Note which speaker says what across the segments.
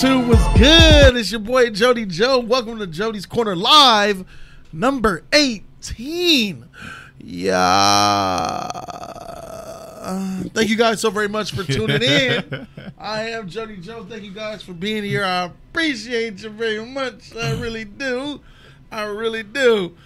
Speaker 1: two. What's good? It's your boy Jody Joe. Welcome to Jody's Corner Live, number 18. Yeah. Thank you guys so very much for tuning in. I am Jody Joe. Thank you guys for being here. I appreciate you very much. I really do. I really do.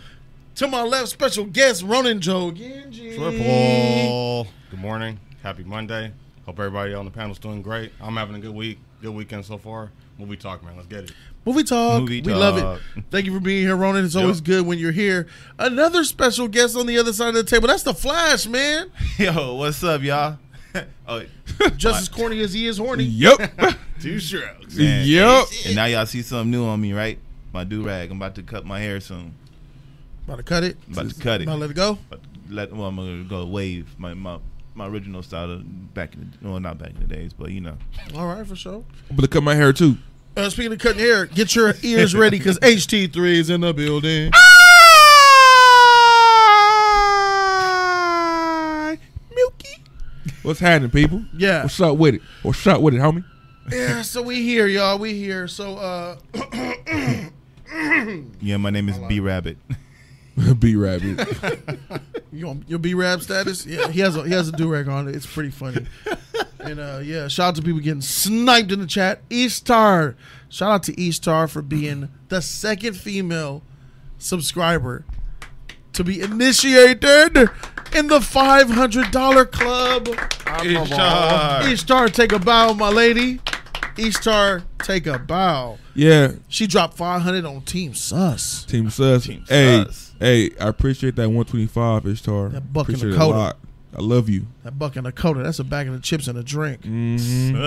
Speaker 1: To my left, special guest Ronan Joe Genji.
Speaker 2: Triple. Good morning. Happy Monday. Hope everybody on the panel's doing great. I'm having a good week. Good weekend so far. Movie talk, man. Let's get it.
Speaker 1: Movie talk.
Speaker 2: Movie
Speaker 1: We love
Speaker 2: talk.
Speaker 1: it. Thank you for being here, Ronan. It's always
Speaker 2: Yep.
Speaker 1: good when you're here. Another special guest on the other side of the table. That's the Flash, man.
Speaker 3: Yo, what's up, y'all? oh,
Speaker 1: Just as corny as he is horny.
Speaker 4: Yep.
Speaker 2: Two strokes.
Speaker 3: man.
Speaker 4: yep.
Speaker 3: And now y'all see something new on me, right? My do rag. I'm about to cut my hair soon.
Speaker 1: About to cut it.
Speaker 3: I'm about to cut it.
Speaker 1: About to let it go.
Speaker 3: But let well, I'm gonna go wave my my, my original style of back in the well, not back in the days, but you know.
Speaker 1: All right, for sure.
Speaker 4: I'm gonna cut my hair too.
Speaker 1: Uh, speaking of cutting hair, get your ears ready because HT3 is in the building.
Speaker 3: Ah!
Speaker 4: Milky. What's happening, people?
Speaker 1: Yeah.
Speaker 4: What's up with it? What's up with it, homie?
Speaker 1: Yeah, so we here, y'all. We here. So, uh,
Speaker 3: Yeah, my name is B Rabbit.
Speaker 4: B Rabbit.
Speaker 1: you on your B rap status? Yeah, he has a he has a do rag on it. It's pretty funny. And uh, yeah, shout out to people getting sniped in the chat. Eastar, shout out to Eastar for being the second female subscriber to be initiated in the five hundred dollar club.
Speaker 2: Ishar.
Speaker 1: Eastar, take a bow, my lady. Eastar, take a bow.
Speaker 4: yeah.
Speaker 1: She dropped five hundred on Team Sus.
Speaker 4: Team Sus.
Speaker 3: Team
Speaker 4: hey,
Speaker 3: Sus.
Speaker 4: hey, I appreciate that 125, Ishtar.
Speaker 1: That buck in
Speaker 4: appreciate
Speaker 1: the
Speaker 4: it a
Speaker 1: coda.
Speaker 4: lot. I love you.
Speaker 1: That buck and a coda. That's a bag of the chips and a drink.
Speaker 3: back
Speaker 1: You know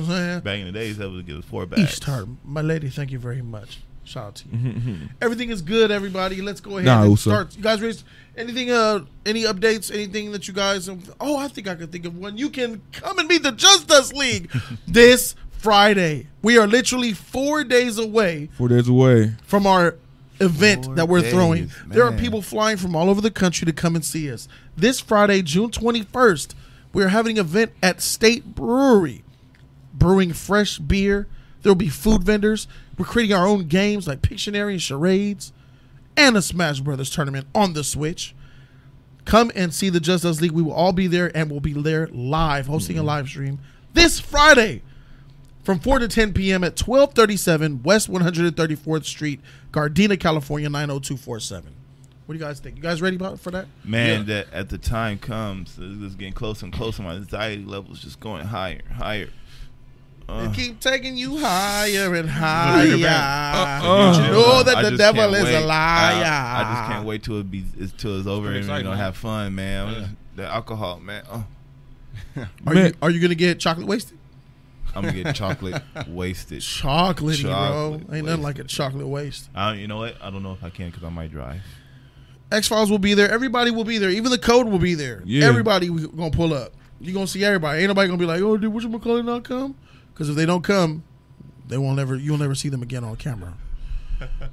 Speaker 1: what I'm saying?
Speaker 3: in the days, I was give us four bags.
Speaker 1: East Harbor. My lady, thank you very much. Shout out to you. Everything is good, everybody. Let's go ahead
Speaker 4: Nah,
Speaker 1: and
Speaker 4: Uso.
Speaker 1: start. You guys ready? Anything, uh, any updates, anything that you guys. Oh, I think I can think of one. You can come and meet the Justice League this Friday. We are literally four days away
Speaker 4: Four days away.
Speaker 1: from our event
Speaker 3: Four
Speaker 1: that we're
Speaker 3: days,
Speaker 1: throwing. There are
Speaker 3: man.
Speaker 1: people flying from all over the country to come and see us. This Friday, June 21st, we're having an event at State Brewery, brewing fresh beer. There'll be food vendors. We're creating our own games like Pictionary and charades and a Smash Brothers tournament on the Switch. Come and see the Just Us League. We will all be there and we'll be there live, hosting
Speaker 3: Mm-hmm.
Speaker 1: a live stream this Friday from 4 to 10 p.m. at 1237 West 134th Street, Gardena, California, 90247. What do you guys think? You guys ready about- for that?
Speaker 3: Man, that at the time comes, it's just getting closer and closer. My anxiety level's just going higher, higher.
Speaker 1: They
Speaker 3: Uh,
Speaker 1: keep taking you higher and
Speaker 3: Bring it
Speaker 1: higher.
Speaker 3: back.
Speaker 4: Uh-uh.
Speaker 1: You know that
Speaker 3: I
Speaker 1: the
Speaker 3: just
Speaker 1: devil
Speaker 3: can't
Speaker 1: is
Speaker 3: wait.
Speaker 1: a
Speaker 3: I,
Speaker 1: liar.
Speaker 3: I just can't wait till it be it's, till it's over
Speaker 2: pretty
Speaker 3: and we're
Speaker 2: exciting,
Speaker 3: gonna
Speaker 2: man.
Speaker 3: have fun, man. I'm just- The alcohol, man. Oh,
Speaker 1: Are
Speaker 4: Man.
Speaker 1: you, are you going to get chocolate wasted?
Speaker 3: I'm gonna get chocolate wasted.
Speaker 1: Chocolatey, bro. Ain't
Speaker 3: Chocolate
Speaker 1: nothing
Speaker 3: wasted.
Speaker 1: like a chocolate waste.
Speaker 3: I, you know what? I don't know if I can because I might drive.
Speaker 1: X Files will be there. Everybody will be there. Even the code will be there.
Speaker 4: Yeah.
Speaker 1: Everybody we gonna pull up. You gonna see everybody. Ain't nobody gonna be like, oh, dude, what you McCullough not come? Because if they don't come, they won't ever. You'll never see them again on camera.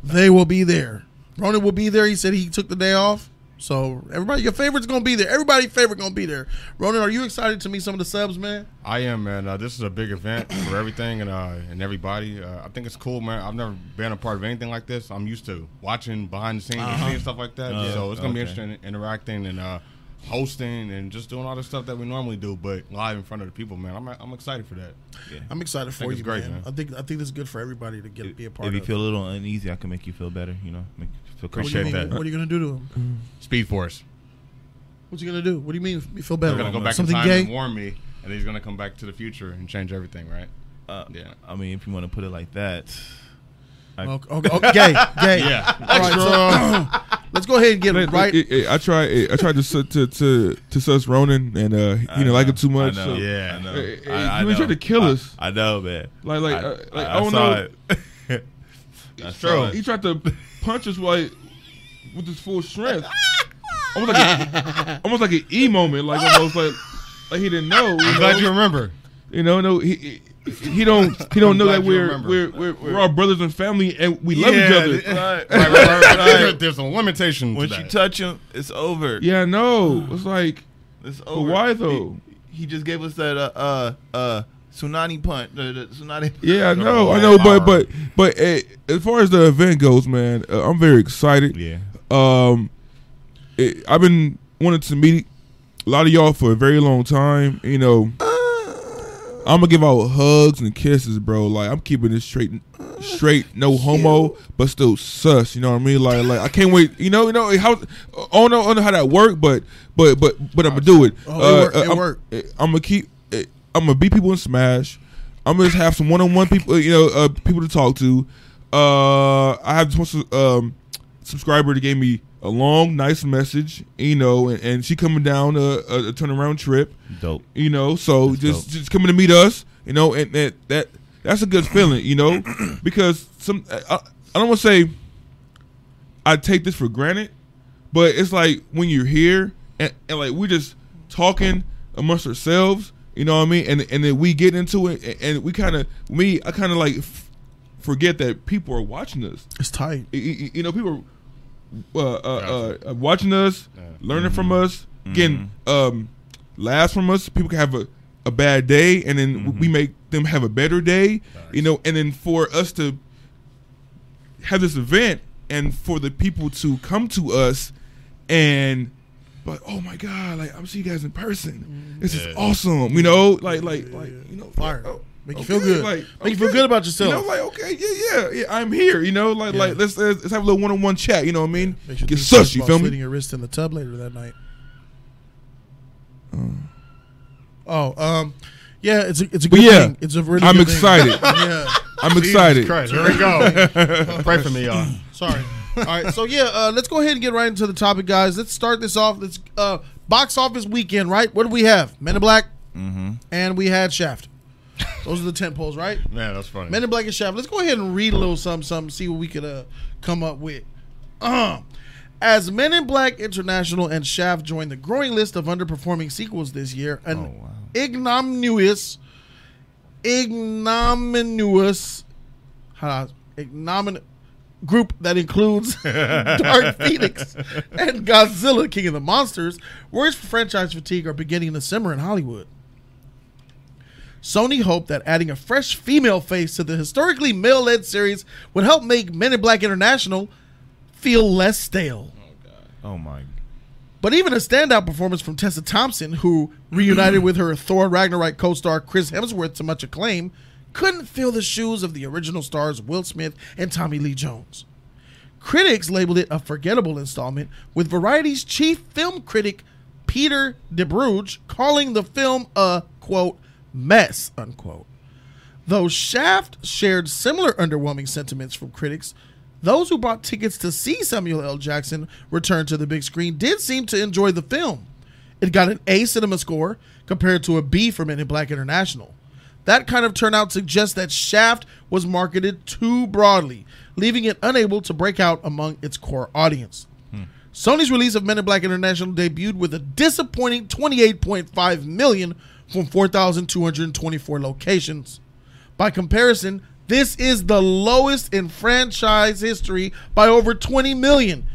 Speaker 1: they will be there. Ronan will be there. He said he took the day off. So everybody, your favorite's gonna be there. Everybody favorite gonna be there. Ronan, are you excited to meet some of the subs, man?
Speaker 2: I am, man. Uh, this is a big event for everything and uh, and everybody. Uh, I think it's cool, man. I've never been a part of anything like this. I'm used to watching behind the scenes and seeing stuff like that.
Speaker 3: Uh,
Speaker 2: so it's gonna be
Speaker 3: okay.
Speaker 2: interesting interacting and uh, hosting and just doing all the stuff that we normally do, but live in front of the people, man. I'm I'm excited for that.
Speaker 3: Yeah.
Speaker 1: I'm excited for
Speaker 2: think it's
Speaker 1: you,
Speaker 2: great,
Speaker 1: man.
Speaker 2: man.
Speaker 1: I think I think this is good for everybody to get be a part
Speaker 3: if you
Speaker 1: of.
Speaker 3: feel a little uneasy, I can make you feel better. You know, make you feel
Speaker 1: what, do you
Speaker 2: appreciate
Speaker 3: comfortable.
Speaker 1: mean?
Speaker 2: that.
Speaker 1: what are you gonna do to him?
Speaker 2: Speed Force.
Speaker 1: What you gonna do? What do you mean? You feel better?
Speaker 2: They're gonna go back
Speaker 1: Something
Speaker 2: in time
Speaker 1: gay?
Speaker 2: and warn me, and he's gonna come back to the future and change everything, right?
Speaker 3: Uh,
Speaker 2: Yeah.
Speaker 3: I mean, if you want to put it like that, I,
Speaker 1: Okay, okay, okay, gay, gay.
Speaker 2: Yeah.
Speaker 1: All right, so, let's go ahead and get it right.
Speaker 4: Eh, eh, eh, I tried. eh, I tried to su- to to to sus Ronan, and uh, he
Speaker 3: I
Speaker 4: didn't
Speaker 3: know,
Speaker 4: like it too
Speaker 3: I
Speaker 4: much.
Speaker 3: know,
Speaker 4: so-
Speaker 2: Yeah.
Speaker 3: I know.
Speaker 4: Hey, hey,
Speaker 3: I, I
Speaker 4: you was
Speaker 3: know.
Speaker 4: trying to kill
Speaker 3: I-
Speaker 4: us.
Speaker 3: I, know, man.
Speaker 4: Like- like,
Speaker 3: I,
Speaker 4: uh, like,
Speaker 3: I,
Speaker 4: I don't
Speaker 3: saw
Speaker 4: know.
Speaker 3: It. That's
Speaker 2: true.
Speaker 4: He tried to punch us like with his full strength. Almost like a, almost like an E moment, like almost like like he didn't know. You
Speaker 2: I'm
Speaker 4: know,
Speaker 2: glad you remember.
Speaker 4: You know, no, he he- he don't he don't
Speaker 2: I'm
Speaker 4: know
Speaker 2: glad
Speaker 4: that
Speaker 2: you
Speaker 4: we're
Speaker 2: remember. uh,
Speaker 4: we're, we're we're all brothers and family and we love each other.
Speaker 3: Right,
Speaker 2: Right, right,
Speaker 3: right, right,
Speaker 2: right, right.
Speaker 3: right.
Speaker 2: There's a limitation.
Speaker 3: Once
Speaker 2: to
Speaker 3: you
Speaker 2: that.
Speaker 3: touch him, it's over.
Speaker 4: Yeah, no, it's like
Speaker 3: It's
Speaker 4: But
Speaker 3: over.
Speaker 4: why, though?
Speaker 3: He, he just gave us that uh uh uh Tsunami Punch. The, the tsunami.
Speaker 4: Yeah, I
Speaker 2: They're
Speaker 4: know,
Speaker 2: all
Speaker 4: I know, but
Speaker 2: power.
Speaker 4: but but eh, as far as the event goes, man, uh, I'm very excited.
Speaker 3: Yeah.
Speaker 4: Um, it, I've been wanting to meet a lot of y'all for a very long time. You know, I'm gonna give out hugs and kisses, bro. Like I'm keeping it straight, straight, no homo, but still sus. You know what I mean? Like, like I can't wait. You know, you know how? I don't know, I don't know how that worked, but but but but I'm gonna do it. Uh,
Speaker 1: Oh, it worked, it
Speaker 4: I'm,
Speaker 1: worked.
Speaker 4: I'm gonna keep. I'm gonna beat people in Smash. I'm gonna just have some one-on-one people, you know, uh, people to talk to. Uh, I have this one um, subscriber that gave me a long, nice message, you know, and, and she coming down a, a, a turnaround trip,
Speaker 3: Dope.
Speaker 4: you know. So
Speaker 3: That's
Speaker 4: just
Speaker 3: dope.
Speaker 4: just coming to meet us, you know, and that that that's a good feeling, you know, because some I, I don't want to say I take this for granted, but it's like when you're here and, and like we're just talking amongst ourselves, you know what I mean? And and then we get into it, and, and we kind of me I kind of like f- forget that people are watching us.
Speaker 1: It's tight.
Speaker 4: Y- y- y- You know, people are uh, uh, uh, watching us, learning from us, getting um, laughs from us. People can have a, a bad day, and then w we make them have a better day. You know, and then for us to have this event and for the people to come to us and but oh my god like i'm see you guys in person this
Speaker 2: Yeah.
Speaker 4: is awesome you know like like like you know
Speaker 1: Mm-hmm. Fire.
Speaker 4: oh,
Speaker 1: Make you feel good. Make you feel good about yourself.
Speaker 4: you know like okay yeah yeah yeah i'm here you know like
Speaker 1: Yeah.
Speaker 4: like let's, let's let's have a little one-on-one chat you know what i mean
Speaker 1: Makes you
Speaker 4: get
Speaker 1: think twice
Speaker 4: sus you
Speaker 1: about
Speaker 4: feel
Speaker 1: slitting
Speaker 4: me
Speaker 1: your wrist in the tub later that night.
Speaker 4: Mm.
Speaker 1: Oh, um, yeah, it's a it's a good
Speaker 4: yeah,
Speaker 1: thing. It's a really.
Speaker 4: I'm
Speaker 1: good thing.
Speaker 4: excited.
Speaker 1: yeah,
Speaker 4: i'm
Speaker 2: Jesus
Speaker 4: excited
Speaker 2: Christ, here we go. Pray for me, y'all.
Speaker 1: sorry. All right, so yeah, uh, let's go ahead and get right into the topic, guys. Let's start this off. Let's uh, box office weekend, right? What do we have? Men in Black,
Speaker 4: Mm-hmm.
Speaker 1: and we had Shaft. Those are the tent poles, right?
Speaker 2: Man, that's funny.
Speaker 1: Men in Black and Shaft. Let's go ahead and read a little something, something, see what we could uh, come up with. Um, as Men in Black International and Shaft join the growing list of underperforming sequels this year, an ignominious, ignominious, how, ignominious group that includes Dark Phoenix and Godzilla, King of the Monsters, worries for franchise fatigue are beginning to simmer in Hollywood. Sony hoped that adding a fresh female face to the historically male led series would help make Men in Black International feel less stale.
Speaker 3: Oh my.
Speaker 1: But even a standout performance from Tessa Thompson, who reunited with her Thor Ragnarok co star Chris Hemsworth to much acclaim, couldn't fill the shoes of the original stars Will Smith and Tommy Lee Jones. Critics labeled it a forgettable installment, with Variety's chief film critic Peter DeBruge calling the film a, quote, mess, unquote. Though Shaft shared similar underwhelming sentiments from critics, those who bought tickets to see Samuel L. Jackson return to the big screen did seem to enjoy the film. It got an A cinema score compared to a B for Men in Black International. That kind of turnout suggests that Shaft was marketed too broadly, leaving it unable to break out among its core audience. Sony's release of Men in Black International debuted with a disappointing 28.5 million from 4,224 locations. By comparison, this is the lowest in franchise history by over 20 million,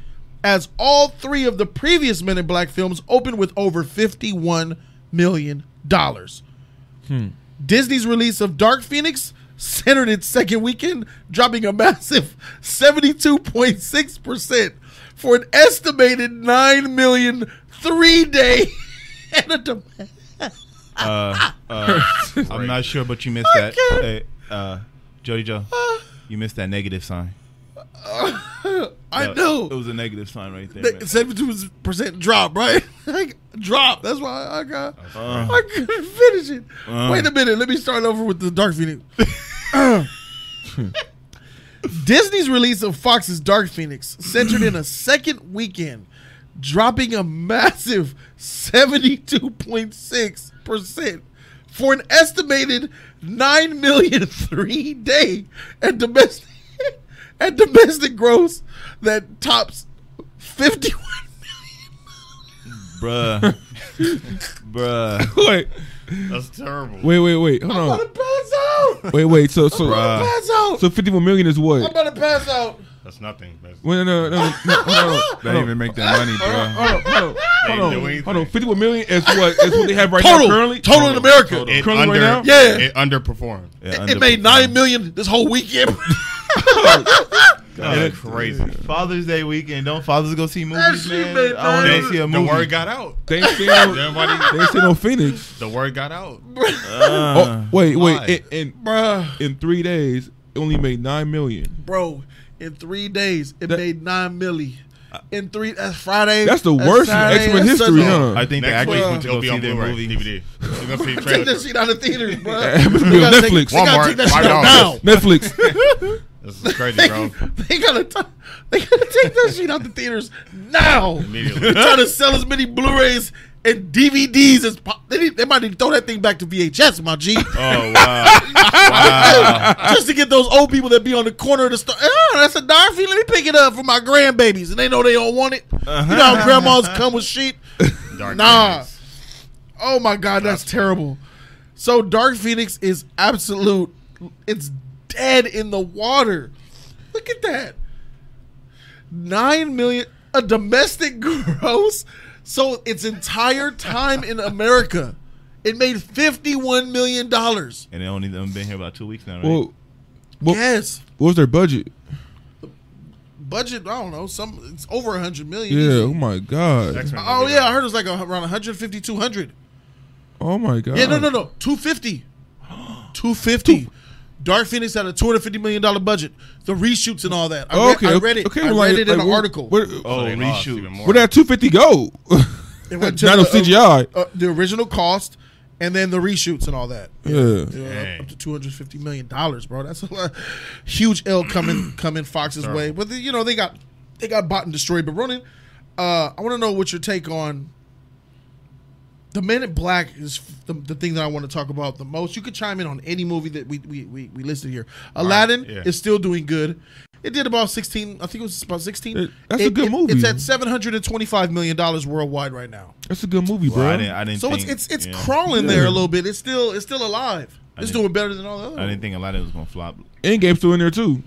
Speaker 1: as all three of the previous Men in Black films opened with over 51 million dollars. Disney's release of Dark Phoenix centered its second weekend, dropping a massive 72.6% for an estimated 9 million three day and a dom-
Speaker 3: Uh, uh, I'm not sure, but you missed that. Hey, uh, Jody Joe,
Speaker 4: Ah.
Speaker 3: you missed that negative sign.
Speaker 1: I
Speaker 3: That-
Speaker 1: know.
Speaker 3: It was a negative sign right there. man.
Speaker 1: seventy-two percent drop, right? like, drop. That's why I got.
Speaker 3: Uh.
Speaker 1: I couldn't finish it.
Speaker 3: Uh.
Speaker 1: Wait a minute. Let me start over with the Dark Phoenix. Uh. Disney's release of Fox's Dark Phoenix centered in a second weekend, dropping a massive seventy-two point six percent. For an estimated nine million three day and domestic and domestic gross that tops fifty one
Speaker 3: Bruh. Bruh.
Speaker 4: wait
Speaker 2: That's terrible.
Speaker 4: wait wait wait hold
Speaker 1: I'm
Speaker 4: on
Speaker 1: about to pass out.
Speaker 4: wait wait so so
Speaker 1: I'm about to pass out.
Speaker 4: so 51 million is
Speaker 1: I'm
Speaker 4: what
Speaker 1: about to pass out.
Speaker 2: That's nothing. That's,
Speaker 4: Well, no, no, no, no, no,
Speaker 3: They didn't even make that money, bro.
Speaker 4: Hold on, hold
Speaker 2: They
Speaker 4: on,
Speaker 2: do
Speaker 4: hold on,
Speaker 2: anything.
Speaker 4: hold on. Fifty-one million is what is what they have right
Speaker 1: Total,
Speaker 4: now currently.
Speaker 1: total in America.
Speaker 4: Total.
Speaker 2: it
Speaker 4: Currently
Speaker 2: under,
Speaker 4: right now.
Speaker 1: Yeah.
Speaker 2: It underperformed.
Speaker 3: Yeah,
Speaker 1: It, it made
Speaker 3: underperformed.
Speaker 1: nine million this whole weekend.
Speaker 2: That's crazy.
Speaker 3: Father's Day weekend. Don't fathers go see movies,
Speaker 1: shit,
Speaker 3: man?
Speaker 1: man,
Speaker 3: I want
Speaker 1: man.
Speaker 3: to see a
Speaker 2: the
Speaker 3: movie.
Speaker 2: word got out.
Speaker 4: They ain't seen no,
Speaker 2: Everybody,
Speaker 4: they ain't seen no
Speaker 1: Uh,
Speaker 4: Phoenix.
Speaker 2: the word got out.
Speaker 3: Uh,
Speaker 4: oh, wait,
Speaker 2: why?
Speaker 4: wait. In, in, in three days, it only made nine million.
Speaker 1: Bro, in three days, it
Speaker 4: That-
Speaker 1: made nine milli. In three, that's Friday.
Speaker 4: That's the worst in
Speaker 1: Saturday,
Speaker 4: X-Men
Speaker 1: that's
Speaker 4: history,
Speaker 1: Sunday.
Speaker 4: huh?
Speaker 3: I think the
Speaker 2: Next
Speaker 3: actors
Speaker 2: week,
Speaker 3: went to
Speaker 2: it'll
Speaker 3: go
Speaker 2: be
Speaker 3: see
Speaker 2: on
Speaker 3: their
Speaker 2: Blu-ray,
Speaker 3: movie.
Speaker 2: DVD. You're gonna see the
Speaker 1: Take
Speaker 2: trailer.
Speaker 1: that shit out of theaters, bro.
Speaker 4: It must be
Speaker 1: They
Speaker 4: on
Speaker 1: gotta take-
Speaker 4: Netflix.
Speaker 1: They gotta
Speaker 2: Walmart,
Speaker 1: take that shit
Speaker 2: five
Speaker 1: down.
Speaker 2: dollars.
Speaker 4: Netflix.
Speaker 2: This is crazy,
Speaker 1: They,
Speaker 2: bro.
Speaker 1: they gotta, t- they gotta take that shit out the theaters now.
Speaker 2: Immediately.
Speaker 1: Trying to sell as many Blu-rays and DVDs as po- they, need, they might need to throw that thing back to VHS, my G,
Speaker 3: Oh wow!
Speaker 1: just to get those old people that be on the corner of the store. Oh, that's a Darfy. Let me pick it up for my grandbabies, and they know they don't want it. You know how grandmas come with shit.
Speaker 2: Dark
Speaker 1: Nah.
Speaker 2: Phoenix.
Speaker 1: Oh my god, that's terrible. So Dark Phoenix is absolute. It's dead in the water. Look at that. Nine million a domestic gross. So its entire time in America, it made fifty-one million dollars.
Speaker 3: and they only them been here about two weeks now, right?
Speaker 4: well, what,
Speaker 1: Yes,
Speaker 4: what was their budget?
Speaker 1: budget. I don't know. Some it's over a hundred million.
Speaker 4: Yeah. Oh my god.
Speaker 2: X-Men movie
Speaker 1: Oh yeah, I
Speaker 2: got-
Speaker 1: heard it was like a, around 150, 200.
Speaker 4: Oh my god.
Speaker 1: Yeah, no, no, no. 250. 250. Dark Phoenix had a $250 million budget. The reshoots and all that. I,
Speaker 4: Oh, okay.
Speaker 1: read, I read it.
Speaker 4: Okay.
Speaker 1: I read
Speaker 4: well, like-
Speaker 1: it in
Speaker 4: like,
Speaker 1: an
Speaker 4: where-
Speaker 1: article.
Speaker 4: Where,
Speaker 3: oh,
Speaker 2: they lost even
Speaker 3: reshoot.
Speaker 2: more.
Speaker 4: where that two fifty go?
Speaker 1: It
Speaker 4: Not
Speaker 1: went to
Speaker 4: no
Speaker 1: the, uh,
Speaker 4: CGI.
Speaker 1: uh, the original cost and then the reshoots and all that.
Speaker 4: Yeah.
Speaker 1: Yeah,
Speaker 2: Dang.
Speaker 1: up to two hundred fifty million dollars, bro. That's a lot. huge L coming coming Fox's way. But the, you know they got they got bought and destroyed. But Ronan, uh, I want to know what your take on the Men in Black is f- the, the thing that I want to talk about the most. You could chime in on any movie that we we, we, we listed here. Aladdin
Speaker 2: yeah.
Speaker 1: is still doing good. It did about sixteen. I think it was about sixteen.
Speaker 4: It- that's a
Speaker 1: It-
Speaker 4: good
Speaker 1: it-
Speaker 4: movie.
Speaker 1: It's at seven hundred and twenty-five million dollars worldwide right now.
Speaker 4: That's a good movie, bro.
Speaker 3: Well, I didn't. I didn't.
Speaker 1: So
Speaker 3: think,
Speaker 1: it's it's it's
Speaker 3: yeah.
Speaker 1: crawling there a little bit. It's still it's still alive. It's
Speaker 3: didn't-
Speaker 1: doing better than all the other.
Speaker 3: I didn't think a lot of it was gonna flop.
Speaker 4: Endgame's still in there too.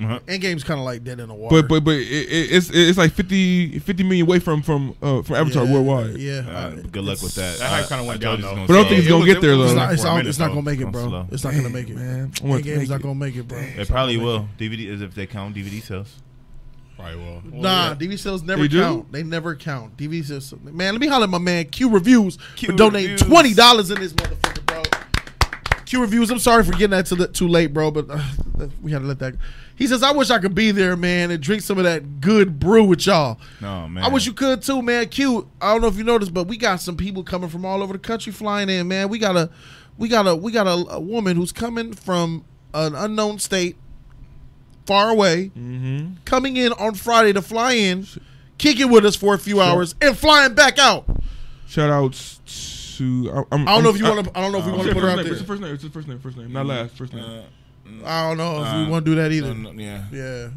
Speaker 1: Endgame's kind of like dead in the water.
Speaker 4: But but but it, it, it's it's like 50, 50 million away from from uh, from Avatar
Speaker 1: Yeah,
Speaker 4: worldwide.
Speaker 1: Yeah.
Speaker 3: Uh, good luck with that. Uh,
Speaker 2: That hype kinda went down, though.
Speaker 4: But I don't think it's
Speaker 2: It
Speaker 4: gonna
Speaker 2: was-
Speaker 4: get
Speaker 2: it
Speaker 4: there
Speaker 2: was
Speaker 1: It's
Speaker 4: though.
Speaker 1: not,
Speaker 2: like
Speaker 1: it's,
Speaker 2: for a
Speaker 1: not,
Speaker 2: minute,
Speaker 1: it's not gonna
Speaker 2: though.
Speaker 1: make it, bro.
Speaker 3: Slow.
Speaker 1: It's not gonna make it,
Speaker 4: man. I want to
Speaker 1: Endgame's
Speaker 4: make
Speaker 1: not
Speaker 4: it.
Speaker 1: gonna make it, bro.
Speaker 3: It probably will. DVD is if they count DVD sales.
Speaker 2: Probably will. Well,
Speaker 1: Nah, DVD sales never
Speaker 4: They do?
Speaker 1: count. They never count. DVD sales, man. Let me holler at my man Q Reviews
Speaker 3: Q
Speaker 1: for donating
Speaker 3: Reviews.
Speaker 1: twenty dollars in this motherfucker, bro. Q Reviews. I'm sorry for getting that to the, too late, bro, but uh, we had to let that. He says, "I wish I could be there, man, and drink some of that good brew with y'all."
Speaker 3: No man.
Speaker 1: I wish you could too, man. Q. I don't know if you noticed, but we got some people coming from all over the country flying in, man. We got a, we got a, we got a, a woman who's coming from an unknown state, far away,
Speaker 4: Mm-hmm.
Speaker 1: coming in on Friday to fly in, kicking with us for a few hours, and flying back out.
Speaker 4: Shout outs to. I, I'm,
Speaker 1: I don't know if you want to. I don't know
Speaker 4: Uh,
Speaker 1: if we want to put her out
Speaker 4: name? What's the
Speaker 1: there. Mm-hmm. Uh,
Speaker 4: first name? What's the first name? First name, not last. First name.
Speaker 1: I don't know if we want to do that either.
Speaker 3: yeah.
Speaker 1: Yeah.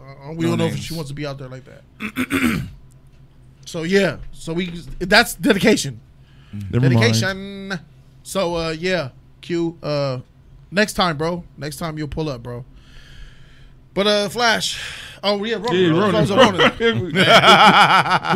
Speaker 1: Uh, we don't know if
Speaker 3: names.
Speaker 1: she wants to be out there like that. so yeah. So we. That's dedication.
Speaker 4: Never mind.
Speaker 1: dedication. So uh yeah, Q uh next time, bro. Next time you'll pull up, bro. But uh Flash. Oh yeah, Ronan.
Speaker 4: Yeah,
Speaker 1: Ronan.
Speaker 4: Ronan.
Speaker 1: Flash on Ronan.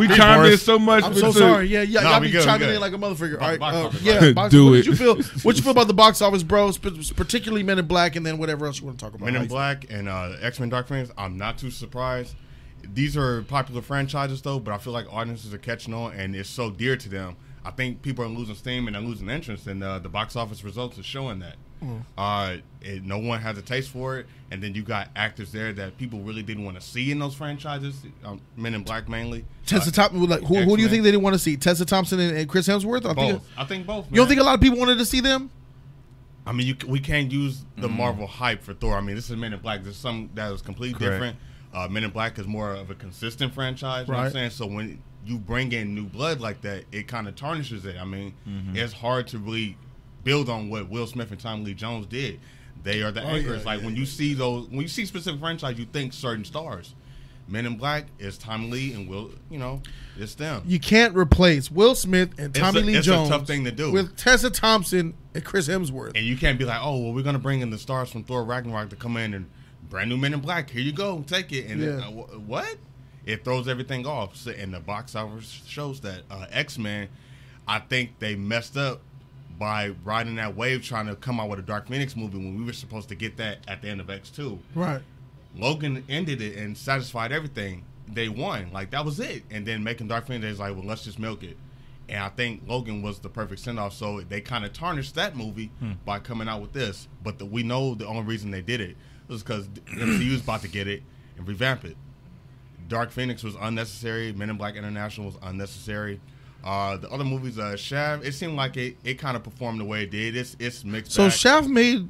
Speaker 4: we chimed in
Speaker 2: Boris.
Speaker 4: so much.
Speaker 1: I'm
Speaker 4: but
Speaker 1: so
Speaker 4: it's a-
Speaker 1: sorry. Yeah, yeah,
Speaker 2: Nah,
Speaker 1: y'all
Speaker 2: we
Speaker 1: be
Speaker 2: good, we
Speaker 1: chiming
Speaker 2: good.
Speaker 1: in like a motherfucker. All right,
Speaker 2: box
Speaker 1: uh,
Speaker 2: office,
Speaker 1: yeah.
Speaker 4: right.
Speaker 1: Box,
Speaker 4: Do
Speaker 1: what
Speaker 4: it.
Speaker 1: did you feel? What you feel about the box office, bro? sp- Particularly Men in Black, and then whatever else you want to talk about.
Speaker 2: Men in
Speaker 1: Like,
Speaker 2: Black and uh, X Men Dark Phoenix. I'm not too surprised. These are popular franchises though, but I feel like audiences are catching on, and it's so dear to them. I think people are losing steam and they're losing interest, and uh, the box office results are showing that. Uh, it, no one has a taste for it, and then you got actors there that people really didn't want to see in those franchises. Um, Men in Black mainly.
Speaker 1: Tessa
Speaker 2: Uh,
Speaker 1: Thompson. Like, who, who do you
Speaker 2: X-Men.
Speaker 1: think they didn't want to see? Tessa Thompson and, and Chris Hemsworth. I think.
Speaker 2: Both. I think both.
Speaker 1: You don't
Speaker 2: man.
Speaker 1: think a lot of people wanted to see them?
Speaker 2: I mean, you, c- we can't use the Marvel hype for Thor. I mean, this is Men in Black. There's some that is completely
Speaker 3: Correct.
Speaker 2: different. Uh, Men in Black is more of a consistent franchise. You know what
Speaker 1: Right.
Speaker 2: I'm saying? So when you bring in new blood like that, it kind of tarnishes it. I mean, it's hard to really build on what Will Smith and Tom Lee Jones did. They are the anchors. like when you see those, when you see specific franchise, you think certain stars. Men in Black is Tom Lee and Will. You know, it's them.
Speaker 1: you can't replace Will Smith and
Speaker 2: It's
Speaker 1: Tommy
Speaker 2: a-
Speaker 1: Lee
Speaker 2: it's a
Speaker 1: Jones.
Speaker 2: tough thing to do.
Speaker 1: with Tessa Thompson and Chris Hemsworth.
Speaker 2: And you can't be like, oh, well, we're going to bring in the stars from Thor Ragnarok to come in and brand new Men in Black. Here you go, take it. And then,
Speaker 1: Yeah.
Speaker 2: uh, wh- what? It throws everything off. So, and the box office shows that uh, X Men. I think they messed up by riding that wave, trying to come out with a Dark Phoenix movie when we were supposed to get that at the end of X two.
Speaker 1: Right.
Speaker 2: Logan ended it and satisfied everything. They won. Like that was it. And then making Dark Phoenix is like, well, let's just milk it. And I think Logan was the perfect send off. So they kind of tarnished that movie by coming out with this. But the, we know the only reason they did it was because MCU's about to get it and revamp it. Dark Phoenix was unnecessary. Men in Black International was unnecessary. Uh, the other movies, uh, Shav, it seemed like it, it kind of performed the way it did. It's it's mixed.
Speaker 1: So
Speaker 2: bag.
Speaker 1: Shaft made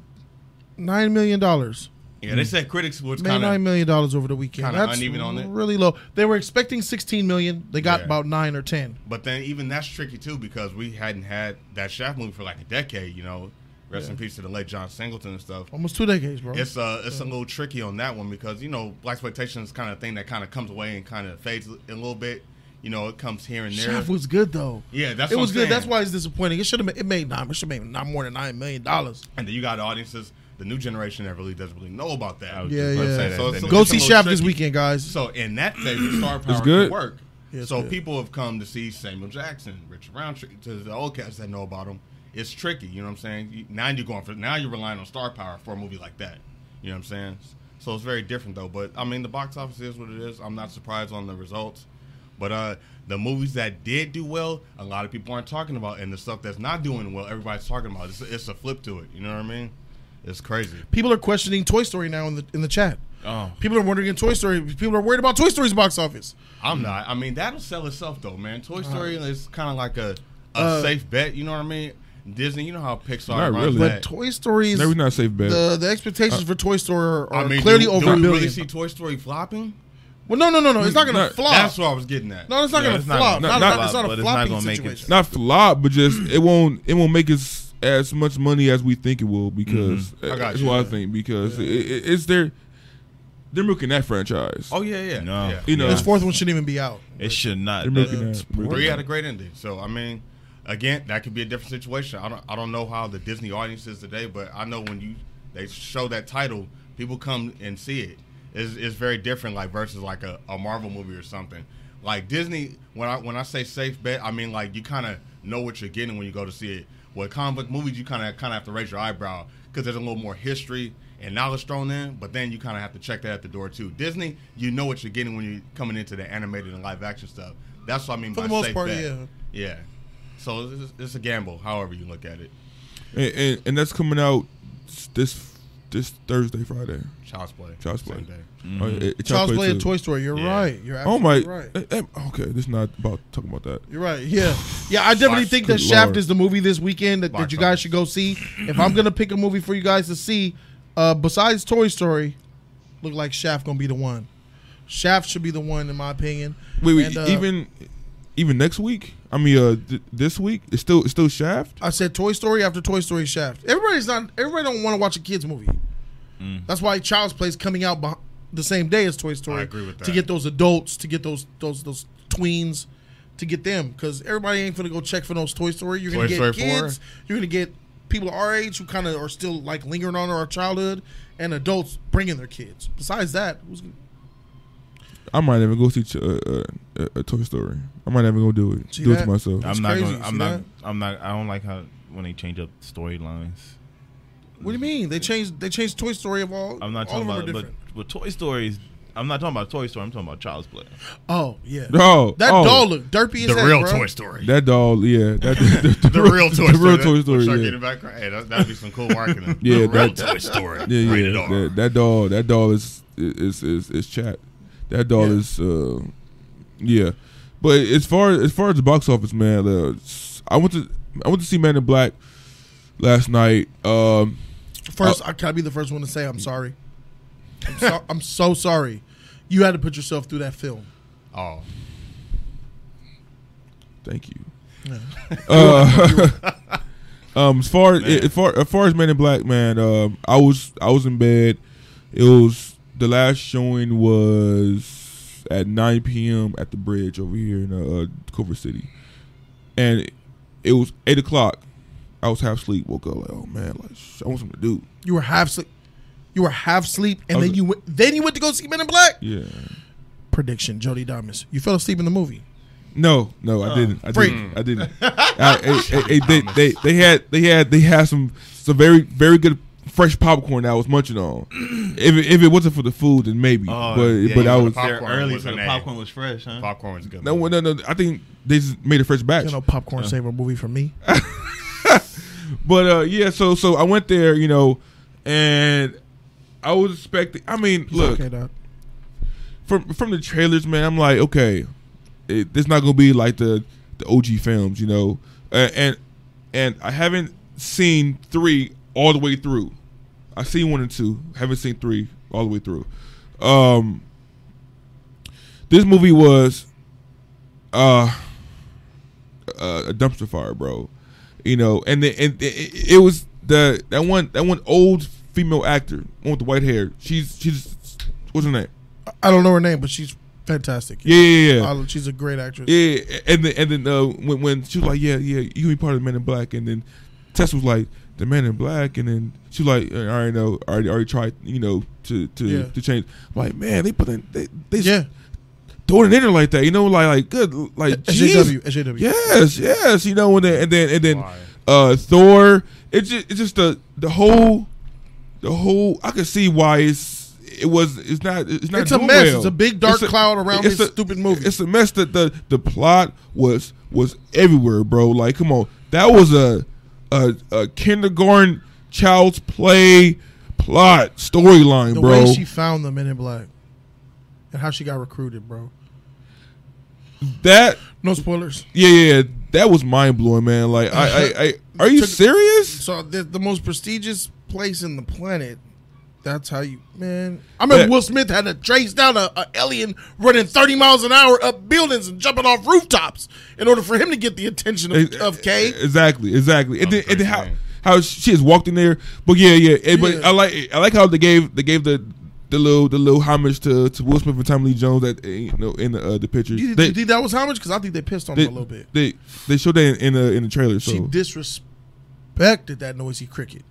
Speaker 1: nine million dollars.
Speaker 2: yeah, they said critics was
Speaker 1: Made
Speaker 2: kind
Speaker 1: nine
Speaker 2: of
Speaker 1: million dollars over the weekend.
Speaker 2: kinda
Speaker 1: That's
Speaker 2: uneven on it.
Speaker 1: really low. They were expecting sixteen million. They got
Speaker 2: Yeah.
Speaker 1: about nine or ten.
Speaker 2: But then even that's tricky too because we hadn't had that Shaft movie for like a decade. You know, rest in peace to the late John Singleton and stuff.
Speaker 1: Almost two decades, bro.
Speaker 2: It's uh, it's a little tricky on that one because you know black exploitation is kind of thing that kind of comes away and kind of fades a little bit. You know, it comes here and there.
Speaker 1: Shaft was good though.
Speaker 2: yeah, that's
Speaker 1: it
Speaker 2: what
Speaker 1: was
Speaker 2: I'm
Speaker 1: good.
Speaker 2: saying.
Speaker 1: That's why it's disappointing. It should have. It made nine. It should have made not more than nine million dollars.
Speaker 2: And then you got audiences, the new generation that really doesn't really know about that.
Speaker 3: I was
Speaker 1: Yeah,
Speaker 3: just about to
Speaker 1: yeah.
Speaker 3: say that.
Speaker 2: So it's
Speaker 3: They
Speaker 2: a-
Speaker 3: made
Speaker 1: Go
Speaker 2: it's
Speaker 1: see
Speaker 2: little
Speaker 1: Shaft this
Speaker 2: tricky.
Speaker 1: weekend, guys.
Speaker 2: So in that favor, star power
Speaker 4: good.
Speaker 2: can work.
Speaker 1: Yeah, it's
Speaker 2: so
Speaker 1: good.
Speaker 2: people have come to see Samuel Jackson, Richard Roundtree, to the old cats that know about him. It's tricky, you know what I'm saying. You- Now you're going for now you're relying on star power for a movie like that. You know what I'm saying. So it's very different though. But I mean, the box office is what it is. I'm not surprised on the results. But uh, the movies that did do well, a lot of people aren't talking about, and the stuff that's not doing well, everybody's talking about. It's, it's a flip to it. You know what I mean? It's crazy.
Speaker 1: People are questioning Toy Story now in the in the chat.
Speaker 3: Oh.
Speaker 1: People are wondering in Toy Story. People are worried about Toy Story's box office.
Speaker 2: I'm not. I mean, that'll sell itself though, man. Toy Story is kind of like a, a
Speaker 1: Uh,
Speaker 2: safe bet. You know what I mean? Disney, you know how Pixar
Speaker 4: Not
Speaker 2: runs
Speaker 4: really.
Speaker 1: But
Speaker 2: that.
Speaker 1: Toy Story is
Speaker 4: Maybe not safe bet.
Speaker 1: the the
Speaker 4: Uh,
Speaker 1: expectations for Toy Story are,
Speaker 2: I
Speaker 1: are
Speaker 2: mean,
Speaker 1: clearly
Speaker 2: do,
Speaker 1: over
Speaker 2: do
Speaker 1: a
Speaker 2: we
Speaker 1: billion.
Speaker 2: really see Toy Story flopping?
Speaker 1: well, no, no, no, no. It's not going to
Speaker 4: Not-
Speaker 1: flop.
Speaker 2: That's what I was getting at.
Speaker 1: no, it's not
Speaker 3: Yeah,
Speaker 1: going to
Speaker 3: it's not
Speaker 1: flop.
Speaker 3: gonna-
Speaker 1: Not,
Speaker 4: not-
Speaker 1: not, it's not
Speaker 3: but
Speaker 1: a
Speaker 3: it's not
Speaker 1: flopping
Speaker 3: gonna make it.
Speaker 1: situation.
Speaker 4: not flop, but just it won't it won't make us as much money as we think it will because
Speaker 1: Mm-hmm.
Speaker 2: I got
Speaker 4: that's
Speaker 2: you.
Speaker 4: what I think because it, it, it's their they're milking that franchise.
Speaker 2: Oh yeah, yeah.
Speaker 3: No.
Speaker 2: yeah.
Speaker 4: you know,
Speaker 1: This fourth one shouldn't even be out.
Speaker 3: It should not.
Speaker 4: they're milking that.
Speaker 2: Three
Speaker 4: milking
Speaker 2: had a great ending. So I mean, again, that could be a different situation. I don't I don't know how the Disney audience is today, but I know when you they show that title, people come and see it. It's, it's very different, like versus like a, a Marvel movie or something. Like Disney, when I when I say safe bet, I mean like you kind of know what you're getting when you go to see it. With comic book movies, you kind of kind of have to raise your eyebrow because there's a little more history and knowledge thrown in. But then you kind of have to check that at the door too. Disney, you know what you're getting when you're coming into the animated and live action stuff. That's what I mean
Speaker 1: For the
Speaker 2: by
Speaker 1: most
Speaker 2: safe
Speaker 1: part,
Speaker 2: bet.
Speaker 1: yeah.
Speaker 2: Yeah. So it's- it's, it's a gamble, however you look at it.
Speaker 4: And, and, and that's coming out s- this this Thursday, Friday.
Speaker 2: Child's play.
Speaker 4: Child's Play.
Speaker 2: Same day.
Speaker 4: Oh, it- it-
Speaker 1: Charles Mm-hmm. Play
Speaker 4: too.
Speaker 1: and Toy Story. You're
Speaker 2: Yeah.
Speaker 1: right. You're
Speaker 4: Oh
Speaker 1: absolutely
Speaker 4: my!
Speaker 1: right.
Speaker 4: eh, eh, Okay, this is not about talking about that.
Speaker 1: You're right. Yeah, yeah. I definitely
Speaker 2: Fox-
Speaker 1: think that
Speaker 4: Good
Speaker 1: Shaft
Speaker 4: Lord.
Speaker 1: is the movie this weekend that, that
Speaker 2: Box
Speaker 1: you guys
Speaker 2: office.
Speaker 1: should go see. If I'm gonna pick a movie for you guys to see, uh, besides Toy Story, look like Shaft gonna be the one. Shaft should be the one, in my opinion.
Speaker 4: Wait, wait
Speaker 1: And, uh,
Speaker 4: even even next week? I mean, uh, th- this week it's still it's still Shaft.
Speaker 1: I said Toy Story after Toy Story Shaft. Everybody's not. Everybody don't want to watch a kids movie. That's why Child's Play is coming out beh- the same day as Toy Story.
Speaker 2: Mm. I agree with
Speaker 1: To
Speaker 2: that.
Speaker 1: get those adults, to get those those those tweens, to get them because everybody ain't gonna go check for those Toy Story. You're gonna
Speaker 2: Toy
Speaker 1: get
Speaker 2: Story 4?
Speaker 1: kids. You're gonna get people our age who kind of are still like lingering on our childhood, and adults bringing their kids. Besides that, who's gonna,
Speaker 4: I might even go see Ch- uh, uh, uh, uh, Toy Story. I might even go do it.
Speaker 1: See
Speaker 4: do it
Speaker 1: that?
Speaker 4: to myself.
Speaker 1: That's
Speaker 3: I'm not.
Speaker 1: crazy,
Speaker 3: Gonna,
Speaker 1: see
Speaker 3: I'm not.
Speaker 1: that?
Speaker 3: I'm not. I don't like how when they change up storylines.
Speaker 1: what do you mean? They changed they changed Toy Story of all.
Speaker 3: I'm not
Speaker 1: all
Speaker 3: talking
Speaker 1: of them
Speaker 3: about.
Speaker 1: are
Speaker 3: But
Speaker 1: different.
Speaker 3: but Toy Stories. I'm not talking about Toy Story. I'm talking about Child's Play.
Speaker 1: oh yeah,
Speaker 4: Oh,
Speaker 1: that
Speaker 4: oh,
Speaker 1: doll look derpy as
Speaker 2: The
Speaker 1: heck,
Speaker 2: real
Speaker 1: bro.
Speaker 2: Toy Story.
Speaker 4: That doll, yeah. That, the,
Speaker 2: the real Toy
Speaker 4: the
Speaker 2: Story.
Speaker 4: real Toy Story.
Speaker 2: Start
Speaker 4: Yeah,
Speaker 2: getting back. Hey, that, that'd be some cool marketing.
Speaker 4: Yeah,
Speaker 2: the real
Speaker 4: that-
Speaker 2: Toy Story.
Speaker 4: yeah,
Speaker 2: Rated
Speaker 4: yeah.
Speaker 2: R.
Speaker 4: That, that doll, that doll is is is is chat. That doll
Speaker 1: Yeah.
Speaker 4: is, uh, yeah. But as far as far as the box office, man, uh, s- I went to I went to see Man in Black last night. Um,
Speaker 1: First, I can I be the first one to say I'm sorry. I'm so, I'm so sorry. You had to put yourself through that film.
Speaker 2: Oh,
Speaker 4: Thank you. Uh, um, as far as,
Speaker 3: Man.
Speaker 4: as far as far as Men in Black, man, um, I was I was in bed. It was the last showing was at 9 p.m. at the bridge over here in uh, uh, Culver City, and it was eight o'clock. I was half asleep. Woke up like, oh man, like sh- I want something to do.
Speaker 1: You were half asleep. You were half asleep, and
Speaker 4: I was-
Speaker 1: then you went, then you went to go see Men in Black.
Speaker 4: Yeah.
Speaker 1: Prediction: Jody Damas, you fell asleep in the movie.
Speaker 4: No, no,
Speaker 3: Uh,
Speaker 4: I didn't. I
Speaker 1: freak.
Speaker 4: didn't. I didn't. I, I- I- I- they, they, they had they had they had some some very very good fresh popcorn that I was munching on. If it, if it wasn't for the food, then maybe. but
Speaker 3: Oh, yeah,
Speaker 4: but
Speaker 3: you
Speaker 4: I
Speaker 3: went
Speaker 4: was
Speaker 2: pop-
Speaker 3: there
Speaker 2: popcorn
Speaker 3: early,
Speaker 2: was
Speaker 3: so the
Speaker 2: an A.
Speaker 3: popcorn was fresh, huh?
Speaker 2: Popcorn was good.
Speaker 4: no no no. I think they just made a fresh batch.
Speaker 1: You know, popcorn saver movie for me.
Speaker 4: But uh, yeah, so so I went there, you know, and I was expecting. I mean, look
Speaker 1: okay, dog.
Speaker 4: from from the trailers, man. I'm like, okay, it, it's not gonna be like the the OG films, you know, uh, and and I haven't seen three all the way through. I seen one and two, haven't seen three all the way through. Um, this movie was uh, uh, a dumpster fire, bro. You know, and the, and it, it was the that one that one old female actor, one with the white hair. She's she's what's her name?
Speaker 1: I- I don't know her name, but she's fantastic.
Speaker 4: Yeah, yeah, yeah.
Speaker 1: I- she's a great actress.
Speaker 4: Yeah, and then and then uh, when when she was like, yeah, yeah, you can be part of the Man in Black, and then Tess was like, the Man in Black, and then she was like, I already know, I already, already tried, you know, to to,
Speaker 1: Yeah.
Speaker 4: to change. I'm like, man, they put in, they they
Speaker 1: Yeah.
Speaker 4: throwing it in there like that, you know, like like good, like
Speaker 1: SJW,
Speaker 4: jeez.
Speaker 1: SJW.
Speaker 4: yes, yes, you know, and then and then and then
Speaker 2: Why?
Speaker 4: uh, Thor, it's just, it's just the the whole the whole I could see why it's. It was. It's not. It's not.
Speaker 1: It's a
Speaker 4: doing
Speaker 1: mess.
Speaker 4: well.
Speaker 1: It's a big dark cloud around
Speaker 4: it's
Speaker 1: this stupid movie.
Speaker 4: It's a mess that the the plot was was everywhere, bro. Like, come on, that was a a, a kindergarten child's play plot storyline,
Speaker 1: The
Speaker 4: bro.
Speaker 1: way she found the Men in Black and how she got recruited, bro.
Speaker 4: that
Speaker 1: No spoilers.
Speaker 4: yeah, yeah, yeah, that was mind blowing, man. Like, I, I, I are you
Speaker 1: Took-
Speaker 4: serious?
Speaker 1: So the, the most prestigious place in the planet. That's how you, man. I remember
Speaker 4: Yeah.
Speaker 1: Will Smith had to trace down a, a alien running thirty miles an hour up buildings and jumping off rooftops in order for him to get the attention of, of Kay.
Speaker 4: Exactly, exactly. And then, and then how
Speaker 2: crazy.
Speaker 4: how she has walked in there, but yeah, yeah. And, But
Speaker 1: Yeah.
Speaker 4: I like I like how they gave they gave the. The little, the little homage to, to Will Smith and Tommy Lee Jones that eh, you know in the uh, the pictures.
Speaker 1: You,
Speaker 4: They-
Speaker 1: you think that was how much? Because I think they pissed on
Speaker 4: they,
Speaker 1: him a little bit.
Speaker 4: They they showed that in, in the in the trailer. So
Speaker 1: She disrespected that noisy cricket.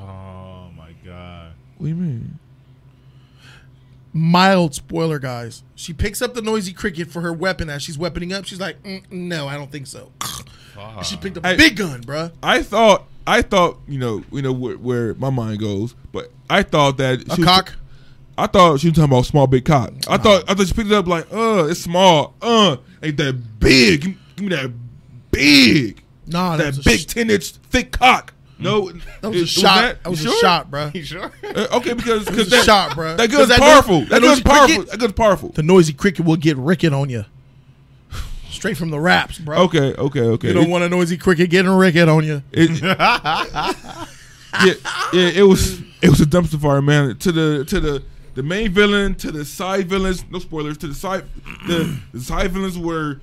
Speaker 3: Oh my god.
Speaker 4: what do you mean?
Speaker 1: mild spoiler, guys. She picks up the noisy cricket for her weapon as she's weaponing up. She's like, mm, no, I don't think so.
Speaker 4: Ah.
Speaker 1: She picked up a
Speaker 4: I-
Speaker 1: big gun, bruh.
Speaker 4: I thought I thought you know you know where, where my mind goes, but I thought that
Speaker 1: A
Speaker 4: she was-
Speaker 1: cock.
Speaker 4: I thought she was talking about small big cock. I thought I thought she picked it up like uh it's small uh ain't that big give me, give me that big
Speaker 1: Nah, that,
Speaker 4: that
Speaker 1: was a
Speaker 4: big
Speaker 1: sh-
Speaker 4: ten inch thick cock. Mm-hmm. No,
Speaker 1: that was a shot. That, was
Speaker 4: You
Speaker 1: a
Speaker 4: sure?
Speaker 1: shot, bruh.
Speaker 2: You sure?
Speaker 4: Uh, okay, because because
Speaker 1: a
Speaker 4: that
Speaker 1: shot, bruh.
Speaker 4: That
Speaker 1: 'Cause
Speaker 4: gun's
Speaker 1: that
Speaker 4: powerful.
Speaker 1: noise- that
Speaker 4: That
Speaker 1: noise
Speaker 4: gun's
Speaker 1: you
Speaker 4: powerful.
Speaker 1: cricket-
Speaker 4: That gun's powerful.
Speaker 1: The noisy cricket will get ricket on you. Straight from the raps, bro.
Speaker 4: Okay, okay, okay.
Speaker 1: You don't want a noisy cricket getting ricket on you.
Speaker 4: It, yeah, yeah, it was it was a dumpster fire, man. To the to the the main villain, to the side villains. No spoilers. To the side the, the side villains were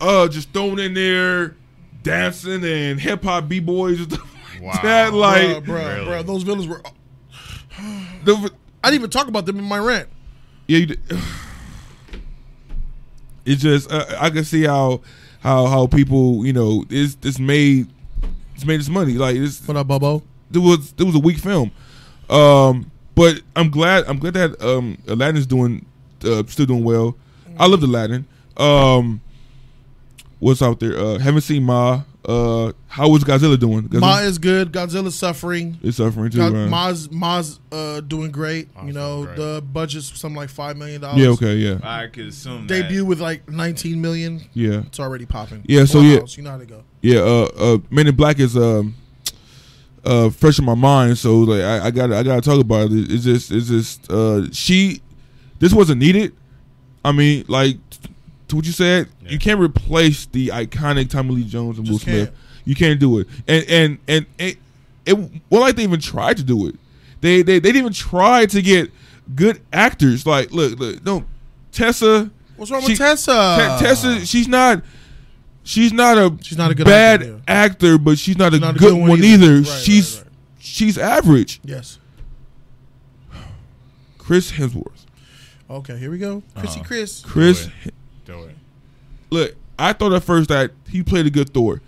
Speaker 4: uh just thrown in there, dancing and hip hop b boys and stuff like
Speaker 2: Wow.
Speaker 4: that. Like
Speaker 1: Bruh, bruh,
Speaker 2: Really?
Speaker 1: bruh. Those villains were.
Speaker 4: the,
Speaker 1: I didn't even talk about them in my rant.
Speaker 4: yeah, you did. it just uh, I can see how how how people you know it's it's made it's made its money like it's
Speaker 1: What up, Bubbo?
Speaker 4: it was it was a weak film. Um, but I'm glad I'm glad that um Aladdin's doing uh, still doing well. I loved Aladdin. Um, what's out there? Uh, haven't seen Ma. Uh, how is Godzilla doing? Godzilla
Speaker 1: Ma is good. Godzilla's suffering.
Speaker 4: is suffering too.
Speaker 1: God,
Speaker 4: right?
Speaker 1: Ma's Ma's uh, doing great. you
Speaker 2: Ma's
Speaker 1: know,
Speaker 2: doing great.
Speaker 1: the budget's something like five million dollars.
Speaker 4: yeah. Okay. Yeah.
Speaker 3: I could assume that.
Speaker 1: Debut with like nineteen million.
Speaker 4: Yeah.
Speaker 1: It's already popping.
Speaker 4: Yeah, so
Speaker 1: Full
Speaker 4: yeah.
Speaker 1: House, You know how to go.
Speaker 4: Yeah. Uh. Uh. Men in Black is um. Uh, fresh in my mind, so like I, I gotta I gotta talk about it. It's just it's just uh she, this wasn't needed. I mean, like t- to what you said, you can't replace the iconic Tommy Lee Jones and Will
Speaker 1: Just
Speaker 4: Smith.
Speaker 1: can't.
Speaker 4: You can't do it. And and and it, it well, like they even tried to do it. They they they didn't even try to get good actors. Like look look no, Tessa.
Speaker 1: What's wrong
Speaker 4: she-
Speaker 1: with Tessa?
Speaker 4: Te- Tessa, she's not. She's not a
Speaker 1: Uh. She's not a good
Speaker 4: bad
Speaker 1: actor,
Speaker 4: actor, but she's not a,
Speaker 1: not
Speaker 4: good, one, either.
Speaker 1: Right,
Speaker 4: she's
Speaker 1: right, right.
Speaker 4: she's average.
Speaker 1: Yes.
Speaker 4: Chris Hemsworth.
Speaker 1: Okay, here we go. Chrissy
Speaker 4: Uh,
Speaker 1: Chris.
Speaker 4: Chris,
Speaker 2: Boy. Do it.
Speaker 4: look, I thought at first that he played a good Thor.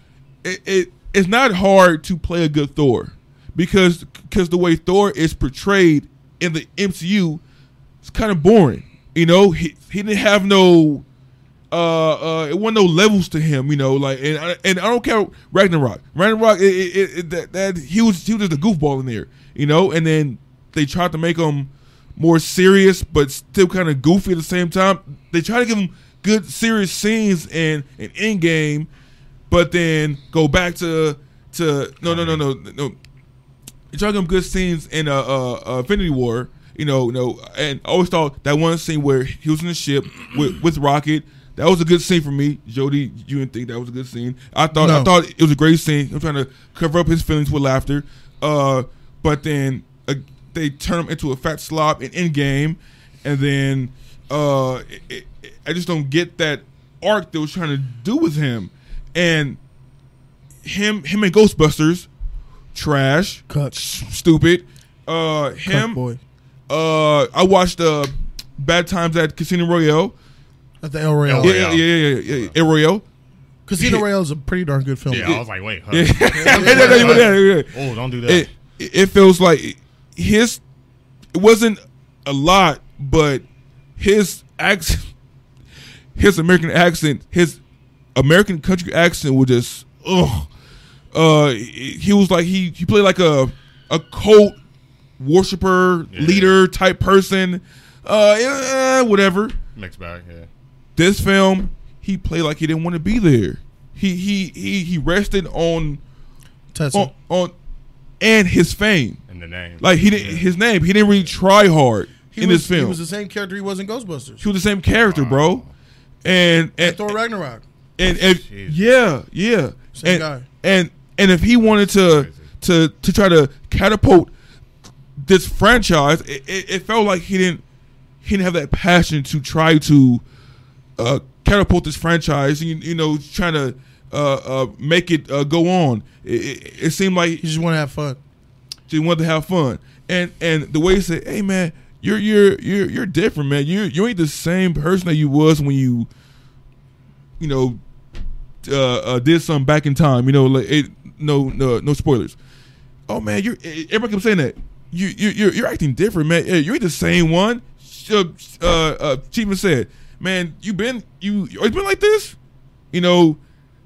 Speaker 4: It, it it's not hard to play a good Thor because because the way Thor is portrayed in the MCU is kind of boring. You know, he he didn't have no uh, uh, it wasn't no levels to him, you know. Like, and I- and I don't care Ragnarok. Ragnarok, it, it, it, that, that he was he was just a goofball in there, you know. And then they tried to make him more serious, but still kind of goofy at the same time. They try to give him good serious scenes and an end game, but then go back to to no no no no no you talking about good scenes in uh, uh, uh, Infinity War, you know, you know, and I always thought that one scene where he was in the ship with, with Rocket, that was a good scene for me. Jody, you didn't think that was a good scene. I thought I
Speaker 1: No.
Speaker 4: thought it was a great scene. I'm trying to cover up his feelings with laughter, uh, but then uh, they turn him into a fat slob in Endgame, and then uh, it, it, I just don't get that arc they was trying to do with him, and him him and Ghostbusters, trash
Speaker 1: Cuck.
Speaker 4: stupid. Uh, him.
Speaker 1: Cuck boy.
Speaker 4: Uh, I watched uh, Bad Times at Casino Royale.
Speaker 1: At the El Royale.
Speaker 2: Yeah.
Speaker 4: Yeah, yeah, yeah, yeah, yeah, yeah. El Royale.
Speaker 1: Casino
Speaker 4: Yeah.
Speaker 1: Royale is a pretty darn good film.
Speaker 2: Yeah, I was like, wait, huh?
Speaker 4: Yeah. Yeah, yeah, yeah, yeah, yeah.
Speaker 2: Oh, don't do that.
Speaker 4: It it feels like his. It wasn't a lot, but his accent, his American accent, his American country accent was just ugh. Uh, he he was like he he played like a a cult worshiper
Speaker 2: Yeah.
Speaker 4: leader type person. Uh, eh, whatever
Speaker 2: Mixed bag, yeah.
Speaker 4: this film, he played like he didn't want to be there. He he he he rested on
Speaker 1: Tessa.
Speaker 4: on, on and his fame.
Speaker 2: In the name.
Speaker 4: Like he didn't his name. He didn't really try hard
Speaker 1: He
Speaker 4: in
Speaker 1: was,
Speaker 4: this film.
Speaker 1: He was the same character he was in Ghostbusters.
Speaker 4: the same character, bro. And and
Speaker 1: Thor Ragnarok.
Speaker 4: and, and
Speaker 2: Jeez.
Speaker 4: yeah, yeah.
Speaker 1: Same
Speaker 4: and,
Speaker 1: guy.
Speaker 4: And and if he wanted to to to try to catapult this franchise, it, it, it felt like he didn't he didn't have that passion to try to uh, catapult this franchise. You, you know, trying to uh, uh, make it uh, go on. It, it, it seemed like
Speaker 1: He just want to have fun.
Speaker 4: she wanted to have fun. And and the way he said, "Hey man, you're you're you're you're different, man. You you ain't the same person that you was when you, you know, uh, uh, did something back in time. You know, like it, no no no spoilers. Oh man, you everybody kept saying that. You you you're, you're acting different, man. Hey, You ain't the same one." Uh, uh, uh, Cheeseman said, "Man, you been you you always been like this." you know,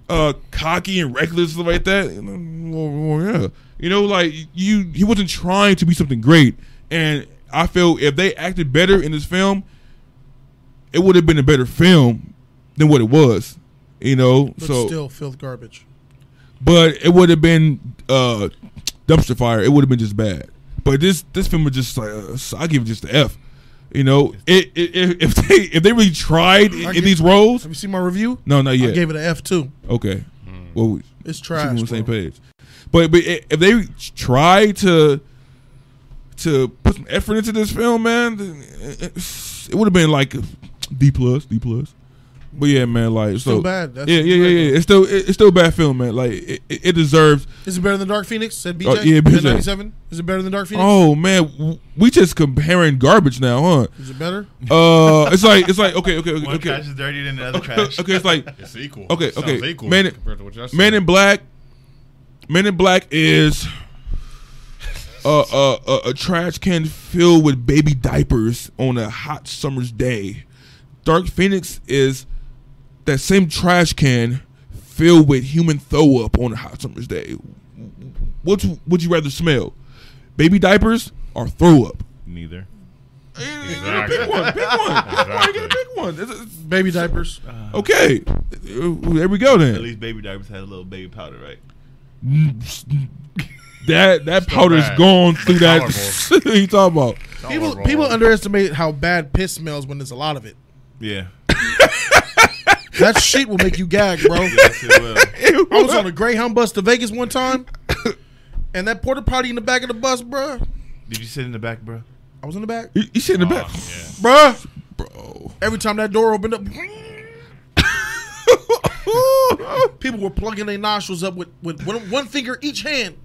Speaker 4: uh, cocky and reckless stuff like that. And I'm, Well, well, yeah, you know, like you, he wasn't trying to be something great. And I feel if they acted better in this film, it would have been a better film than what it was. You know,
Speaker 1: But
Speaker 4: so
Speaker 1: still filth garbage.
Speaker 4: but it would have been uh, dumpster fire. It would have been just bad. But this this film was just like uh, so I give it just the F. You know, it, it, if- if they if they really tried in, in these roles,
Speaker 1: Have you seen my review?
Speaker 4: no, not
Speaker 1: I
Speaker 4: yet.
Speaker 1: gave it an F too.
Speaker 4: Okay. Well,
Speaker 1: It's
Speaker 4: she was on
Speaker 1: trash.
Speaker 4: the same
Speaker 1: bro.
Speaker 4: page. But but i- if they try to to put some effort into this film, man, then it would have been like D plus, D plus. But yeah, man, like so
Speaker 1: still bad. That's
Speaker 4: yeah, yeah, yeah, yeah. It's still it, it's still a bad film, man. Like it, it it deserves.
Speaker 1: Is it better than Dark Phoenix? Said BJ.
Speaker 4: Oh, yeah, BJ.
Speaker 1: ninety seven. Is it better than Dark Phoenix?
Speaker 4: Oh man, w- we just comparing garbage now, huh?
Speaker 1: Is it better?
Speaker 4: Uh, it's like it's like okay, okay, okay,
Speaker 3: One
Speaker 4: okay.
Speaker 3: trash is dirtier than another trash.
Speaker 4: okay, it's like
Speaker 2: It's equal.
Speaker 4: Okay,
Speaker 2: Sounds
Speaker 4: okay.
Speaker 2: equal
Speaker 4: Man in-
Speaker 2: compared to what y'all said.
Speaker 4: Men in Black. Men in Black is a, a, a, a trash can filled with baby diapers on a hot summer's day. Dark Phoenix is that same trash can filled with human throw up on a hot summer's day. What would you rather smell? Baby diapers or throw up?
Speaker 3: Neither.
Speaker 2: Exactly.
Speaker 4: Pick one. Pick one. Pick one. You gotta
Speaker 2: Exactly.
Speaker 4: pick one. This is-
Speaker 1: Baby diapers.
Speaker 3: Uh,
Speaker 4: Okay. uh, There we go
Speaker 3: At
Speaker 4: then.
Speaker 3: least baby diapers had a little baby powder, right?
Speaker 4: that that powder's
Speaker 2: bad.
Speaker 4: gone through that.
Speaker 2: It's
Speaker 4: you talking about?
Speaker 2: Y'all
Speaker 1: people
Speaker 2: are wrong.
Speaker 1: people underestimate how bad piss smells when there's a lot of it.
Speaker 3: Yeah.
Speaker 1: That shit will make you gag, bro.
Speaker 3: Yes, it will.
Speaker 1: I was on a Greyhound bus to Vegas one time, and that porta potty in the back of the bus, bruh.
Speaker 3: Did you sit in the back, bro?
Speaker 1: I was in the back.
Speaker 4: You, you shit in the back,
Speaker 2: yeah.
Speaker 4: bruh. bro.
Speaker 1: Every time that door opened up, people were plugging their nostrils up with, with one, one finger each hand.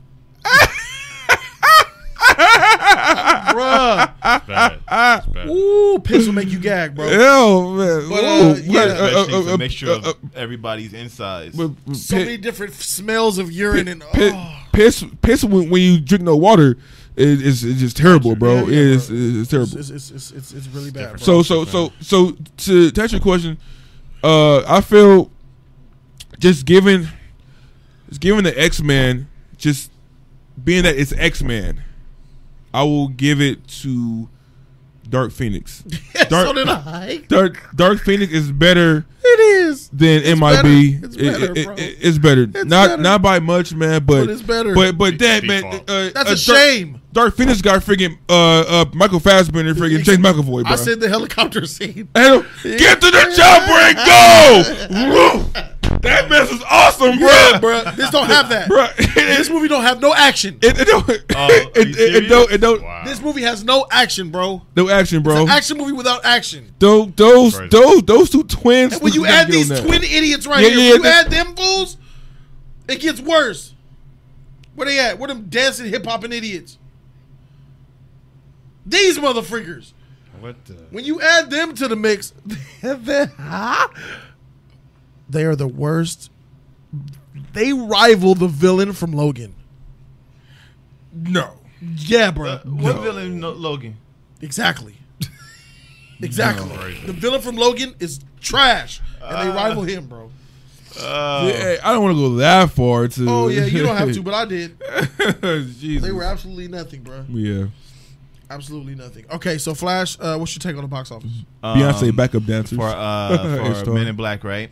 Speaker 1: Bruh.
Speaker 2: It's bad.
Speaker 4: Ah,
Speaker 2: It's bad.
Speaker 1: Ooh, piss will make you gag, bro.
Speaker 4: Hell, man.
Speaker 1: But,
Speaker 4: Whoa,
Speaker 1: uh, yeah.
Speaker 4: man. Uh,
Speaker 3: Especially
Speaker 4: uh,
Speaker 3: it's
Speaker 4: uh,
Speaker 3: a mixture
Speaker 4: uh,
Speaker 3: of
Speaker 4: uh,
Speaker 3: everybody's insides.
Speaker 4: but-
Speaker 1: So many different f- smells of urine and
Speaker 4: Pi-
Speaker 1: oh,
Speaker 4: piss piss when, when you drink no water is is, is just terrible, bro.
Speaker 1: Yeah,
Speaker 4: It
Speaker 1: yeah,
Speaker 4: is
Speaker 1: bro.
Speaker 4: it's, it's terrible.
Speaker 1: It's, it's, it's, it's, it's really bad. Bro.
Speaker 4: So so so so to, to answer your question, uh, I feel just given, just given the X Men, just being that it's X Men, I will give it to Dark Phoenix.
Speaker 1: Yeah,
Speaker 4: Dark-
Speaker 1: so did I.
Speaker 4: Dark Dark Phoenix is better
Speaker 1: It is.
Speaker 4: than MIB.
Speaker 1: better. It's
Speaker 4: It-
Speaker 1: better,
Speaker 4: it-
Speaker 1: bro.
Speaker 4: it- it's better.
Speaker 1: It's
Speaker 4: not
Speaker 1: better.
Speaker 4: not by much, man, but,
Speaker 1: But it's better.
Speaker 4: But but that man,
Speaker 2: Default.
Speaker 4: uh,
Speaker 1: That's
Speaker 4: uh,
Speaker 1: a shame.
Speaker 4: Dark, Dark Phoenix got freaking uh, uh Michael Fassbender, freaking James McAvoy, bro.
Speaker 1: I said the helicopter scene.
Speaker 4: Hell, get to the chopper and go. Woo! that mess is awesome, bro.
Speaker 1: Yeah, bro. This don't have that.
Speaker 4: Bro, it,
Speaker 1: This
Speaker 4: is-
Speaker 1: movie don't have no action.
Speaker 4: it, it don't,
Speaker 2: Oh,
Speaker 4: it,
Speaker 2: are
Speaker 4: it,
Speaker 2: you
Speaker 4: it
Speaker 2: serious?
Speaker 4: don't, it don't,
Speaker 2: Wow.
Speaker 1: This movie has no action, bro.
Speaker 4: no action, bro.
Speaker 1: It's an action movie without action.
Speaker 4: Those, those,
Speaker 2: Crazy.
Speaker 4: those, those two twins.
Speaker 1: And when you
Speaker 4: gotta
Speaker 1: add
Speaker 4: get
Speaker 1: these
Speaker 4: on that.
Speaker 1: twin idiots right
Speaker 4: Yeah,
Speaker 1: here,
Speaker 4: yeah,
Speaker 1: when you
Speaker 4: that-
Speaker 1: add them fools, it gets worse. Where they at? Where them dancing hip hopping idiots? These motherfuckers.
Speaker 2: What the?
Speaker 1: When you add them to the mix, they they are the worst. They rival the villain from Logan.
Speaker 4: no,
Speaker 1: Yeah, bro.
Speaker 3: Uh, What villain, no, Logan?
Speaker 1: Exactly. exactly. The villain from Logan is trash, and they rival him, bro.
Speaker 3: Uh,
Speaker 4: Yeah, I don't want to go that far. To
Speaker 1: Oh yeah, you don't have to, but I did.
Speaker 4: Jesus.
Speaker 1: They were absolutely nothing, bro.
Speaker 4: yeah,
Speaker 1: Absolutely nothing. Okay, so Flash, uh, what's your take on the box office
Speaker 4: Mm-hmm.
Speaker 3: Um,
Speaker 2: Um,
Speaker 4: Beyonce backup dancers
Speaker 3: for
Speaker 4: Hey,
Speaker 3: uh for
Speaker 4: Storm.
Speaker 3: Men in Black, right?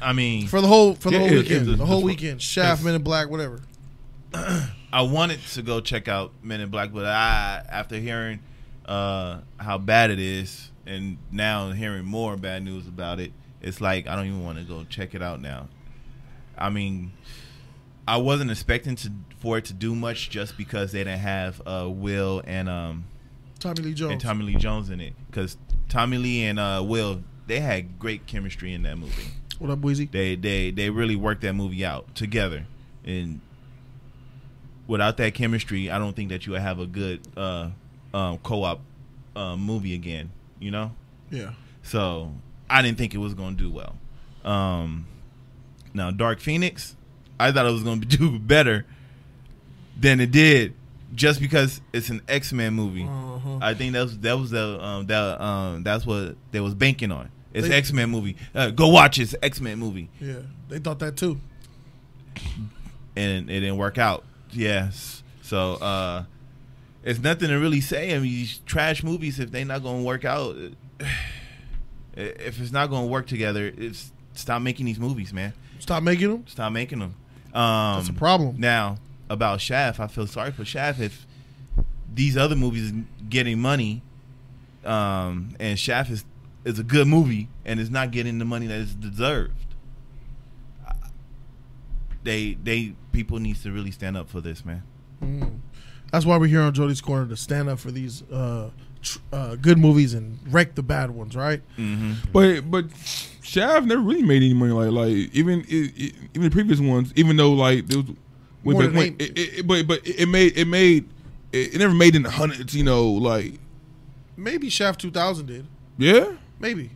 Speaker 3: I mean,
Speaker 1: for the whole for the
Speaker 4: Yeah,
Speaker 1: whole
Speaker 4: yeah,
Speaker 1: weekend?
Speaker 4: yeah,
Speaker 1: the whole
Speaker 4: that's what-
Speaker 1: weekend, Shaft, Men in Black, whatever.
Speaker 3: I wanted to go check out Men in Black, but I after hearing uh how bad it is and now hearing more bad news about it, it's like I don't even want to go check it out now. I mean, I wasn't expecting to for it to do much just because they didn't have uh Will and um
Speaker 1: Tommy Lee Jones.
Speaker 3: and Tommy Lee Jones in it cuz Tommy Lee and uh Will they had great chemistry in that movie
Speaker 1: what up, Weezy?
Speaker 3: they they they really worked that movie out together and without that chemistry i don't think that you would have a good uh um co-op uh, movie again you know
Speaker 1: Yeah.
Speaker 3: so i didn't think it was gonna do well um now dark phoenix i thought it was gonna do better than it did just because it's an x-men movie
Speaker 1: Uh-huh.
Speaker 3: i think that was that was the um that um that's what they was banking on it's
Speaker 1: They-
Speaker 3: x-men movie uh, go watch this x-men movie
Speaker 1: Yeah, they thought that too.
Speaker 3: and it didn't work out. Yes. So uh it's nothing to really say. I mean, these trash movies if they're not going to work out i- if it's not going to work together, it's stop making these movies, man.
Speaker 1: Stop making them.
Speaker 3: Stop making them. Um
Speaker 1: That's a problem.
Speaker 3: Now, about Shaft, I feel sorry for Shaft if these other movies is getting money um and Shaft is is a good movie and it's not getting the money that is deserved they they people needs to really stand up for this man.
Speaker 1: Mm. That's why we're here on Jody's Corner to stand up for these uh, tr- uh, good movies and wreck the bad ones, right?
Speaker 4: Mm. But but Shaft never really made any money. Like like even i i even the previous ones, even though like there was,
Speaker 1: More
Speaker 4: but,
Speaker 1: than
Speaker 4: when-
Speaker 1: eight.
Speaker 4: it, it, but but it made it made it, it never made in the hundreds. You know like
Speaker 1: Maybe Shaft 2000 did.
Speaker 4: yeah
Speaker 1: Maybe.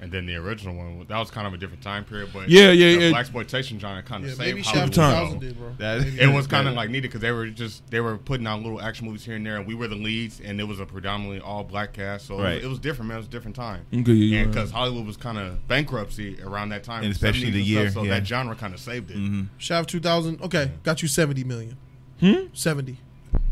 Speaker 2: And then the original one that was kind of a different time period, but
Speaker 4: Yeah, yeah, yeah.
Speaker 2: black exploitation genre kind of
Speaker 1: Yeah,
Speaker 2: saved
Speaker 1: maybe Shaft
Speaker 2: Hollywood,
Speaker 4: time.
Speaker 1: 2000
Speaker 2: though.
Speaker 1: did, bro.
Speaker 3: That
Speaker 2: It was kind of like needed because they were just they were putting out little action movies here and there, and we were the leads, and it was a predominantly all black cast, so it was-
Speaker 3: Right.
Speaker 2: it was different, man. It was a different time,
Speaker 4: Okay, yeah, you're
Speaker 2: and
Speaker 4: right.
Speaker 2: because Hollywood was kind of bankruptcy around that time,
Speaker 3: And especially
Speaker 2: 70s
Speaker 3: the
Speaker 2: and
Speaker 3: year,
Speaker 2: so
Speaker 3: yeah.
Speaker 2: that genre kind of saved it.
Speaker 4: Mm-hmm.
Speaker 1: Shaft 2000, okay, got you 70 million.
Speaker 4: Hmm?
Speaker 1: 70.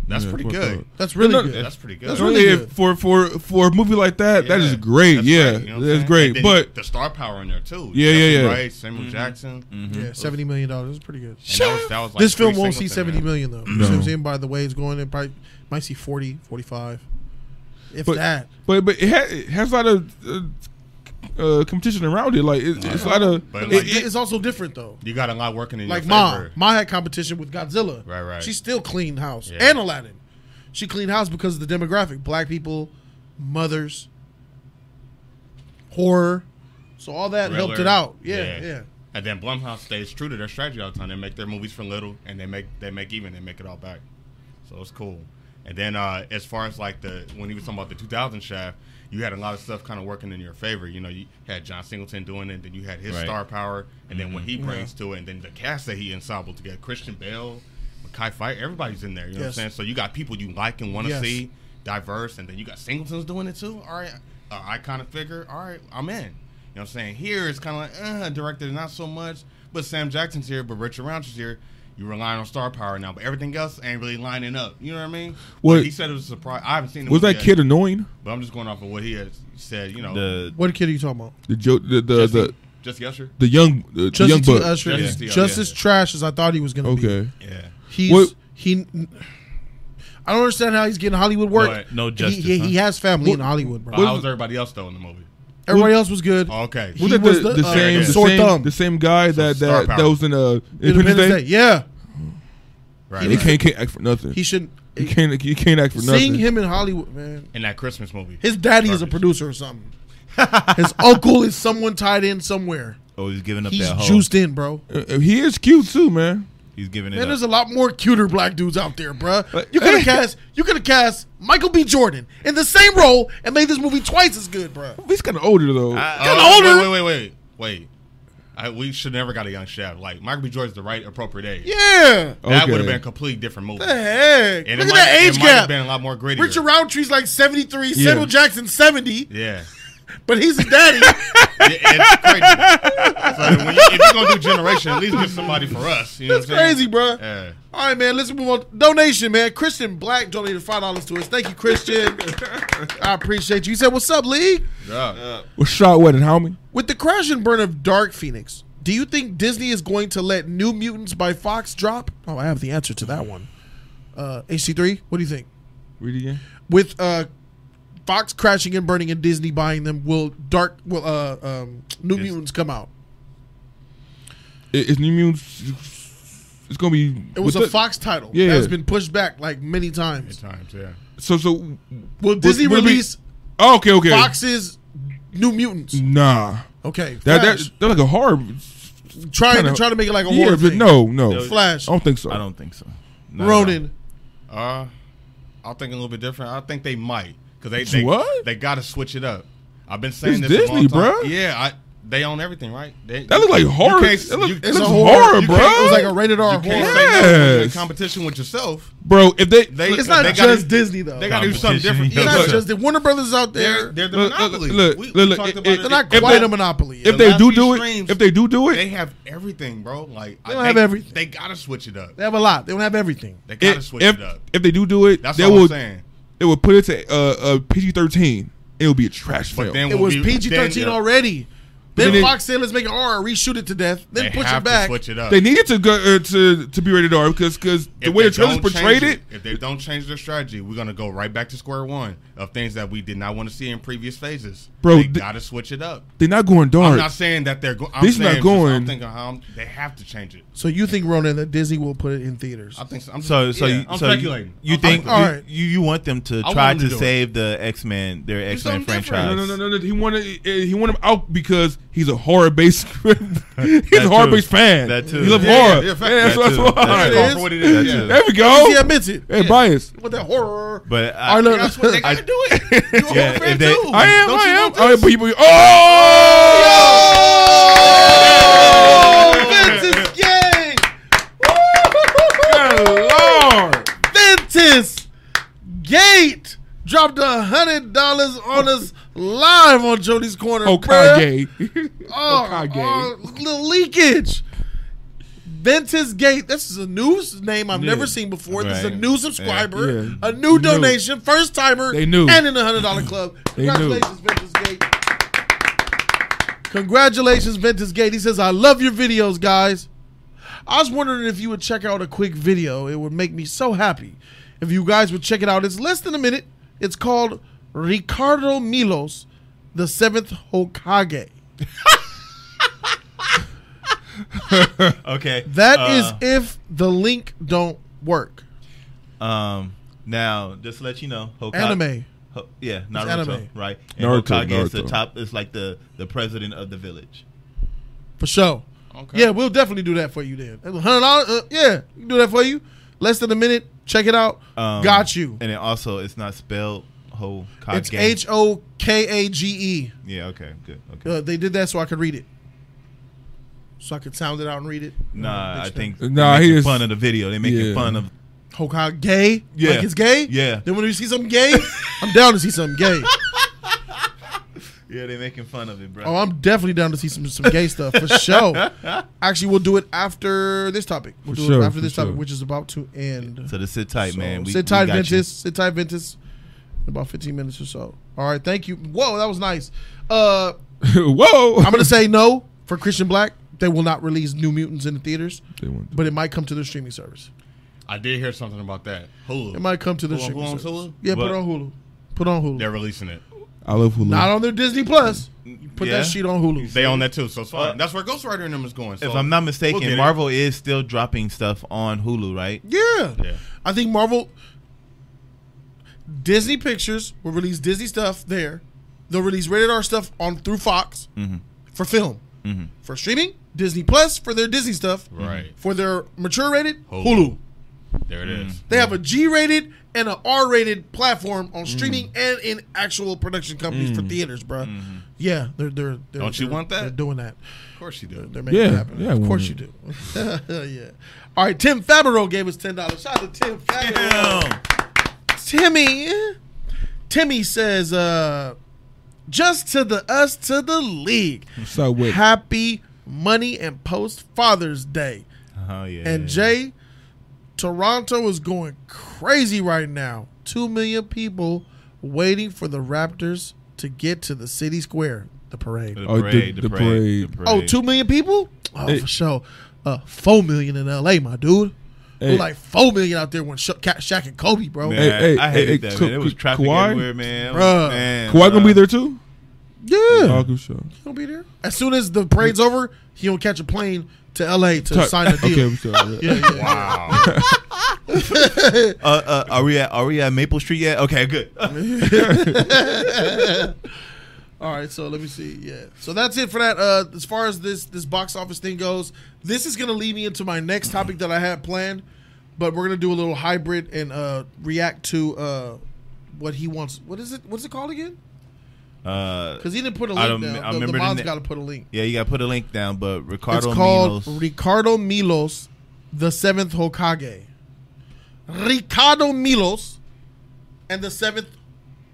Speaker 2: That's
Speaker 4: Yeah,
Speaker 2: pretty
Speaker 4: that's
Speaker 2: good.
Speaker 4: what-
Speaker 1: That's really
Speaker 4: no,
Speaker 1: good.
Speaker 2: That's pretty good.
Speaker 1: That's
Speaker 4: Really,
Speaker 1: really
Speaker 4: if-
Speaker 1: good.
Speaker 4: for for for a movie like that that is
Speaker 2: Yeah,
Speaker 4: great
Speaker 2: that's
Speaker 4: yeah
Speaker 2: great, you know what I'm
Speaker 4: that's
Speaker 2: saying?
Speaker 4: great
Speaker 2: And then
Speaker 4: but
Speaker 2: the star power in there too.
Speaker 4: Yeah, yeah, Mm-hmm.
Speaker 2: Jeffrey
Speaker 4: yeah.
Speaker 2: Wright, Samuel Jackson. And
Speaker 1: yeah, $70 million. dollars is pretty good.
Speaker 2: that was- that was like
Speaker 1: this film
Speaker 2: three
Speaker 1: won't see
Speaker 2: Singleton,
Speaker 1: seventy
Speaker 2: man.
Speaker 1: million though. You see what I'm saying? By the way it's going, it probably might see 40, 45. If
Speaker 4: But-
Speaker 1: that.
Speaker 4: but but it, ha- it has a lot of uh, uh, competition around it like it, it's a lot of
Speaker 2: But
Speaker 4: it-
Speaker 2: like-
Speaker 4: it-
Speaker 1: it's also different though.
Speaker 2: You got a lot working in
Speaker 1: Like
Speaker 2: your
Speaker 1: Ma.
Speaker 2: favor.
Speaker 1: Ma had competition with Godzilla.
Speaker 2: Right, right.
Speaker 1: She still cleaned house.
Speaker 2: Yeah.
Speaker 1: And Aladdin. She cleaned house because of the demographic. Black people, mothers, horror. So all that helped it
Speaker 2: Thriller.
Speaker 1: out. Yeah, yeah.
Speaker 2: And then Blumhouse stays true to their strategy all the time. They make their movies for little, and they make they make even. They make it all back. So it's cool. And then uh, as far as like the when he was talking about the 2000 Shaft, you had a lot of stuff kind of working in your favor. You know, you had John Singleton doing it, then you had his
Speaker 3: Right.
Speaker 1: Mm-hmm.
Speaker 2: star power, and then what he brings to it, and then the cast that he ensembled together, Christian Bale. Kai Fight, everybody's in there. You know what I'm
Speaker 1: Yes.
Speaker 2: saying? So you got people you like and want to
Speaker 1: Yes.
Speaker 2: see, diverse, and then you got Singleton's doing it too. All right, uh, iconic figure. All right, I'm in. You know what I'm saying? Here it's kind of like, uh, director, not so much. But Sam Jackson's here, but Richard Roundtree's here. You're relying on star power now, but everything else ain't really lining up. You know what I mean?
Speaker 4: What-
Speaker 2: Like, he said it was a surprise. I haven't seen the
Speaker 4: Was
Speaker 2: movie
Speaker 4: that
Speaker 2: yet,
Speaker 4: kid annoying?
Speaker 2: But I'm just going off of what he had said. You know,
Speaker 3: The
Speaker 1: What kid are you talking about?
Speaker 4: The jo- the the,
Speaker 2: Jesse,
Speaker 4: the
Speaker 2: Jesse Usher.
Speaker 4: the young the, the young
Speaker 1: Justin T.
Speaker 4: buck.
Speaker 1: Usher
Speaker 2: Yeah.
Speaker 1: is
Speaker 2: Yeah.
Speaker 1: just
Speaker 2: Yeah.
Speaker 1: as trash as I thought he was going to be.
Speaker 4: Okay.
Speaker 2: Yeah.
Speaker 1: He's
Speaker 4: What-
Speaker 1: he. I don't understand how he's getting Hollywood work.
Speaker 3: No- no
Speaker 1: He-
Speaker 3: justice,
Speaker 1: He,
Speaker 3: huh?
Speaker 1: he has family in Hollywood, bro.
Speaker 2: But how was everybody else though in the movie? Oh,
Speaker 1: Everybody else was good.
Speaker 2: Okay.
Speaker 1: He
Speaker 4: Was that
Speaker 1: was
Speaker 4: the,
Speaker 1: the,
Speaker 4: the
Speaker 1: uh,
Speaker 4: same, the
Speaker 1: sore
Speaker 4: same,
Speaker 1: thumb.
Speaker 4: the same guy that
Speaker 2: star
Speaker 4: that,
Speaker 2: power.
Speaker 4: that was in uh, Independence
Speaker 1: Independence
Speaker 4: Day?
Speaker 1: Day. Yeah,
Speaker 2: Right.
Speaker 4: He
Speaker 2: right.
Speaker 4: can't, can't act for nothing.
Speaker 1: he shouldn't.
Speaker 4: He can't he can't act for
Speaker 1: Seeing
Speaker 4: nothing.
Speaker 1: him in Hollywood, man.
Speaker 2: in that Christmas movie.
Speaker 1: His daddy is a producer or something. His uncle is someone tied in somewhere.
Speaker 3: oh, he's giving up
Speaker 1: He's
Speaker 3: that hoe.
Speaker 1: juiced in, bro.
Speaker 4: Uh, uh, he is cute too, man.
Speaker 3: He's giving it
Speaker 1: Man, there's
Speaker 3: up.
Speaker 1: a lot more cuter black dudes out there, bruh.
Speaker 4: But-
Speaker 1: You could have cast you could have cast Michael B. Jordan in the same role and made this movie twice as good, bruh.
Speaker 4: He's kind of older though.
Speaker 3: I-
Speaker 1: Get
Speaker 2: Oh,
Speaker 1: older.
Speaker 2: Wait, wait, wait, wait. wait. I, we should never got a young chef. Like Michael B. Jordan's the right appropriate age.
Speaker 1: Yeah.
Speaker 2: That
Speaker 4: Okay.
Speaker 2: would have been a completely different movie.
Speaker 1: The heck?
Speaker 2: And
Speaker 1: Look at
Speaker 2: it might-
Speaker 1: that age
Speaker 2: it might have
Speaker 1: gap.
Speaker 2: Been a lot more gritty.
Speaker 1: Richard Roundtree's like 73, Samuel Jackson 70,
Speaker 2: Yeah.
Speaker 1: but he's his daddy.
Speaker 2: Yeah, it's crazy. so when you, if you're gonna do generation, at least get somebody for us. You know
Speaker 1: That's
Speaker 2: what I'm
Speaker 1: crazy,
Speaker 2: saying?
Speaker 1: bruh.
Speaker 2: Yeah.
Speaker 1: All right, man. Let's move on. Donation, man. Christian Black donated five dollars to us. Thank you, Christian. I appreciate you. You said, "What's up, League?"
Speaker 2: Yeah.
Speaker 4: was shot what and homie?
Speaker 1: With the crash and burn of Dark Phoenix, do you think Disney is going to let New Mutants by Fox drop? Oh, I have the answer to that one. Uh, HC3, what do you think?
Speaker 4: Read it again.
Speaker 1: With uh, Fox crashing and burning and Disney buying them, will Dark will uh, um, New
Speaker 3: Yes.
Speaker 1: Mutants come out?
Speaker 4: It, it's new mutants. It's gonna be.
Speaker 1: It was
Speaker 4: with
Speaker 1: a
Speaker 4: the-
Speaker 1: Fox title
Speaker 4: Yeah.
Speaker 1: that's been pushed back like many
Speaker 2: At
Speaker 1: times.
Speaker 2: times, yeah.
Speaker 4: So so.
Speaker 1: Will Disney
Speaker 4: will it be-
Speaker 1: release
Speaker 4: Oh, okay, okay.
Speaker 1: Fox's New Mutants?
Speaker 4: Nah,
Speaker 1: Okay,
Speaker 4: Mm. that,
Speaker 1: Flash.
Speaker 4: that that's like a horror.
Speaker 1: trying
Speaker 4: kinda-
Speaker 1: to try to make it like a
Speaker 4: Yeah,
Speaker 1: horror
Speaker 4: but
Speaker 1: thing.
Speaker 4: no, Oh, no. I
Speaker 1: Flash,
Speaker 4: don't think so.
Speaker 3: I don't think so. Not at all.
Speaker 1: Ronin.
Speaker 2: Uh, I'll think a little bit different. I think they might because they, they
Speaker 4: What?
Speaker 2: they got to switch it up. I've been saying
Speaker 4: It's
Speaker 2: this a long
Speaker 4: Disney,
Speaker 2: time.
Speaker 4: bruh.
Speaker 2: Yeah, I, they own everything, right? They,
Speaker 4: That look like
Speaker 2: you
Speaker 4: horror.
Speaker 2: can't-
Speaker 4: That look-
Speaker 2: you-
Speaker 4: that
Speaker 1: It's
Speaker 4: looks
Speaker 1: a horror,
Speaker 4: horror,
Speaker 1: you
Speaker 4: bro.
Speaker 1: can't- It was like a rated R horror.
Speaker 2: can't say no when you're in
Speaker 4: Yes.
Speaker 2: competition with yourself.
Speaker 4: bro. If they,
Speaker 2: They-
Speaker 1: It's not
Speaker 2: they gotta-
Speaker 1: just Disney though.
Speaker 2: They got to do something
Speaker 3: Competition.
Speaker 2: different.
Speaker 1: It's not
Speaker 4: Look.
Speaker 1: just the Warner Brothers out there.
Speaker 2: they're they're the
Speaker 4: Look, look,
Speaker 2: monopoly.
Speaker 4: look,
Speaker 2: we, we
Speaker 4: look,
Speaker 2: talked
Speaker 4: it-
Speaker 2: about
Speaker 4: it-
Speaker 2: it.
Speaker 1: they're not
Speaker 4: If
Speaker 1: quite
Speaker 4: they-
Speaker 1: a monopoly.
Speaker 4: if
Speaker 1: Yet.
Speaker 2: the
Speaker 4: they
Speaker 2: last
Speaker 4: do
Speaker 2: few
Speaker 4: do it,
Speaker 2: streams,
Speaker 4: if they do do it,
Speaker 2: They have everything, bro. Like
Speaker 1: They don't have everything.
Speaker 2: They got to switch it up.
Speaker 1: They have a lot. They don't have everything.
Speaker 2: They got to
Speaker 4: if
Speaker 2: switch it
Speaker 4: if,
Speaker 2: up.
Speaker 4: if they do do it,
Speaker 2: That's
Speaker 4: they
Speaker 2: all
Speaker 4: will.
Speaker 2: I'm saying.
Speaker 4: It will put it to uh, uh, PG thirteen. It will be a trash
Speaker 2: But
Speaker 4: film.
Speaker 2: then
Speaker 1: It
Speaker 2: we'll
Speaker 1: was
Speaker 2: be-
Speaker 1: PG
Speaker 2: then,
Speaker 1: thirteen
Speaker 2: uh,
Speaker 1: already. Then
Speaker 4: Then they-
Speaker 1: Fox said, "Let's make an R, reshoot it to death, then
Speaker 2: They
Speaker 1: push
Speaker 2: have
Speaker 1: it back."
Speaker 2: To switch it up.
Speaker 4: they needed to go uh, to to be rated R because because the
Speaker 2: If
Speaker 4: way
Speaker 2: they
Speaker 4: the trailers
Speaker 2: don't change
Speaker 4: portrayed it,
Speaker 2: if they don't change their strategy, we're gonna go right back to square one of things that we did not want to see in previous phases.
Speaker 4: Bro,
Speaker 2: they
Speaker 4: th-
Speaker 2: gotta switch it up.
Speaker 4: they're not going
Speaker 2: I'm
Speaker 4: dark.
Speaker 2: not saying that they're going.
Speaker 4: These not going-
Speaker 2: I'm thinking how I'm- they have to change it.
Speaker 1: So you think Ronan that Disney will put it in theaters?
Speaker 2: I think so. I'm,
Speaker 3: So,
Speaker 2: just-
Speaker 3: so,
Speaker 2: yeah,
Speaker 3: you,
Speaker 2: I'm
Speaker 3: so
Speaker 2: speculating.
Speaker 3: you, you
Speaker 2: I'm
Speaker 3: think
Speaker 2: speculating.
Speaker 1: All right.
Speaker 3: you, you want them to
Speaker 2: want
Speaker 3: try
Speaker 2: them to
Speaker 3: to,
Speaker 2: do it.
Speaker 3: save the X Men, their X Men
Speaker 2: something different.
Speaker 3: franchise?
Speaker 4: No, no, no, no, no. He wanted eh, eh, he wanted him out because he's a horror based he's a
Speaker 3: too.
Speaker 4: horror based fan.
Speaker 3: That too.
Speaker 4: He loves
Speaker 3: Yeah,
Speaker 4: horror.
Speaker 2: yeah,
Speaker 4: Yeah,
Speaker 2: fact-
Speaker 4: that's
Speaker 3: that
Speaker 4: that's
Speaker 3: too.
Speaker 4: why.
Speaker 2: That's
Speaker 1: It is.
Speaker 2: all for what it is.
Speaker 3: That
Speaker 2: Yeah.
Speaker 3: is.
Speaker 4: There we
Speaker 1: Disney
Speaker 4: go.
Speaker 1: admits it.
Speaker 4: Hey, bias.
Speaker 1: With that horror.
Speaker 3: But I,
Speaker 1: I look-
Speaker 2: That's what they gotta
Speaker 3: I-
Speaker 2: do it. You're a
Speaker 3: Yeah,
Speaker 2: fan
Speaker 3: if they-
Speaker 2: too.
Speaker 4: I am.
Speaker 2: Don't
Speaker 4: I
Speaker 2: you
Speaker 4: am.
Speaker 2: want
Speaker 4: All right,
Speaker 2: this?
Speaker 4: but you- but you- oh!
Speaker 1: Oh, Ventus! Yay!
Speaker 4: Good Lord.
Speaker 1: Ventus Gate dropped a hundred dollars on us live on Jody's Corner. bruh.
Speaker 4: Okage.
Speaker 1: Oh,
Speaker 4: Okage.
Speaker 1: oh, little leakage. Ventus Gate. This is a new s- name I've never seen before. This is a
Speaker 3: Right.
Speaker 1: new subscriber,
Speaker 4: Yeah.
Speaker 1: a new
Speaker 4: They knew.
Speaker 1: donation, first timer.
Speaker 4: They knew.
Speaker 1: And in the hundred dollar club.
Speaker 4: They knew.
Speaker 1: Congratulations, Ventus Gate. Congratulations, Ventus Gate. He says, "I love your videos, guys." I was wondering if you would check out a quick video. It would make me so happy if you guys would check it out. It's less than a minute. It's called Ricardo Milos, the seventh Hokage.
Speaker 3: okay,
Speaker 1: That is
Speaker 3: uh,
Speaker 1: if the link don't work.
Speaker 3: Um, now just to let you know, Hokage,
Speaker 1: Anime.
Speaker 3: Ho- yeah, Naruto,
Speaker 1: anime.
Speaker 3: right? And
Speaker 4: Naruto,
Speaker 3: Hokage is the
Speaker 4: Naruto.
Speaker 3: top. It's like the the president of the village.
Speaker 1: For sure.
Speaker 2: Okay.
Speaker 1: Oh, Yeah, we'll definitely do that for you then. Hundred dollars. Uh, yeah, we can do that for you. Less than a minute. Check it out.
Speaker 3: Um,
Speaker 1: Got you.
Speaker 3: And it also it's not spelled Hokage.
Speaker 1: It's H O K A G E.
Speaker 3: Yeah. Okay. Good. Okay.
Speaker 1: Uh, They did that so I could read it. so I could sound it out and read it?
Speaker 3: Nah, I think
Speaker 4: Nah,
Speaker 3: they're
Speaker 4: he
Speaker 3: making
Speaker 4: is-
Speaker 3: fun of the video. They making
Speaker 4: Yeah.
Speaker 3: fun of
Speaker 1: Hokage gay?
Speaker 3: Yeah.
Speaker 1: Like it's gay?
Speaker 3: Yeah.
Speaker 1: Then when you see something gay, I'm down to see something gay.
Speaker 3: yeah. They making fun of it, bro.
Speaker 1: Oh, I'm definitely down to see some some gay stuff for sure. Actually, we'll do it after this topic. We'll
Speaker 4: For
Speaker 1: do
Speaker 4: sure,
Speaker 1: it after
Speaker 4: for
Speaker 1: this topic,
Speaker 4: sure.
Speaker 1: which is about to end.
Speaker 3: so just sit tight, man. We,
Speaker 1: sit tight,
Speaker 3: we got
Speaker 1: Ventus. Sit tight, Ventus. In about 15 minutes or so. All right, thank you. Whoa, that was nice. Uh,
Speaker 4: Whoa!
Speaker 1: I'm gonna say no for Christian Black. They will not release New Mutants in the theaters,
Speaker 4: They won't do
Speaker 1: but it might come to the streaming service.
Speaker 2: I did hear something about that. Hulu.
Speaker 1: It might come to the
Speaker 2: Who on-
Speaker 1: streaming
Speaker 2: who on
Speaker 1: service.
Speaker 2: Hulu?
Speaker 1: Yeah, put
Speaker 3: But-
Speaker 1: it on Hulu. Put it on Hulu.
Speaker 2: They're releasing it.
Speaker 4: I love Hulu.
Speaker 1: Not on their Disney Plus. Put
Speaker 3: Yeah.
Speaker 1: that shit on Hulu.
Speaker 2: They own that too, so it's fine.
Speaker 3: Uh,
Speaker 2: That's where Ghost Rider and them is going.
Speaker 3: If
Speaker 2: so
Speaker 3: I'm not
Speaker 2: we'll
Speaker 3: mistaken,
Speaker 2: get it.
Speaker 3: Marvel is still dropping stuff on Hulu, right?
Speaker 1: yeah.
Speaker 2: Yeah.
Speaker 1: I think Marvel, Disney Pictures will release Disney stuff there. They'll release rated R stuff on through Fox
Speaker 2: Mm-hmm.
Speaker 1: for film, for streaming Disney Plus for their Disney stuff,
Speaker 2: Right.
Speaker 1: For their mature rated
Speaker 2: Hulu. Mm-hmm.
Speaker 1: Hulu.
Speaker 2: There it is.
Speaker 1: They have a G rated and an R rated platform
Speaker 2: Mm-hmm.
Speaker 1: on streaming and in actual production companies for theaters, bro. Yeah, they're they're, they're
Speaker 2: Mm-hmm. Don't you
Speaker 1: they're-
Speaker 2: want that?
Speaker 1: They're doing that.
Speaker 2: Of course you do.
Speaker 1: They're making
Speaker 4: Yeah,
Speaker 1: it happen.
Speaker 4: yeah, I
Speaker 1: of course
Speaker 4: want
Speaker 1: you do. yeah. All right, Tim Fabro gave us ten dollars. Shout out to Tim Fabro.
Speaker 3: Damn.
Speaker 1: Timmy. Timmy says, uh, just to the us to the league.
Speaker 4: So what?
Speaker 1: Happy money and post Father's Day.
Speaker 3: Oh yeah.
Speaker 1: And Jay, Toronto is going crazy right now. Two million people waiting for the Raptors to get to the city square, the parade.
Speaker 3: the
Speaker 4: Oh, the-
Speaker 3: parade, the,
Speaker 4: the
Speaker 3: parade,
Speaker 4: parade.
Speaker 3: the
Speaker 1: Oh,
Speaker 3: parade.
Speaker 1: two million people? Oh,
Speaker 4: Hey.
Speaker 1: for sure. Uh, four million in LA, my dude. We're
Speaker 4: Hey.
Speaker 1: like four million out there when Sha- Ka- Shaq and Kobe, bro.
Speaker 3: Man,
Speaker 4: Hey, hey,
Speaker 3: I hated
Speaker 4: hey,
Speaker 3: that.
Speaker 4: Ka-
Speaker 3: man. It was
Speaker 4: Ka-
Speaker 3: traffic
Speaker 4: Kawhi?
Speaker 3: everywhere, man.
Speaker 1: Bruh.
Speaker 3: man
Speaker 4: Kawhi gonna
Speaker 3: uh,
Speaker 4: be there too?
Speaker 1: Yeah.
Speaker 4: Oh, good show.
Speaker 1: He'll be there. As soon as the parade's over, he'll catch a plane to LA to sign a deal.
Speaker 4: Okay, I'm sorry.
Speaker 1: Yeah, yeah, yeah.
Speaker 2: Wow.
Speaker 3: Uh, uh, are we at Are we at Maple Street yet? Okay, good.
Speaker 1: All right, so let me see. Yeah. So that's it for that. Uh as far as this this box office thing goes, this is gonna lead me into my next topic that I had planned, but we're gonna do a little hybrid and uh react to uh what he wants. What is it? What's it called again?
Speaker 3: Uh,
Speaker 1: Because he didn't put a
Speaker 3: I
Speaker 1: link
Speaker 3: don't-
Speaker 1: down.
Speaker 3: I
Speaker 1: The- the
Speaker 3: remember the
Speaker 1: mom's
Speaker 3: na-
Speaker 1: got to put a link.
Speaker 3: yeah, you got to put a link down. But Ricardo
Speaker 1: it's called
Speaker 3: Milos,
Speaker 1: Ricardo Milos, the seventh Hokage. Ricardo Milos and the seventh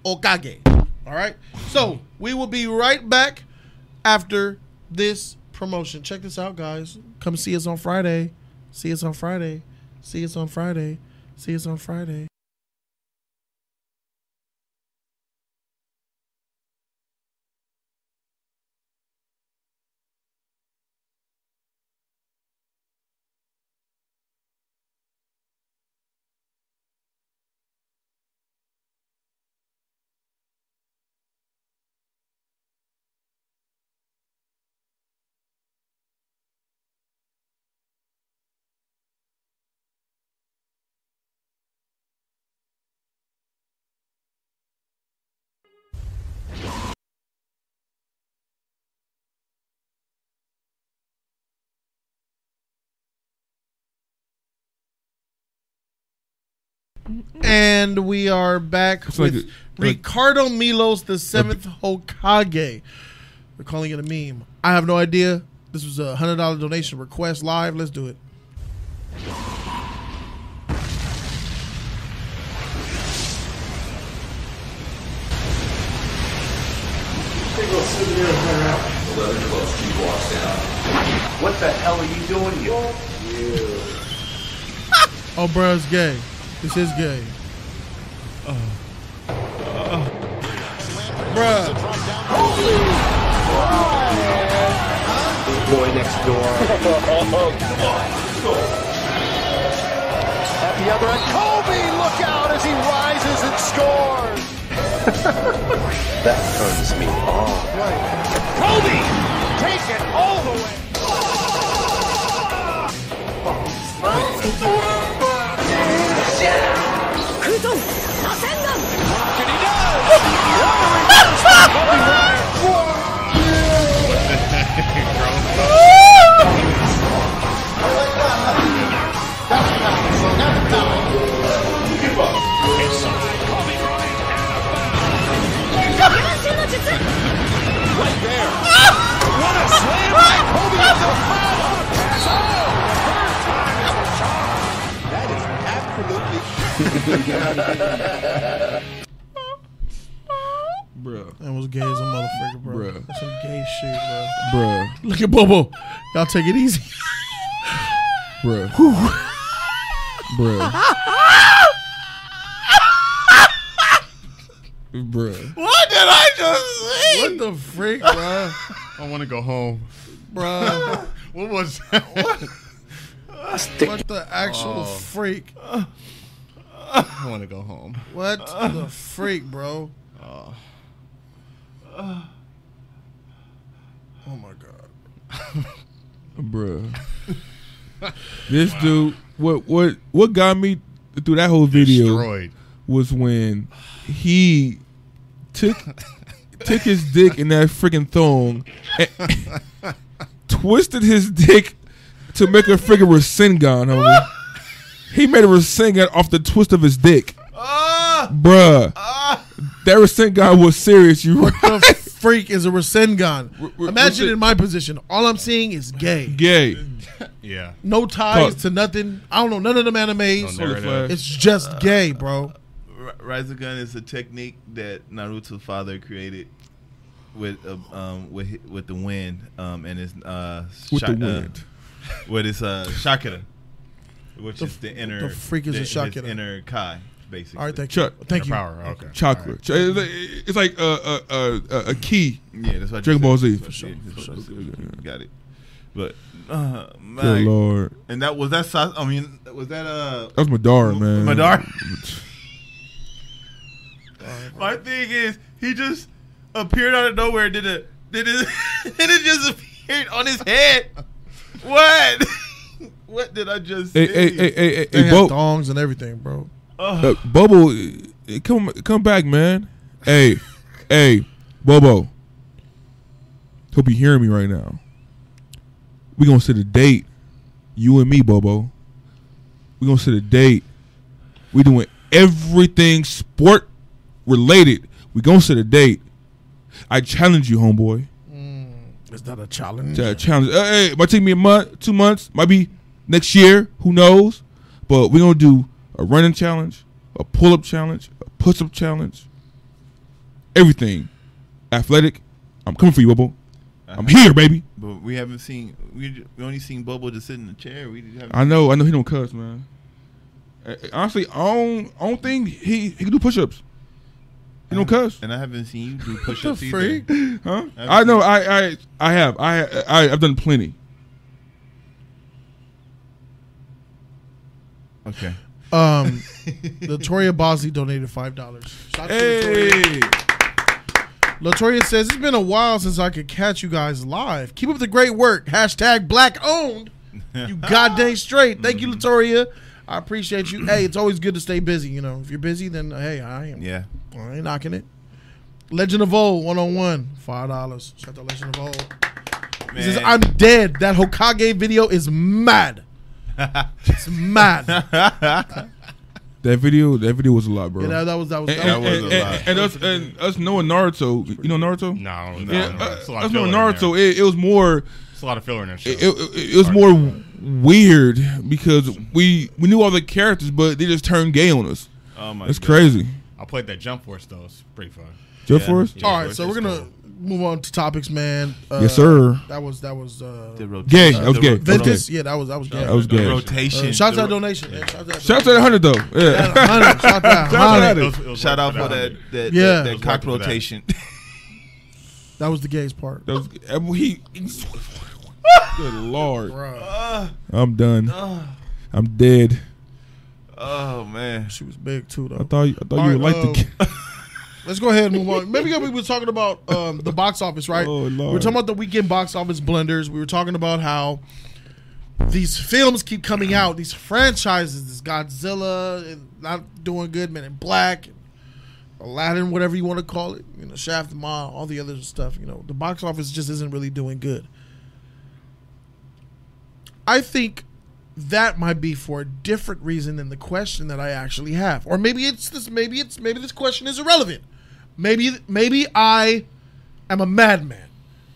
Speaker 1: Hokage. All right. So we will be right back after this promotion. Check this out, guys. Come see us on Friday. See us on Friday. See us on Friday. See us on Friday. And we are back
Speaker 4: It's like
Speaker 1: with
Speaker 4: a- like-
Speaker 1: Ricardo Milos, the seventh Hokage. They're calling it a meme. I have no idea. This was a hundred dollar donation request live. Let's do it.
Speaker 5: What the hell are you doing here?
Speaker 1: Oh, bro, it's gay. This is gay. Bruh,
Speaker 5: Boy next door. At the other end, Kobe, look out as he rises and scores. that turns me on. Right. Kobe, take it all the way. And he does. What a slam by Kobe with the foul.
Speaker 4: Bruh.
Speaker 1: That was gay as a motherfucker, bro.
Speaker 4: Bruh.
Speaker 1: That's some gay shit, bro.
Speaker 4: Bruh.
Speaker 1: Look at Bobo. Y'all take it easy.
Speaker 4: Bruh. Bruh. Bruh.
Speaker 3: What did I just say?
Speaker 1: What the freak, bro?
Speaker 2: I want to go home.
Speaker 1: Bro,
Speaker 2: What was that?
Speaker 1: what the actual
Speaker 2: Oh.
Speaker 1: freak?
Speaker 2: I want to go home.
Speaker 1: What the freak, bro? Oh my god.
Speaker 4: Bruh. This dude what what what got me through that whole video
Speaker 2: Destroyed.
Speaker 4: was when he took took his dick in that freaking thong and twisted his dick to make a freaking Rasengan, homie. He made a Rasengan off the twist of his dick.
Speaker 3: Ah!
Speaker 4: Bruh. That Rasengan was serious, you
Speaker 1: What
Speaker 4: right.
Speaker 1: the freak is a Rasengan?
Speaker 4: we're-
Speaker 1: Imagine
Speaker 4: we're-
Speaker 1: in my position, all I'm seeing is gay.
Speaker 4: Gay.
Speaker 2: Yeah.
Speaker 1: No ties
Speaker 4: Fuck.
Speaker 1: to nothing. I don't know none of them animes.
Speaker 2: No narrative.
Speaker 1: it's just gay, bro.
Speaker 3: R- Rasengan is a technique that Naruto's father created with uh, um with hi- with the wind um and his uh
Speaker 4: With
Speaker 3: sha-
Speaker 4: the
Speaker 3: uh,
Speaker 4: wind.
Speaker 3: with his uh chakra, which is the inner
Speaker 1: the freak is a
Speaker 3: his
Speaker 1: chakra?
Speaker 3: inner kai basically.
Speaker 1: All right, thank
Speaker 4: Chuck.
Speaker 1: you. Thank you.
Speaker 2: Power. Okay.
Speaker 4: Chakra.
Speaker 2: All
Speaker 4: Ch- It's like uh, a, a, a, a key.
Speaker 3: Yeah, that's what
Speaker 4: Dragon
Speaker 3: you
Speaker 4: Ball
Speaker 3: said.
Speaker 4: Z.
Speaker 3: That's what-
Speaker 4: For
Speaker 3: yeah,
Speaker 4: sure,
Speaker 3: that's
Speaker 4: for
Speaker 3: what
Speaker 4: sure,
Speaker 3: you
Speaker 4: for sure.
Speaker 3: Got it. But uh,
Speaker 4: Good
Speaker 3: my,
Speaker 4: lord.
Speaker 3: and that was that. Sa- I mean, was that uh
Speaker 4: That was Madara, man.
Speaker 3: Madara? My thing is, he just appeared out of nowhere. Did it? Did it? and it just appeared on his head. What? what did I just say?
Speaker 4: Hey, hey, hey, hey, hey,
Speaker 1: They
Speaker 4: hey,
Speaker 1: had
Speaker 4: Bo-
Speaker 1: thongs and everything, bro.
Speaker 4: uh, Bobo, uh, come, come back, man. Hey, hey, Bobo. Hope you hearing me right now. We gonna set a date, you and me, Bobo. We gonna set a date. We doing everything sport related. We gonna set a date. I challenge you, homeboy.
Speaker 1: Is that a challenge?
Speaker 4: to challenge. Uh, hey, it might take me a month, two months, might be next year. Who knows? But we're gonna do a running challenge, a pull-up challenge, a push-up challenge. Everything, athletic. I'm coming for you, Bubble. I'm here, baby.
Speaker 3: But we haven't seen. We, ju- we only seen Bobo just sit in the chair. We didn't have.
Speaker 4: I know. I know he don't cuss, man. Uh, Honestly, I don't. I don't think he he can do push-ups. He don't cuss,
Speaker 3: and I haven't seen you do push
Speaker 1: the
Speaker 3: ups either.
Speaker 1: freak?
Speaker 4: huh? I know. I I I have. I, I I've done plenty.
Speaker 3: Okay.
Speaker 1: Um, Latoya Bosley donated five dollars.
Speaker 4: Hey,
Speaker 1: Latoya says it's been a while since I could catch you guys live. Keep up the great work. Hashtag black owned. You goddamn straight. Thank you, Latoya. I appreciate you. Hey, it's always good to stay busy. You know, if you're busy, then uh, hey, I am.
Speaker 3: Yeah.
Speaker 1: I ain't knocking it. Legend of Old, one on one, five dollars. Shout out to Legend of Old. He says,
Speaker 3: Man.
Speaker 1: "I'm dead." That Hokage video is mad. it's mad. Yeah,
Speaker 4: that video. That video was a lot, bro.
Speaker 1: that, that was that was.
Speaker 4: And,
Speaker 1: that
Speaker 4: and,
Speaker 1: was-
Speaker 3: was
Speaker 4: and,
Speaker 3: a lot.
Speaker 4: and, and us and us knowing Naruto, you know Naruto.
Speaker 2: No, I don't know.
Speaker 4: yeah,
Speaker 2: I don't know.
Speaker 4: uh,
Speaker 2: It's a lot of
Speaker 4: us
Speaker 2: filler
Speaker 4: knowing
Speaker 2: in there.
Speaker 4: Naruto, it, it was more
Speaker 2: It's a lot of filler in that show.
Speaker 4: it, it, it was more weird because we we knew all the characters, but they just turned gay on us.
Speaker 3: Oh my.
Speaker 4: That's
Speaker 3: God.
Speaker 4: crazy.
Speaker 2: I played that Jump Force though. It's pretty fun.
Speaker 4: Jeff Forrest?
Speaker 3: Yeah.
Speaker 1: All right, so we're gonna move on to topics, man. Uh,
Speaker 4: Yes, sir.
Speaker 1: That was that was uh,
Speaker 3: The rotation.
Speaker 4: Gay. That was
Speaker 3: The
Speaker 4: gay.
Speaker 3: ro-
Speaker 1: Ventus. Yeah, that was that was good.
Speaker 4: That was
Speaker 3: The
Speaker 4: gay.
Speaker 3: rotation.
Speaker 1: Uh, shout
Speaker 3: The
Speaker 1: out
Speaker 3: ro-
Speaker 1: donation. man. Shout out.
Speaker 4: Shout out to the hundred though. Yeah.
Speaker 1: Shout out. Shout out.
Speaker 2: It
Speaker 1: Hundred.
Speaker 2: was- it was
Speaker 3: Shout out
Speaker 2: worth
Speaker 3: for
Speaker 2: it.
Speaker 3: that that,
Speaker 1: Yeah.
Speaker 3: that,
Speaker 1: It
Speaker 3: that
Speaker 1: was
Speaker 3: cock
Speaker 2: worth it for that.
Speaker 3: rotation.
Speaker 1: That was the gays part.
Speaker 4: That was and he. Good lord.
Speaker 1: Bruh,
Speaker 4: I'm done. I'm dead.
Speaker 3: oh man.
Speaker 1: she was big too, though.
Speaker 4: I thought you- I thought
Speaker 1: All
Speaker 4: you would
Speaker 1: right,
Speaker 4: like the.
Speaker 1: uh, Let's go ahead and move on. Maybe we were talking about um, the box office, right?
Speaker 4: Oh, Lord.
Speaker 1: We were talking about the weekend box office blenders. We were talking about how these films keep coming out, these franchises, this Godzilla, and not doing good, Men in Black, Aladdin, whatever you want to call it, you know, Shaft, Ma, all the other stuff. You know, the box office just isn't really doing good. I think that might be for a different reason than the question that I actually have. Or maybe it's this maybe it's maybe this question is irrelevant. Maybe maybe I am a madman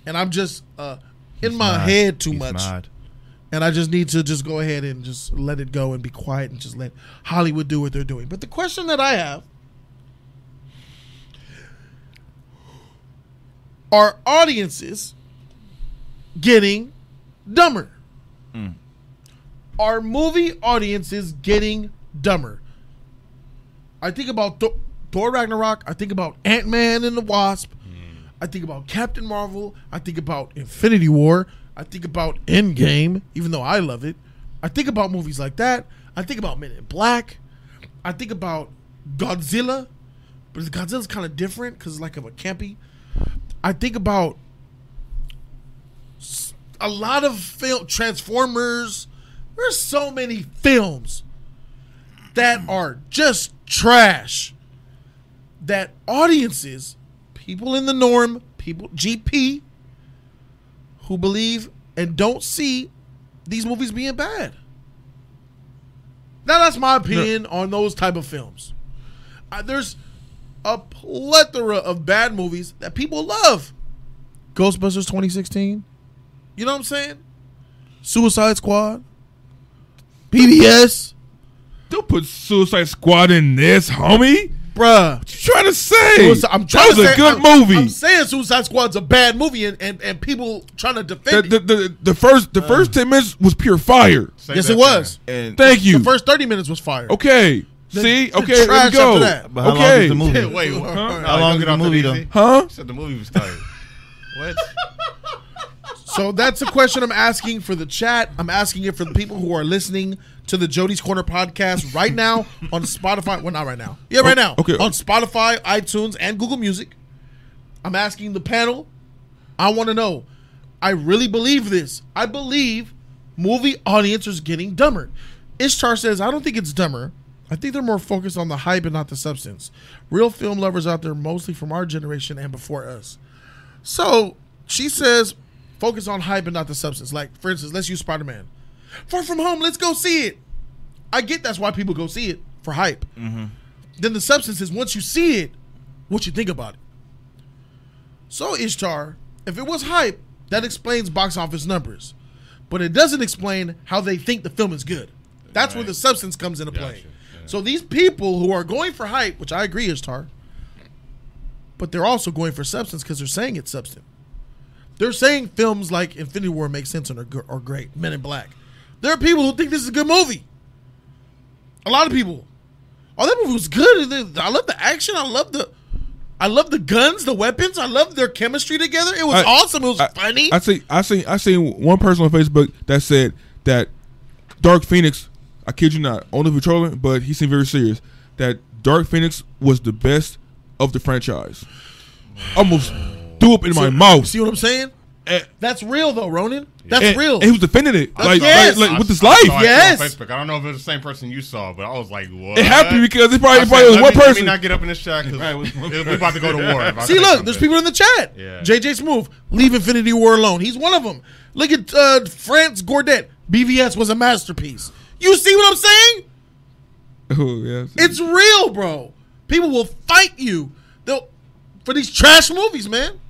Speaker 1: and I'm just uh in my head too much. And I just need to just go ahead and just let it go and be quiet and just let Hollywood do what they're doing. But the question that I have are audiences getting dumber? Are movie audiences getting dumber? I think about Thor, Thor Ragnarok. I think about Ant Man and the Wasp. I think about Captain Marvel. I think about Infinity War. I think about Endgame, even though I love it. I think about movies like that. I think about Men in Black. I think about Godzilla, but Godzilla's kind of different because it's like of a campy. I think about s- a lot of film Transformers. There's so many films that are just trash. That audiences, people in the norm, people GP, who believe and don't see these movies being bad. Now that's my opinion on those type of films. I, there's a plethora of bad movies that people love. Ghostbusters 2016. You know what I'm saying? Suicide Squad. PBS.
Speaker 4: Don't put Suicide Squad in this, homie.
Speaker 1: Bruh.
Speaker 4: What you trying to say?
Speaker 1: Suicide- I'm trying
Speaker 4: that was
Speaker 1: to
Speaker 4: a
Speaker 1: say-
Speaker 4: good
Speaker 1: I'm-
Speaker 4: movie.
Speaker 1: I'm saying Suicide Squad's a bad movie and, and, and people trying to
Speaker 4: the,
Speaker 1: defend
Speaker 4: the,
Speaker 1: it.
Speaker 4: the, the first
Speaker 1: Uh,
Speaker 4: the first ten minutes was pure fire.
Speaker 2: Say
Speaker 1: Yes,
Speaker 2: that
Speaker 1: it was.
Speaker 2: again.
Speaker 3: And
Speaker 4: Thank you.
Speaker 1: The first 30 minutes was fire.
Speaker 4: okay. See.
Speaker 1: the
Speaker 4: Okay. There we
Speaker 1: trash
Speaker 4: go.
Speaker 1: after that.
Speaker 3: but how long
Speaker 4: okay.
Speaker 3: is the movie?
Speaker 2: Wait, what?
Speaker 3: How long is the movie though?
Speaker 4: Huh?
Speaker 2: Said the movie was tired. what?
Speaker 1: So that's a question I'm asking for the chat. I'm asking it for the people who are listening to the Jody's Corner podcast right now on Spotify. Well, not right now. Yeah, right now.
Speaker 4: Oh, okay.
Speaker 1: On Spotify, iTunes, and Google Music. I'm asking the panel. I want to know. I really believe this. I believe movie audiences getting dumber. Ishtar says, I don't think it's dumber. I think they're more focused on the hype and not the substance. Real film lovers out there, mostly from our generation and before us. So she says, focus on hype and not the substance. Like, for instance, let's use Spider Man. Far From Home, let's go see it. I get that's why people go see it for hype. Then the substance is once you see it, what you think about it. So, Ishtar, if it was hype, that explains box office numbers, but it doesn't explain how they think the film is good. That's where
Speaker 2: Right.
Speaker 1: the substance comes into play.
Speaker 2: Gotcha. Yeah.
Speaker 1: So, these people who are going for hype, which I agree, Ishtar, but they're also going for substance because they're saying it's substance. They're saying films like Infinity War make sense and are, gr- are great. Men in Black. There are people who think this is a good movie. A lot of people. Oh, that movie was good. I love the action. I love the, I love the guns, the weapons. I love their chemistry together. It was
Speaker 4: I-
Speaker 1: awesome. It was
Speaker 4: I-
Speaker 1: funny.
Speaker 4: I see. I seen. I seen one person on Facebook that said that Dark Phoenix. I kid you not. Only for trolling, but he seemed very serious. That Dark Phoenix was the best of the franchise. Almost threw up in my mouth.
Speaker 1: See what I'm saying?
Speaker 4: And-
Speaker 1: That's real though, Ronin. That's
Speaker 4: and-
Speaker 1: real.
Speaker 4: And he was defending it, like,
Speaker 1: yes.
Speaker 4: like, like with his
Speaker 2: I- I
Speaker 4: life.
Speaker 2: saw it
Speaker 1: yes.
Speaker 2: on Facebook. I don't know if it was the same person you saw, but I was like, what?
Speaker 4: It happened because it probably,
Speaker 2: I said,
Speaker 4: probably was
Speaker 2: let
Speaker 4: one
Speaker 2: me- Let me
Speaker 4: person.
Speaker 2: not get up in this shot because we're about to go to war. if I
Speaker 1: See,
Speaker 2: say
Speaker 1: look, there's
Speaker 2: something.
Speaker 1: people in the chat.
Speaker 2: Yeah.
Speaker 1: JJ Smooth, leave Infinity War alone. He's one of them. Look at uh, France Gordet. BVS was a masterpiece. You see what I'm saying?
Speaker 4: Oh, yeah, see.
Speaker 1: It's real, bro. People will fight you. They'll for these trash movies, man.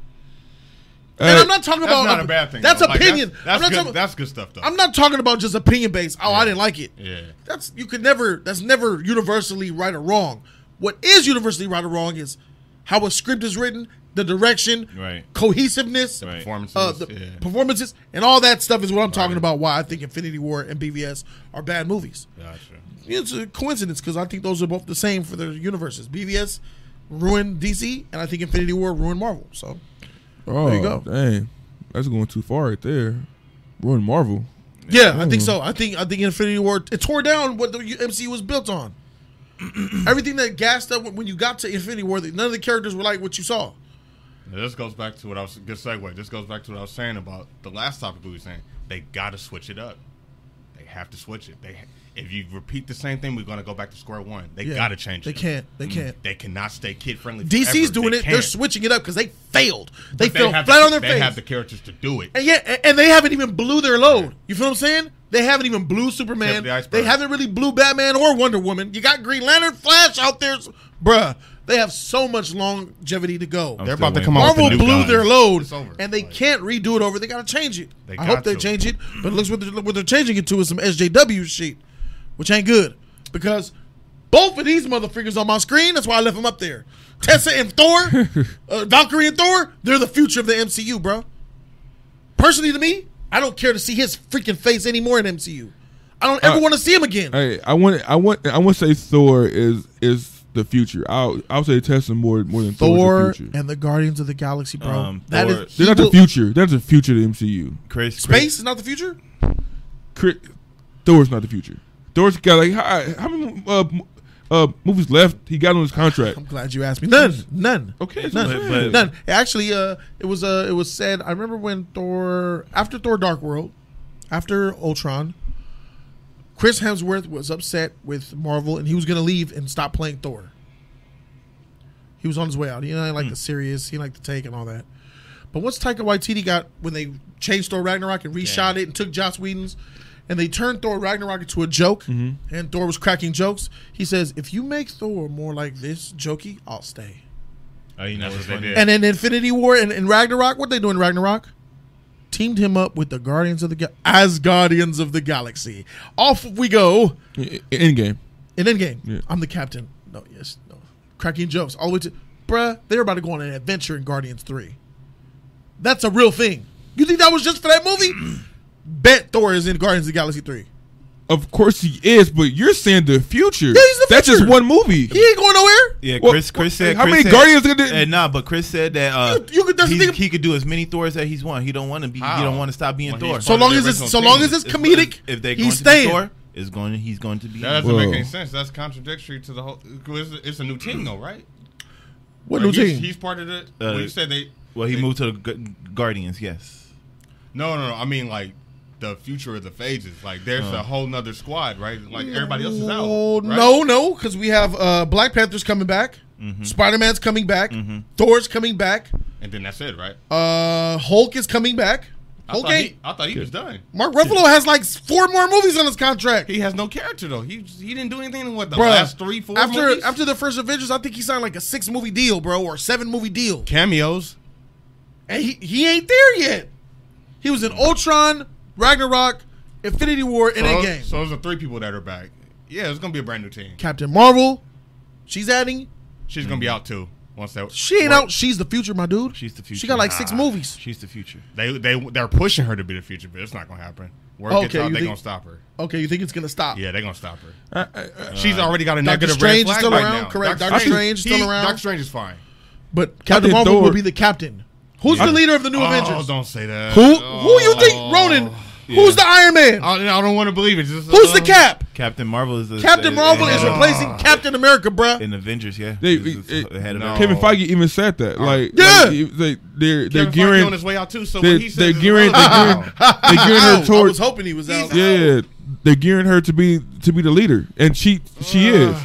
Speaker 1: And
Speaker 4: Hey,
Speaker 1: I'm not talking
Speaker 2: That's
Speaker 1: about
Speaker 2: not a bad thing.
Speaker 1: That's
Speaker 2: though. Like,
Speaker 1: opinion.
Speaker 2: That's,
Speaker 1: I'm not
Speaker 2: good,
Speaker 1: talking,
Speaker 2: that's good stuff, though.
Speaker 1: I'm not talking about just opinion based. Oh, I didn't like it.
Speaker 2: Yeah.
Speaker 1: That's you could never. That's never universally right or wrong. What is universally right or wrong is how a script is written, the direction,
Speaker 3: Right.
Speaker 1: cohesiveness,
Speaker 3: Right.
Speaker 2: Performances.
Speaker 1: uh, the
Speaker 2: yeah.
Speaker 1: performances, and all that stuff is what I'm talking about. Why I think Infinity War and BVS are bad movies.
Speaker 2: Gotcha.
Speaker 1: It's a coincidence because I think those are both the same for their universes. BVS ruined DC, and I think Infinity War ruined Marvel. So
Speaker 4: oh,
Speaker 1: there you go.
Speaker 4: Dang, that's going too far right there. Ruin Marvel.
Speaker 1: yeah, I think so. I think I think Infinity War it tore down what the MCU was built on. Everything that gassed up when you got to Infinity War, none of the characters were like what you saw.
Speaker 2: Now, This goes back to what I was. Good segue. This goes back to what I was saying about the last topic we were saying. They got to switch it up. They have to switch it. They, if you repeat the same thing, we're going to go back to square one. They
Speaker 1: Yeah.
Speaker 2: got to change
Speaker 1: They
Speaker 2: it. Mm.
Speaker 1: can't. They can't.
Speaker 2: They cannot stay kid friendly.
Speaker 1: DC's doing it. They're switching it up because they failed. They
Speaker 2: But
Speaker 1: fell
Speaker 2: have
Speaker 1: flat
Speaker 2: the-
Speaker 1: on their
Speaker 2: they
Speaker 1: face.
Speaker 2: have the characters to do it.
Speaker 1: And yeah, and- and they haven't even blew their load. You feel what I'm saying? They haven't even blew Superman.
Speaker 2: Tip the iceberg.
Speaker 1: they haven't really blew Batman or Wonder Woman. You got Green Lantern, Flash out there, bruh. They have so much longevity to go.
Speaker 2: They're
Speaker 3: still
Speaker 2: about to
Speaker 3: waiting.
Speaker 2: come out
Speaker 1: Marvel
Speaker 2: with the new
Speaker 1: blew
Speaker 2: guns.
Speaker 1: their load,
Speaker 2: It's over.
Speaker 1: and they
Speaker 2: Like,
Speaker 1: can't redo it over. They got to change it.
Speaker 2: They
Speaker 1: I
Speaker 2: got
Speaker 1: hope they
Speaker 2: to.
Speaker 1: change it, but it looks what they're, what they're changing it to is some SJW shit, which ain't good because both of these motherfuckers on my screen. That's why I left them up there. Tessa and Thor, uh, Valkyrie and Thor. They're the future of the MCU, bro. Personally, to me, I don't care to see his freaking face anymore in MCU. I don't ever
Speaker 4: Uh,
Speaker 1: want to see him again.
Speaker 4: Hey, I want I want I want to say Thor is is the future. I'll I'll say Tesla more more than Thor
Speaker 1: Thor
Speaker 4: is the future.
Speaker 1: and the Guardians of the Galaxy, bro.
Speaker 3: Um,
Speaker 1: That
Speaker 3: Thor-
Speaker 1: is- he
Speaker 4: They're not the
Speaker 1: will-
Speaker 4: future. That's the future of the MCU.
Speaker 3: Chris,
Speaker 1: Space is not the future.
Speaker 4: Chris, Thor's not the future. Thor's got like how, how many uh, m- uh, movies left? He got on his contract.
Speaker 1: I'm glad you asked me. None, none.
Speaker 4: Okay, that's
Speaker 1: none,
Speaker 4: what I'm
Speaker 3: saying.
Speaker 1: none. Actually, uh, it was uh, it was said. I remember when Thor, after Thor: Dark World, after Ultron, Chris Hemsworth was upset with Marvel, and he was gonna leave and stop playing Thor. He was on his way out. He didn't like the serious. He liked the take and all that. But once Taika Waititi got when they changed Thor Ragnarok and reshot it and took Joss Whedon's, and they turned Thor Ragnarok into a joke, and Thor was cracking jokes. He says, "If you make Thor more like this jokey, I'll stay."
Speaker 3: Oh, you know
Speaker 2: That's
Speaker 3: what's
Speaker 2: what they
Speaker 3: funny?
Speaker 2: did.
Speaker 1: And in Infinity War and, and Ragnarok, what they do in Ragnarok? Teamed him up with the Guardians of the Ga- as Guardians of the Galaxy. Off we go
Speaker 4: In game.
Speaker 1: in Endgame.
Speaker 4: Yeah.
Speaker 1: I'm the captain. No, yes, no, cracking jokes all the way to bruh. They're about to go on an adventure in Guardians Three. That's a real thing. You think that was just for that movie? Bet Thor is in Guardians of the Galaxy Three.
Speaker 4: Of course he is, but you're saying the future.
Speaker 1: he's the
Speaker 4: That's
Speaker 1: future.
Speaker 4: just one movie.
Speaker 1: He ain't going nowhere.
Speaker 3: Yeah,
Speaker 4: Well,
Speaker 3: Chris. Chris
Speaker 4: well,
Speaker 3: said.
Speaker 4: how
Speaker 3: Chris
Speaker 4: many
Speaker 3: said,
Speaker 4: Guardians did they-
Speaker 3: Uh, nah, but Chris said that uh,
Speaker 1: You- you could- that's the
Speaker 3: he,
Speaker 1: thing-
Speaker 3: he could do as many Thors as he's want. He don't want to be. He
Speaker 2: How?
Speaker 3: don't want to stop being
Speaker 2: When
Speaker 3: Thor.
Speaker 2: he's
Speaker 1: So
Speaker 2: Part of
Speaker 1: long
Speaker 2: the
Speaker 1: as it's
Speaker 2: original
Speaker 1: so long
Speaker 2: team.
Speaker 1: as it's
Speaker 3: If-
Speaker 1: comedic,
Speaker 3: If, they going
Speaker 1: he's
Speaker 3: to be
Speaker 1: staying.
Speaker 3: Thor, is going. He's going to be.
Speaker 2: That doesn't
Speaker 4: Whoa.
Speaker 2: make any sense. That's contradictory to the whole. It's, it's a new team though, right?
Speaker 1: What
Speaker 2: Like,
Speaker 1: new
Speaker 2: he's,
Speaker 1: team?
Speaker 2: He's part of the.
Speaker 3: Uh,
Speaker 2: when you said they.
Speaker 3: well, he
Speaker 2: they-
Speaker 3: moved to the Gu- Guardians. Yes.
Speaker 2: No, no, no. I mean like the future of the phases. Like there's
Speaker 3: Uh.
Speaker 2: a whole nother squad, right? Like everybody else is out.
Speaker 1: Oh,
Speaker 2: right?
Speaker 1: No, no, because we have uh, Black Panther's coming back,
Speaker 2: Mm-hmm.
Speaker 1: Spider Man's coming back, Thor's coming back,
Speaker 2: And then that's it, right?
Speaker 1: uh, Hulk is coming back.
Speaker 2: I
Speaker 1: Hulk
Speaker 2: thought
Speaker 1: ain't-
Speaker 2: he, I thought he was done.
Speaker 1: Mark Ruffalo has like four more movies on his contract.
Speaker 2: He has no character though. He he didn't do anything in what the
Speaker 1: Bruh,
Speaker 2: last three, four
Speaker 1: after
Speaker 2: movies?
Speaker 1: after the first Avengers, I think he signed like a six movie deal, bro, or seven movie deal,
Speaker 2: cameos.
Speaker 1: and he, he ain't there yet. He was in Ultron, Ragnarok, Infinity War, and
Speaker 2: So,
Speaker 1: Endgame.
Speaker 2: so those are three people that are back. Yeah, it's gonna be a brand new team.
Speaker 1: Captain Marvel, she's adding.
Speaker 2: She's gonna be
Speaker 3: Mm-hmm.
Speaker 2: out too. Once that
Speaker 1: She ain't
Speaker 2: work-
Speaker 1: out. She's the future, my dude.
Speaker 3: She's the
Speaker 1: She
Speaker 3: future.
Speaker 1: got like six
Speaker 2: Nah.
Speaker 1: movies.
Speaker 3: She's the future.
Speaker 2: They they they're pushing her to be the future, but it's not gonna happen. Word gets
Speaker 1: Okay,
Speaker 2: out,
Speaker 1: you
Speaker 2: they
Speaker 1: think-
Speaker 2: gonna stop her.
Speaker 1: Okay, you think it's gonna stop?
Speaker 2: Yeah, they gonna stop her.
Speaker 4: I, I, I-
Speaker 2: She's already got a
Speaker 1: Doctor
Speaker 2: negative
Speaker 1: Strange is
Speaker 2: red flag
Speaker 1: still
Speaker 2: right
Speaker 1: around,
Speaker 2: now.
Speaker 1: correct? Doctor Strange is
Speaker 2: he-
Speaker 1: still around.
Speaker 2: Doctor Strange is fine.
Speaker 1: But Captain
Speaker 4: think
Speaker 1: Marvel
Speaker 4: Thor-
Speaker 1: will be the captain. Who's the leader of the new
Speaker 2: oh,
Speaker 1: Avengers?
Speaker 2: don't say that.
Speaker 1: Who who you think
Speaker 2: Oh.
Speaker 1: Ronan? Who's the Iron
Speaker 4: Uh,
Speaker 1: Man?
Speaker 2: I, I don't want to believe it. Just,
Speaker 1: Who's
Speaker 2: uh,
Speaker 1: the Cap?
Speaker 3: Captain Marvel is. The,
Speaker 1: Captain Marvel is
Speaker 4: uh,
Speaker 2: yeah.
Speaker 1: replacing Captain America, bruh.
Speaker 3: in Avengers. Yeah.
Speaker 4: They-
Speaker 3: He's the-
Speaker 4: it-
Speaker 3: the head of
Speaker 2: no.
Speaker 3: Avengers.
Speaker 4: Kevin Feige even said that. Like,
Speaker 1: Yeah.
Speaker 4: like, he- they, they're
Speaker 2: Kevin
Speaker 4: they're
Speaker 2: Feige on
Speaker 4: gearing
Speaker 2: his way out too. So
Speaker 4: they're,
Speaker 2: what he
Speaker 4: they're
Speaker 2: says is
Speaker 4: gearing they're
Speaker 2: irrelevant.
Speaker 4: gearing, they're gearing her
Speaker 1: Ow, I was
Speaker 4: towards
Speaker 1: hoping he was out.
Speaker 4: yeah, yeah, they're gearing her to be to be the leader, and she she
Speaker 2: Uh.
Speaker 4: is.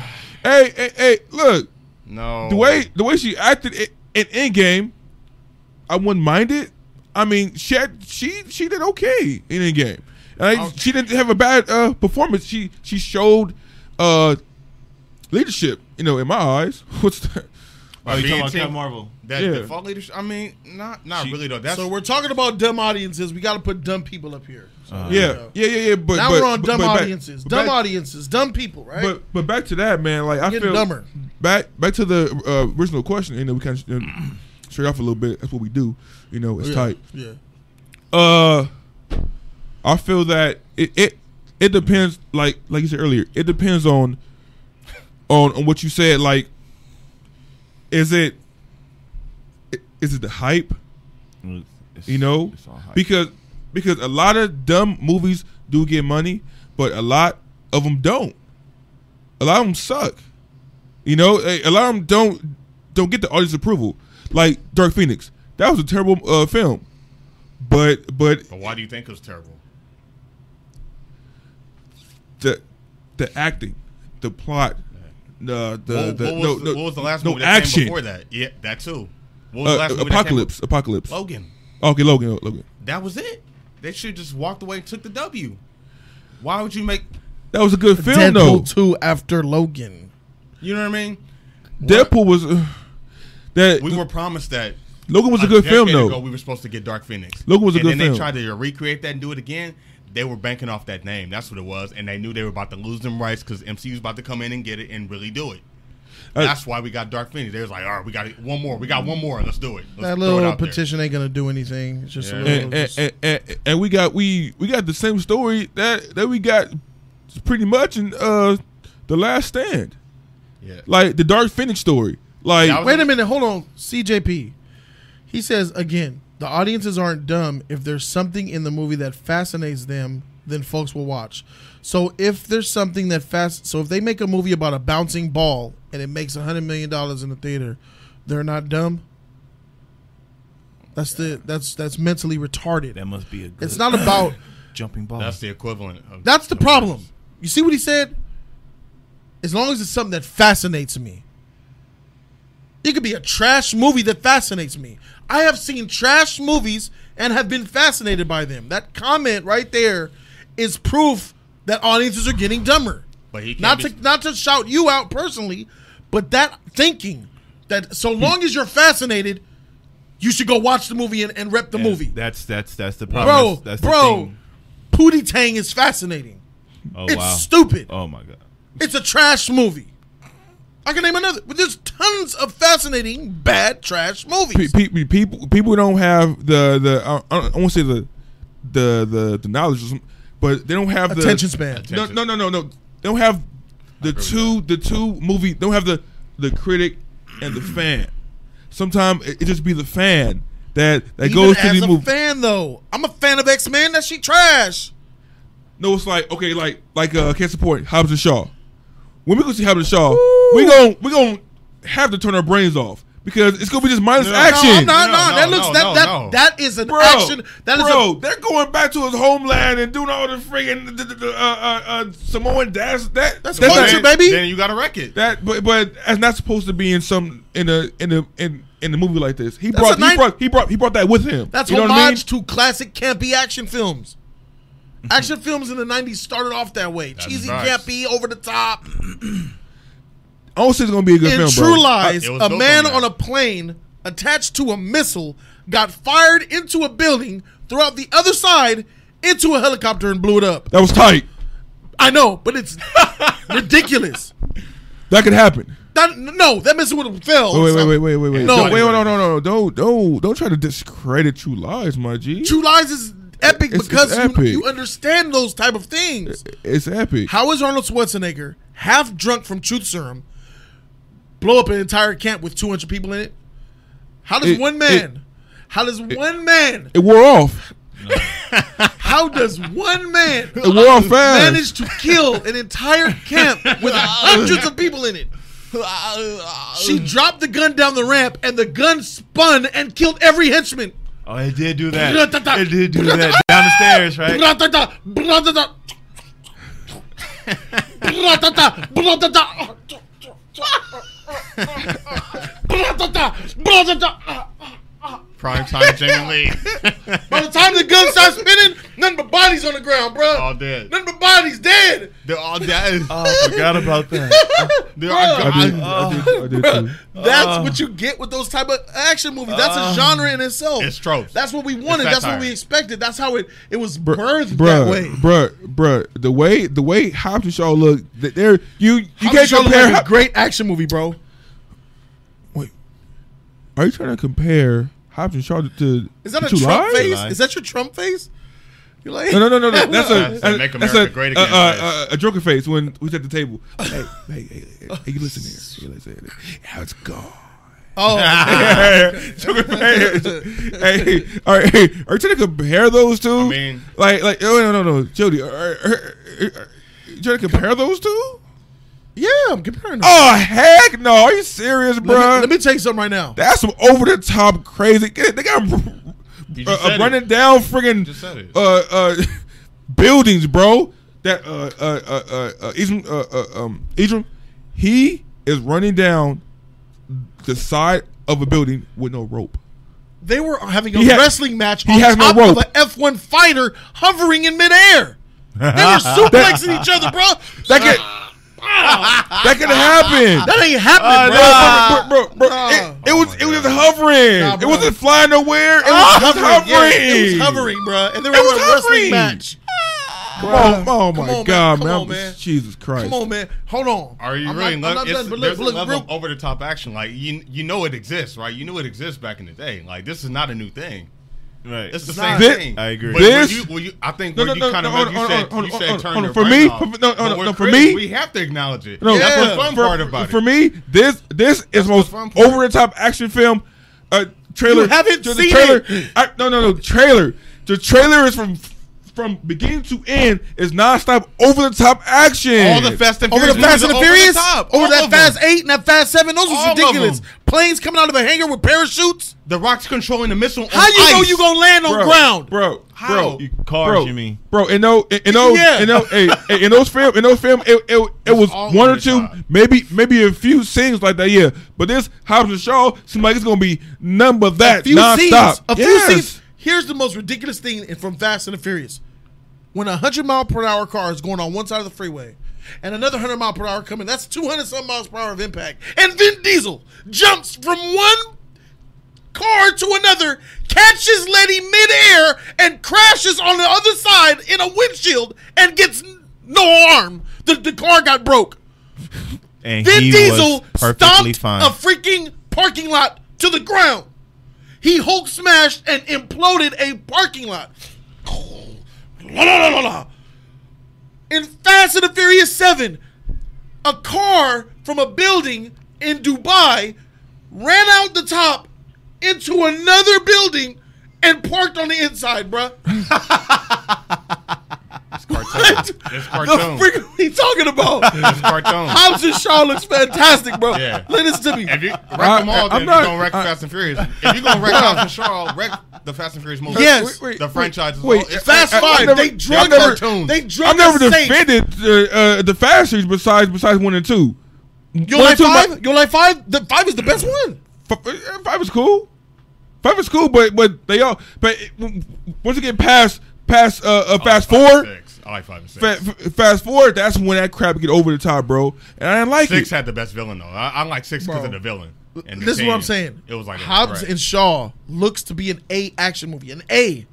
Speaker 4: Hey hey hey! Look,
Speaker 2: No,
Speaker 4: the way the way she acted i- in Endgame, I wouldn't mind it. I mean, she had, she she did okay in Endgame. And
Speaker 2: Oh.
Speaker 4: I, she didn't have a bad uh, performance. She she showed uh, leadership. You know, in my eyes, what's that?
Speaker 3: Oh, you talking
Speaker 2: Being
Speaker 3: about
Speaker 2: team-
Speaker 3: Captain Marvel?
Speaker 2: That
Speaker 4: Yeah.
Speaker 2: default leadership. I mean, not not
Speaker 3: She-
Speaker 2: really though. That's
Speaker 1: So we're talking about dumb audiences. We got to put dumb people up here. So
Speaker 3: Uh,
Speaker 4: yeah, yeah, yeah, yeah. But
Speaker 1: now
Speaker 4: but-
Speaker 1: we're on
Speaker 4: but-
Speaker 1: dumb
Speaker 4: but back-
Speaker 1: audiences,
Speaker 4: but
Speaker 1: dumb
Speaker 4: back-
Speaker 1: audiences, dumb people, right?
Speaker 4: But but back to that man, like I
Speaker 1: Getting
Speaker 4: feel
Speaker 1: dumber.
Speaker 4: back back to the uh, original question. You know, we kind of straight off a little bit. That's what we do. You know, it's
Speaker 1: Oh, yeah.
Speaker 4: tight.
Speaker 1: Yeah.
Speaker 4: Uh, I feel that it, it it depends. Like like you said earlier, it depends on on on what you said. Like, is it i- is it the hype?
Speaker 3: It's-
Speaker 4: You know,
Speaker 3: it's all hype.
Speaker 4: because because a lot of dumb movies do get money, but a lot of them don't. A lot of them suck. You know, a a lot of them don't don't get the audience approval. Like Dark Phoenix, that was a terrible uh, film, but but
Speaker 2: But why do you think it was terrible?
Speaker 4: the the acting, the plot, the the,
Speaker 2: what, what
Speaker 4: the
Speaker 2: was
Speaker 4: no,
Speaker 2: the,
Speaker 4: no,
Speaker 2: what was the last
Speaker 4: no
Speaker 2: movie that
Speaker 4: action.
Speaker 2: came before that? Yeah, that too. What was the last movie
Speaker 4: Uh,
Speaker 2: that came Oh. out?
Speaker 4: apocalypse, apocalypse.
Speaker 2: Logan.
Speaker 4: Okay, Logan, Logan.
Speaker 2: That was it. They should just walked away and took the W. Why would you make?
Speaker 4: That was a good film though.
Speaker 1: Deadpool two after Logan.
Speaker 2: You know what I mean?
Speaker 4: Deadpool was uh, that
Speaker 2: We were promised that.
Speaker 4: Logan was a good film
Speaker 2: decade
Speaker 4: though.
Speaker 2: ago, we were supposed to get Dark Phoenix.
Speaker 4: Logan was a
Speaker 2: and
Speaker 4: good
Speaker 2: then
Speaker 4: film.
Speaker 2: they tried to recreate that and do it again. They were banking off that name. That's what it was, and they knew they were about to lose them rights because MCU was about to come in and get it and really do it.
Speaker 4: Uh,
Speaker 2: That's why we got Dark Phoenix. They was like, all right, we got it. one more. We got one more. Let's do it. Let's
Speaker 1: That
Speaker 2: throw it
Speaker 1: little
Speaker 2: out there."
Speaker 1: petition ain't gonna do anything. It's just a
Speaker 2: Yeah.
Speaker 1: little.
Speaker 4: and, and, and, and, and we got we we got the same story that that we got pretty much in uh the last stand
Speaker 2: Yeah.
Speaker 4: like the dark phoenix story like
Speaker 2: That was-
Speaker 1: Wait a minute, hold on. CJP. He says again, the audiences aren't dumb. If there's something in the movie that fascinates them, then folks will watch. So if there's something that fast, so if they make a movie about a bouncing ball and it makes a hundred million dollars in the theater, they're not dumb. That's the that's that's mentally retarded.
Speaker 3: That must be a good
Speaker 1: It's not about
Speaker 3: jumping ball.
Speaker 2: That's the equivalent. Of
Speaker 1: that's the problem. You see what he said? As long as it's something that fascinates me. It could be a trash movie that fascinates me. I have seen trash movies and have been fascinated by them. That comment right there is proof that audiences are getting dumber.
Speaker 2: But he can't
Speaker 1: not
Speaker 2: be-
Speaker 1: to not to shout you out personally, but that thinking that so long as you're fascinated, you should go watch the movie and, and rep the
Speaker 3: And
Speaker 1: movie.
Speaker 3: That's that's that's the problem.
Speaker 1: bro,
Speaker 3: that's, that's
Speaker 1: bro,
Speaker 3: The
Speaker 1: Pootie Tang is fascinating.
Speaker 3: thing. Oh
Speaker 1: It's
Speaker 3: wow.
Speaker 1: stupid.
Speaker 3: Oh my god.
Speaker 1: It's a trash movie. I can name another. But there's tons of fascinating bad trash
Speaker 4: pe-
Speaker 1: movies.
Speaker 4: pe- pe- people people don't have the the I, I don't- I won't say the the the, the knowledge, or some- but they don't have the
Speaker 1: Attention span.
Speaker 4: No, no, no, no, no. They don't have the two the two movie. They don't have the the critic and the fan. Sometimes it, it just be the fan that that
Speaker 1: Even
Speaker 4: goes to
Speaker 1: as
Speaker 4: the
Speaker 1: a
Speaker 4: movie.
Speaker 1: fan though, I'm a fan of X Men. That she trash.
Speaker 4: No, it's like okay, like like uh, can't support Hobbs and Shaw. When we go see Hobbs and Shaw, we gon' we gon' have to turn our brains off because it's gonna be just mindless
Speaker 2: No, no,
Speaker 4: action.
Speaker 1: No, I'm not.
Speaker 2: No,
Speaker 1: No, that
Speaker 2: no,
Speaker 1: looks
Speaker 2: no,
Speaker 1: that
Speaker 2: no,
Speaker 1: that
Speaker 2: no.
Speaker 1: that is an
Speaker 4: Bro,
Speaker 1: action. That is
Speaker 4: bro,
Speaker 1: a
Speaker 4: they're going back to his homeland and doing all the friggin' d- d- d- uh, uh, uh, Samoan dance. That that's,
Speaker 1: culture,
Speaker 4: not-
Speaker 1: you, baby.
Speaker 2: Then you got to wreck it.
Speaker 4: That but but that's not supposed to be in some in a in a in in a movie like this. He
Speaker 1: That's
Speaker 4: brought
Speaker 1: a
Speaker 4: he
Speaker 1: nine-
Speaker 4: brought he brought he brought that with him.
Speaker 1: that's
Speaker 4: you know
Speaker 1: homage
Speaker 4: what I mean?
Speaker 1: to classic campy action films. Action films in the '90s started off that way: cheesy,
Speaker 2: right.
Speaker 1: campy, over the top.
Speaker 4: I don't say it's gonna be a good
Speaker 1: in
Speaker 4: film,
Speaker 1: True
Speaker 4: bro.
Speaker 1: Lies,
Speaker 2: It was
Speaker 1: a
Speaker 2: built
Speaker 1: man
Speaker 2: on
Speaker 1: on a
Speaker 2: that.
Speaker 1: plane attached to a missile got fired into a building, threw out the other side into a helicopter and blew it up.
Speaker 4: That was tight.
Speaker 1: I know, but it's ridiculous.
Speaker 4: That could happen.
Speaker 1: That, no, that missile would have fell. or
Speaker 4: Wait, wait,
Speaker 1: something.
Speaker 4: wait, wait, wait, wait.
Speaker 1: No.
Speaker 4: No, wait, wait, no, no, no, no. Don't, don't, don't try to discredit True Lies, my G.
Speaker 1: True Lies is epic
Speaker 4: It's- it's
Speaker 1: because You,
Speaker 4: epic.
Speaker 1: you understand those type of things.
Speaker 4: It's epic.
Speaker 1: How is Arnold Schwarzenegger half drunk from truth serum blow up an entire camp with 200 people in it? How does
Speaker 4: It-
Speaker 1: one man? how does one man?
Speaker 4: It wore off.
Speaker 1: How does one man
Speaker 4: It wore off fast.
Speaker 1: manage to kill an entire camp with hundreds of people in it? She dropped the gun down the ramp, and the gun spun and killed every henchman.
Speaker 3: Oh, it did do that. it did do that down the stairs, right?
Speaker 1: Bra-da-da, bra-da-da. Bra-da-da, bra-da-da. Bra-da-da, bra-da-da.
Speaker 2: Prime time Jamie Lee.
Speaker 1: By the time the gun starts spinning, nothing but bodies on the ground, bro.
Speaker 2: All dead.
Speaker 1: Nothing but bodies dead.
Speaker 2: They're all dead.
Speaker 1: Oh,
Speaker 3: I forgot about that.
Speaker 1: Bruh.
Speaker 2: They're all
Speaker 4: I did,
Speaker 2: gone.
Speaker 4: I did, I did too.
Speaker 1: That's what you get with those type of action movies. That's a genre in itself.
Speaker 2: It's tropes.
Speaker 1: That's what we wanted.
Speaker 2: It's
Speaker 1: That's what
Speaker 2: satire.
Speaker 1: we expected. That's how it it was
Speaker 4: Bru-
Speaker 1: birthed that way.
Speaker 4: Bruh, bruh, bruh. The way, the way Hobbs and Shaw look, that they're you, you can't compare.
Speaker 1: a
Speaker 4: Hob-
Speaker 1: great action movie, bro.
Speaker 4: Wait, are you trying to compare Hobbs and Shaw to- to?
Speaker 1: Is that a
Speaker 4: to
Speaker 1: Trump
Speaker 4: Lies?
Speaker 1: face?
Speaker 3: Lies.
Speaker 1: Is that your Trump face? You're like,
Speaker 4: No, no, no, no, no. That's a
Speaker 2: That's a
Speaker 4: that's,
Speaker 2: Make
Speaker 4: that's
Speaker 2: America
Speaker 4: a,
Speaker 2: Great
Speaker 4: uh,
Speaker 2: Again
Speaker 4: uh,
Speaker 2: face.
Speaker 4: uh, a joker face when who's at the table. hey, hey, hey, hey, hey, you listen here. You listen here. How it's gone.
Speaker 1: Oh,
Speaker 4: Joker face. hey, all right, hey, are you trying to compare those two? I
Speaker 2: mean-
Speaker 4: like, like, oh no, no, no, Jody, are, are, are, are you trying to compare those two?
Speaker 1: yeah, I'm comparing. them.
Speaker 4: Oh heck, no! Are you serious,
Speaker 1: let, me,
Speaker 4: bro?
Speaker 1: let me tell you something right now.
Speaker 4: That's some over the top crazy. They got
Speaker 2: You just
Speaker 4: uh, uh,
Speaker 2: said
Speaker 4: running
Speaker 2: it.
Speaker 4: down friggin'
Speaker 2: Just said it.
Speaker 4: uh, uh, buildings, bro. That uh uh uh uh, uh, Idris, uh, uh um Idris, he is running down the side of a building with no rope.
Speaker 1: They were having a
Speaker 4: He had-
Speaker 1: wrestling match
Speaker 4: he
Speaker 1: on
Speaker 4: had no
Speaker 1: top of
Speaker 4: rope.
Speaker 1: an F1 fighter hovering in midair. They were suplexing each other, bro.
Speaker 4: That could that could happen.
Speaker 1: That ain't happening, bro.
Speaker 4: bro, bro, bro, bro,
Speaker 1: Uh, Nah.
Speaker 4: It, it was it was hovering.
Speaker 1: Nah,
Speaker 4: it
Speaker 1: bro.
Speaker 4: wasn't flying nowhere. It was
Speaker 2: Ah.
Speaker 4: hovering.
Speaker 1: yeah, it was hovering, bro. And they were
Speaker 4: It was
Speaker 1: having a wrestling
Speaker 4: hovering.
Speaker 1: match.
Speaker 4: Oh, oh
Speaker 1: Come
Speaker 4: my
Speaker 1: on, man.
Speaker 4: god,
Speaker 1: Come
Speaker 4: man.
Speaker 1: on,
Speaker 4: I'm-
Speaker 1: man.
Speaker 4: Jesus Christ.
Speaker 1: Come on, man. Hold on.
Speaker 2: Are you
Speaker 1: I'm
Speaker 2: really?
Speaker 1: Not, I'm
Speaker 2: Not,
Speaker 1: not done, but
Speaker 2: there's
Speaker 1: look,
Speaker 2: a
Speaker 1: look,
Speaker 2: level
Speaker 1: real-
Speaker 2: of over the top action. Like you, you know it exists, right? You knew it exists back in the day. Like this is not a new thing.
Speaker 3: Right.
Speaker 2: It's the
Speaker 1: not.
Speaker 2: same
Speaker 4: Thi-
Speaker 2: thing.
Speaker 3: I agree.
Speaker 2: But when
Speaker 4: This-
Speaker 2: you, when you, I think
Speaker 4: No,
Speaker 2: when
Speaker 4: no,
Speaker 2: you
Speaker 4: no,
Speaker 2: kind
Speaker 4: no,
Speaker 2: of
Speaker 4: hold on,
Speaker 2: you
Speaker 4: hold
Speaker 2: said,
Speaker 4: on, hold
Speaker 2: you
Speaker 4: on,
Speaker 2: said
Speaker 4: hold on,
Speaker 2: turn
Speaker 4: hold on.
Speaker 2: your
Speaker 4: For
Speaker 2: brain
Speaker 4: me-
Speaker 2: off.
Speaker 4: for- no, no,
Speaker 2: But
Speaker 4: no,
Speaker 2: we're
Speaker 4: no, for
Speaker 2: critics,
Speaker 4: me-
Speaker 2: we have to acknowledge it.
Speaker 4: No,
Speaker 2: that's
Speaker 1: yeah.
Speaker 2: the fun
Speaker 4: for,
Speaker 2: part about
Speaker 4: for
Speaker 2: it.
Speaker 4: me, this this is
Speaker 2: the
Speaker 4: most
Speaker 2: fun part.
Speaker 4: over the top action film. Uh, trailer.
Speaker 1: You haven't
Speaker 4: the
Speaker 1: seen
Speaker 4: trailer,
Speaker 1: it.
Speaker 4: I, no, no, no. Trailer. The trailer is from from beginning to end is nonstop over the top action.
Speaker 2: All the Fast and
Speaker 1: Over the
Speaker 2: Furious,
Speaker 1: Fast and the
Speaker 2: movies are
Speaker 1: Furious,
Speaker 2: over the top.
Speaker 1: over
Speaker 2: All
Speaker 1: that
Speaker 2: of them.
Speaker 1: Fast Eight and that Fast Seven, those was
Speaker 2: All of
Speaker 1: ridiculous.
Speaker 2: them.
Speaker 1: Planes coming out of a hangar with parachutes.
Speaker 2: The Rock's controlling the missile.
Speaker 1: How
Speaker 2: on
Speaker 1: you know
Speaker 2: ice.
Speaker 1: you gonna land on
Speaker 4: Bro,
Speaker 1: ground?
Speaker 4: bro.
Speaker 2: How?
Speaker 4: Bro,
Speaker 3: You- cars,
Speaker 4: bro,
Speaker 3: you mean?
Speaker 4: bro? In those, in, in those,
Speaker 1: Yeah.
Speaker 4: in those, hey, hey, in those film, in those film, it, it, it was
Speaker 2: all
Speaker 4: one
Speaker 2: over
Speaker 4: or
Speaker 2: the
Speaker 4: two,
Speaker 2: top.
Speaker 4: maybe, maybe a few scenes like that. Yeah, but this Hobbs and Shaw seems like it's gonna be none but that
Speaker 1: few
Speaker 4: nonstop.
Speaker 1: scenes. A few
Speaker 4: Yes.
Speaker 1: scenes. Here's the most ridiculous thing from Fast and the Furious: when a hundred mile per hour car is going on one side of the freeway, and another hundred mile per hour coming, that's two hundred some miles per hour of impact. And Vin Diesel jumps from one car to another, catches Letty midair, and crashes on the other side in a windshield and gets n- no arm. The, the car got broke.
Speaker 3: and
Speaker 1: Vin
Speaker 3: he
Speaker 1: Diesel
Speaker 3: was perfectly
Speaker 1: stomped
Speaker 3: fine.
Speaker 1: a freaking parking lot to the ground. He Hulk smashed and imploded a parking lot. La, la, la, la, la. In Fast and the Furious 7, a car from a building in Dubai ran out the top into another building and parked on the inside, bruh. What?
Speaker 2: It's
Speaker 1: The
Speaker 2: cartoon.
Speaker 1: freak are we talking about?
Speaker 2: It's cartoon.
Speaker 1: Hobbs and Shaw looks fantastic, bro.
Speaker 2: Yeah.
Speaker 1: Listen to me.
Speaker 2: If you wreck
Speaker 4: I-
Speaker 2: them all, then
Speaker 4: I- I'm
Speaker 2: you're
Speaker 4: not-
Speaker 2: gonna wreck
Speaker 3: uh,
Speaker 4: I-
Speaker 2: Fast and Furious. If you're gonna wreck Hobbs and Shaw, wreck the Fast and Furious movie.
Speaker 1: Yes. Wait,
Speaker 4: wait,
Speaker 2: the
Speaker 4: wait,
Speaker 2: franchise.
Speaker 4: wait.
Speaker 2: is all, it's
Speaker 1: Fast
Speaker 4: I- I-
Speaker 1: Five,
Speaker 4: I've never-
Speaker 1: they drug
Speaker 4: I've never-
Speaker 1: cartoons. They drug
Speaker 4: I've never
Speaker 1: us safe.
Speaker 4: defended the, uh, the Fast series besides besides one and two.
Speaker 1: You
Speaker 4: One
Speaker 1: like
Speaker 4: and two,
Speaker 1: five?
Speaker 4: my-
Speaker 1: you like five? The five is the best one.
Speaker 4: F- uh, Five is cool. Five is cool, but but they all but it- w- once you get past past uh, uh fast
Speaker 2: Oh, five and
Speaker 4: four,
Speaker 2: six. I like five and six.
Speaker 4: fa- f- fast forward, that's when that crap get over the top, bro. And I didn't like
Speaker 2: Six
Speaker 4: it.
Speaker 2: had the best villain though. I, I like six because
Speaker 1: Bro.
Speaker 2: of the villain. and the
Speaker 1: this is what
Speaker 2: team.
Speaker 1: I'm saying.
Speaker 2: It was like
Speaker 1: Hobbs and Shaw looks to be an A action movie. An A.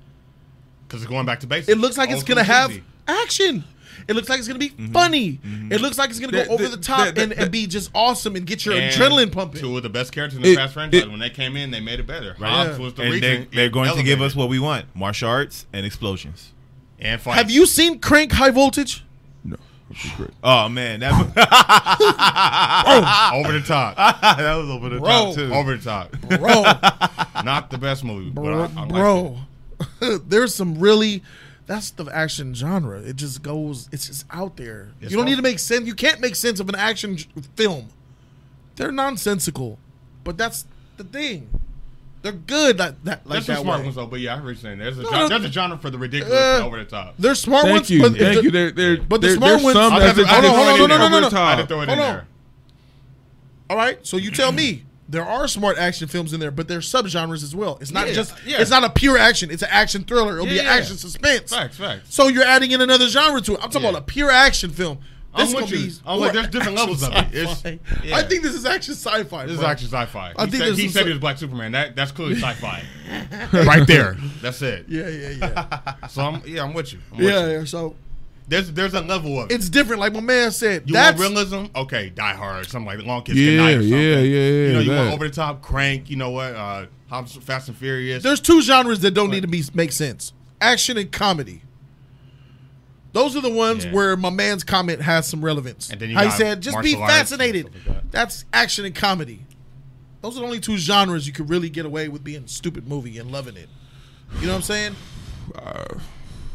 Speaker 2: because it's going back to basics.
Speaker 1: It looks like it's
Speaker 2: Old
Speaker 1: gonna
Speaker 2: school
Speaker 1: have
Speaker 2: cheesy.
Speaker 1: action. It looks like it's gonna be
Speaker 2: Mm-hmm.
Speaker 1: funny. It looks like it's gonna
Speaker 4: That-
Speaker 1: go over
Speaker 4: that-
Speaker 1: the top
Speaker 4: that- that-
Speaker 1: and, and be just awesome and get your
Speaker 2: And
Speaker 1: adrenaline pumping.
Speaker 2: Two of the best characters in
Speaker 4: It-
Speaker 2: the Fast franchise.
Speaker 4: it-
Speaker 2: when they came in, they made it better.
Speaker 3: Right.
Speaker 2: Hobbs was the
Speaker 3: and
Speaker 2: reason.
Speaker 3: they, they're
Speaker 2: it
Speaker 3: going to give us
Speaker 2: elevated.
Speaker 3: what we want: martial arts and explosions.
Speaker 2: and fights.
Speaker 1: Have you seen Crank High Voltage?
Speaker 4: No, that'd be great.
Speaker 3: Oh man, that,
Speaker 2: over the top?
Speaker 3: that was over the
Speaker 1: Bro.
Speaker 3: top too.
Speaker 2: over the top.
Speaker 1: Bro,
Speaker 2: Not the best movie, but I, I
Speaker 1: bro,
Speaker 2: liked it.
Speaker 1: bro. there's some really. That's the action genre. It just goes. It's just out there.
Speaker 2: It's
Speaker 1: you don't need
Speaker 2: awesome.
Speaker 1: to make sense. You can't make sense of an action j- film. They're nonsensical, but that's the thing. They're good. That, that like
Speaker 2: There's
Speaker 1: that
Speaker 2: some smart
Speaker 1: way.
Speaker 2: ones though, but yeah, I heard you saying there's a
Speaker 1: no.
Speaker 2: gen- there's a genre for the ridiculous
Speaker 1: Uh,
Speaker 2: and over the top.
Speaker 1: They're smart
Speaker 4: Thank
Speaker 1: ones.
Speaker 4: you,
Speaker 1: but
Speaker 4: thank
Speaker 1: the-
Speaker 4: you. There, there,
Speaker 1: but the
Speaker 4: there,
Speaker 1: smart
Speaker 4: there's
Speaker 1: ones-
Speaker 4: some
Speaker 1: I
Speaker 4: that's
Speaker 2: thought- I thought-
Speaker 4: just
Speaker 2: hold on,
Speaker 4: over
Speaker 2: hold on,
Speaker 4: the
Speaker 2: no, no, no, no.
Speaker 4: top.
Speaker 2: I didn't throw it in
Speaker 1: Hold on.
Speaker 2: there.
Speaker 1: All right, so you tell me there are smart action films in there, but there's subgenres as well. It's not
Speaker 2: Yeah,
Speaker 1: just
Speaker 2: yeah.
Speaker 1: it's not a pure action. It's an action thriller. It'll be an
Speaker 2: Yeah.
Speaker 1: action suspense.
Speaker 2: Facts, facts.
Speaker 1: So you're adding in another genre to it. I'm talking
Speaker 2: Yeah.
Speaker 1: about a pure action film.
Speaker 2: I'm
Speaker 1: This
Speaker 2: with
Speaker 1: could be.
Speaker 2: you. I'm like, there's different levels of it. It's-
Speaker 1: sci-fi.
Speaker 2: yeah.
Speaker 1: I think this is action sci-fi.
Speaker 2: This is
Speaker 1: bro.
Speaker 2: actually
Speaker 1: I
Speaker 2: sci-fi. he
Speaker 1: think
Speaker 2: said,
Speaker 1: there's
Speaker 2: he
Speaker 1: some
Speaker 2: said
Speaker 1: sci-
Speaker 2: he was Black Superman. That that's clearly sci-fi, right there. That's it.
Speaker 1: Yeah, yeah, yeah,
Speaker 2: So I'm yeah, I'm with you. I'm with
Speaker 1: yeah,
Speaker 2: you.
Speaker 1: yeah. So
Speaker 2: There's there's a level of it.
Speaker 1: it's different. Like my man said,
Speaker 2: You
Speaker 1: that's
Speaker 2: want realism? Okay, Die Hard, something like Long Kiss
Speaker 4: Yeah,
Speaker 2: Goodnight or something.
Speaker 4: yeah, yeah, yeah,
Speaker 2: You know, you
Speaker 4: that.
Speaker 2: want over the top, Crank. You know what? Uh, Hobbs, Fast and Furious.
Speaker 1: there's two genres that don't need to be make sense: action and comedy. Those are the ones
Speaker 2: Yeah.
Speaker 1: where my man's comment has some relevance.
Speaker 2: And then you
Speaker 1: How he
Speaker 2: got
Speaker 1: said, "Just be
Speaker 2: martial arts and
Speaker 1: fascinated."
Speaker 2: stuff like that.
Speaker 1: That's action and comedy. Those are the only two genres you could really get away with being a stupid movie and loving it. You know what I'm saying?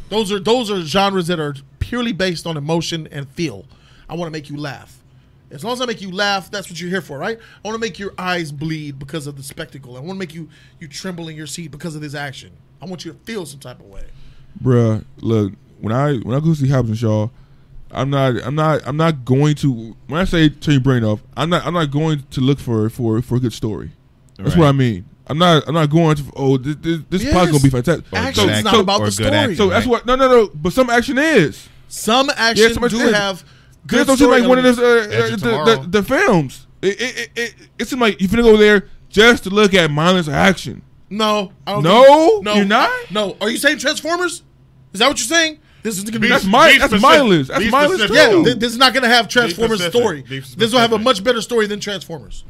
Speaker 1: Those are those are genres that are purely based on emotion and feel. I want to make you laugh. As long as I make you laugh, that's what you're here for, right? I want to make your eyes bleed because of the spectacle. I want to make you you tremble in your seat because of this action. I want you to feel some type of way.
Speaker 4: bruh, look, when I when I go see Hobbs and Shaw, I'm not I'm not I'm not going to when I say turn your brain off, I'm not I'm not going to look for for for a good story. That's
Speaker 3: Right.
Speaker 4: what I mean. I'm not. I'm not going to. Oh, this this, this
Speaker 1: Yes.
Speaker 4: pod's gonna be fantastic.
Speaker 1: Action's
Speaker 4: so,
Speaker 3: good
Speaker 1: not
Speaker 4: so,
Speaker 1: about
Speaker 3: or
Speaker 1: the
Speaker 3: good
Speaker 1: story.
Speaker 3: acting.
Speaker 4: so that's what. No, no, no. But some action is.
Speaker 1: Some action
Speaker 4: somebody
Speaker 1: do
Speaker 4: did.
Speaker 1: have
Speaker 4: Good
Speaker 1: good
Speaker 4: don't seem
Speaker 1: story
Speaker 4: like one of those.
Speaker 1: elements.
Speaker 4: Uh,
Speaker 2: Edge
Speaker 4: uh,
Speaker 2: of
Speaker 4: the,
Speaker 2: Tomorrow.
Speaker 4: the, the films. It it, it it it seems like you finna go there just to look at mindless action.
Speaker 1: No, I don't
Speaker 4: No?
Speaker 1: think-
Speaker 4: You're not?
Speaker 1: No, are you saying Transformers? Is that what you're saying? This is gonna be
Speaker 4: That's
Speaker 2: Be
Speaker 4: my. That's
Speaker 2: specific.
Speaker 4: my list. That's
Speaker 2: Be
Speaker 4: my list.
Speaker 2: specific.
Speaker 1: yeah.
Speaker 2: though.
Speaker 4: too.
Speaker 1: thi- this is not gonna have Transformers
Speaker 2: specific.
Speaker 1: story.
Speaker 2: Be
Speaker 1: This will have a
Speaker 2: specific.
Speaker 1: much better story than Transformers.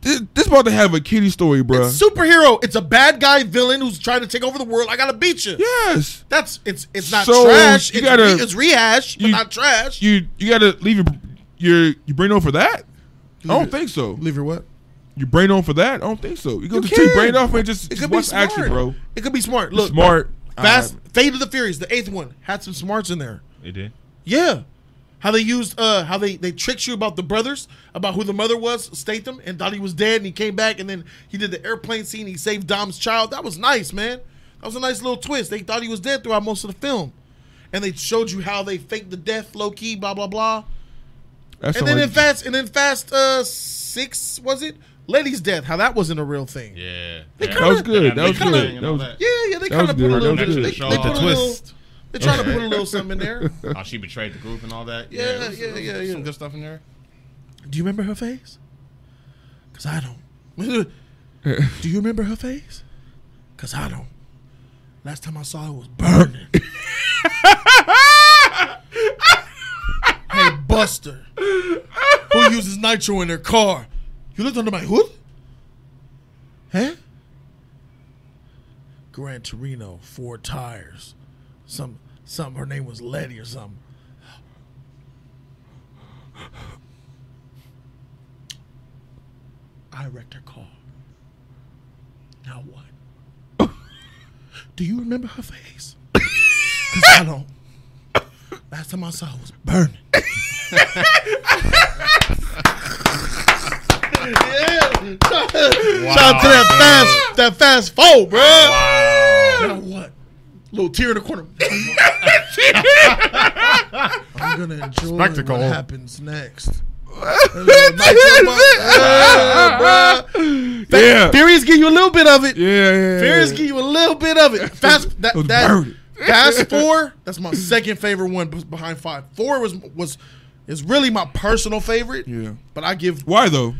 Speaker 4: this, this about to have a kitty story, bro.
Speaker 1: It's superhero. It's a bad guy villain who's trying to take over the world. I gotta beat you.
Speaker 4: yes.
Speaker 1: That's it's it's not
Speaker 4: So,
Speaker 1: trash.
Speaker 4: you
Speaker 1: It's,
Speaker 4: gotta-
Speaker 1: re- it's rehash, but
Speaker 4: you-
Speaker 1: not trash.
Speaker 4: You you gotta leave your your your brain on for that. I don't
Speaker 1: it-
Speaker 4: think so.
Speaker 1: Leave your what?
Speaker 4: Your brain on for that? I don't think so. You go
Speaker 1: You
Speaker 4: to take your
Speaker 1: can.
Speaker 4: brain off and just,
Speaker 1: It
Speaker 4: just
Speaker 1: could be
Speaker 4: watch
Speaker 1: smart,
Speaker 4: action, bro.
Speaker 1: It could be smart. Look,
Speaker 4: smart.
Speaker 1: Fast
Speaker 4: I-
Speaker 1: Fate of the Furious, the eighth one, had some smarts in there.
Speaker 3: It did.
Speaker 1: Yeah. How they used uh how they they tricked you about the brothers, about who the mother was, Statham, and thought he was dead, and he came back, and then he did the airplane scene. He saved Dom's child. That was nice, man. That was a nice little twist. They thought he was dead throughout most of the film, and they showed you how they faked the death, low key, blah blah blah.
Speaker 4: That's
Speaker 1: And then
Speaker 4: like,
Speaker 1: in fast, and then fast uh six was it? Lady's death. How that wasn't a real thing. Yeah,
Speaker 2: Yeah.
Speaker 4: that was good. That was
Speaker 1: kinda-
Speaker 4: good. That was
Speaker 1: yeah, they
Speaker 4: That was
Speaker 1: kind of put a
Speaker 4: good.
Speaker 1: little.
Speaker 4: That
Speaker 1: They,
Speaker 4: was
Speaker 1: they,
Speaker 4: good.
Speaker 1: put
Speaker 2: With the
Speaker 1: a little.
Speaker 3: twist.
Speaker 1: They trying to
Speaker 2: Okay.
Speaker 1: put a little something in there.
Speaker 2: How she betrayed the group and all that.
Speaker 1: Yeah,
Speaker 2: it was-
Speaker 1: yeah,
Speaker 2: it was
Speaker 1: yeah,
Speaker 2: Some
Speaker 1: yeah.
Speaker 2: good stuff in there.
Speaker 1: Do you remember her face? Cause I don't. Do you remember her face? Cause I don't. Last time I saw her was burning. hey Buster, who uses nitro in their car? You looked under my hood? Huh? Gran Torino, four tires. Some, some. Her name was Letty or something. I wrecked her car. Now what? Do you remember her face? Cause I don't. Last time I saw her was burning. yeah. Shout out to that fast, that fast four, bro. Now what? Little tear in the corner. I'm gonna enjoy
Speaker 2: Spectacle.
Speaker 1: what happens next. yeah,
Speaker 4: yeah. Yeah.
Speaker 1: Furious give you a little bit of it.
Speaker 4: Yeah, yeah,
Speaker 1: Furious
Speaker 4: yeah.
Speaker 1: give you a little bit of it. Fast that,
Speaker 4: Those
Speaker 1: that
Speaker 4: birdies.
Speaker 1: Fast Four. That's my second favorite one bes- behind Five. Four was was is really my personal favorite.
Speaker 4: Yeah.
Speaker 1: But I give
Speaker 4: Why though?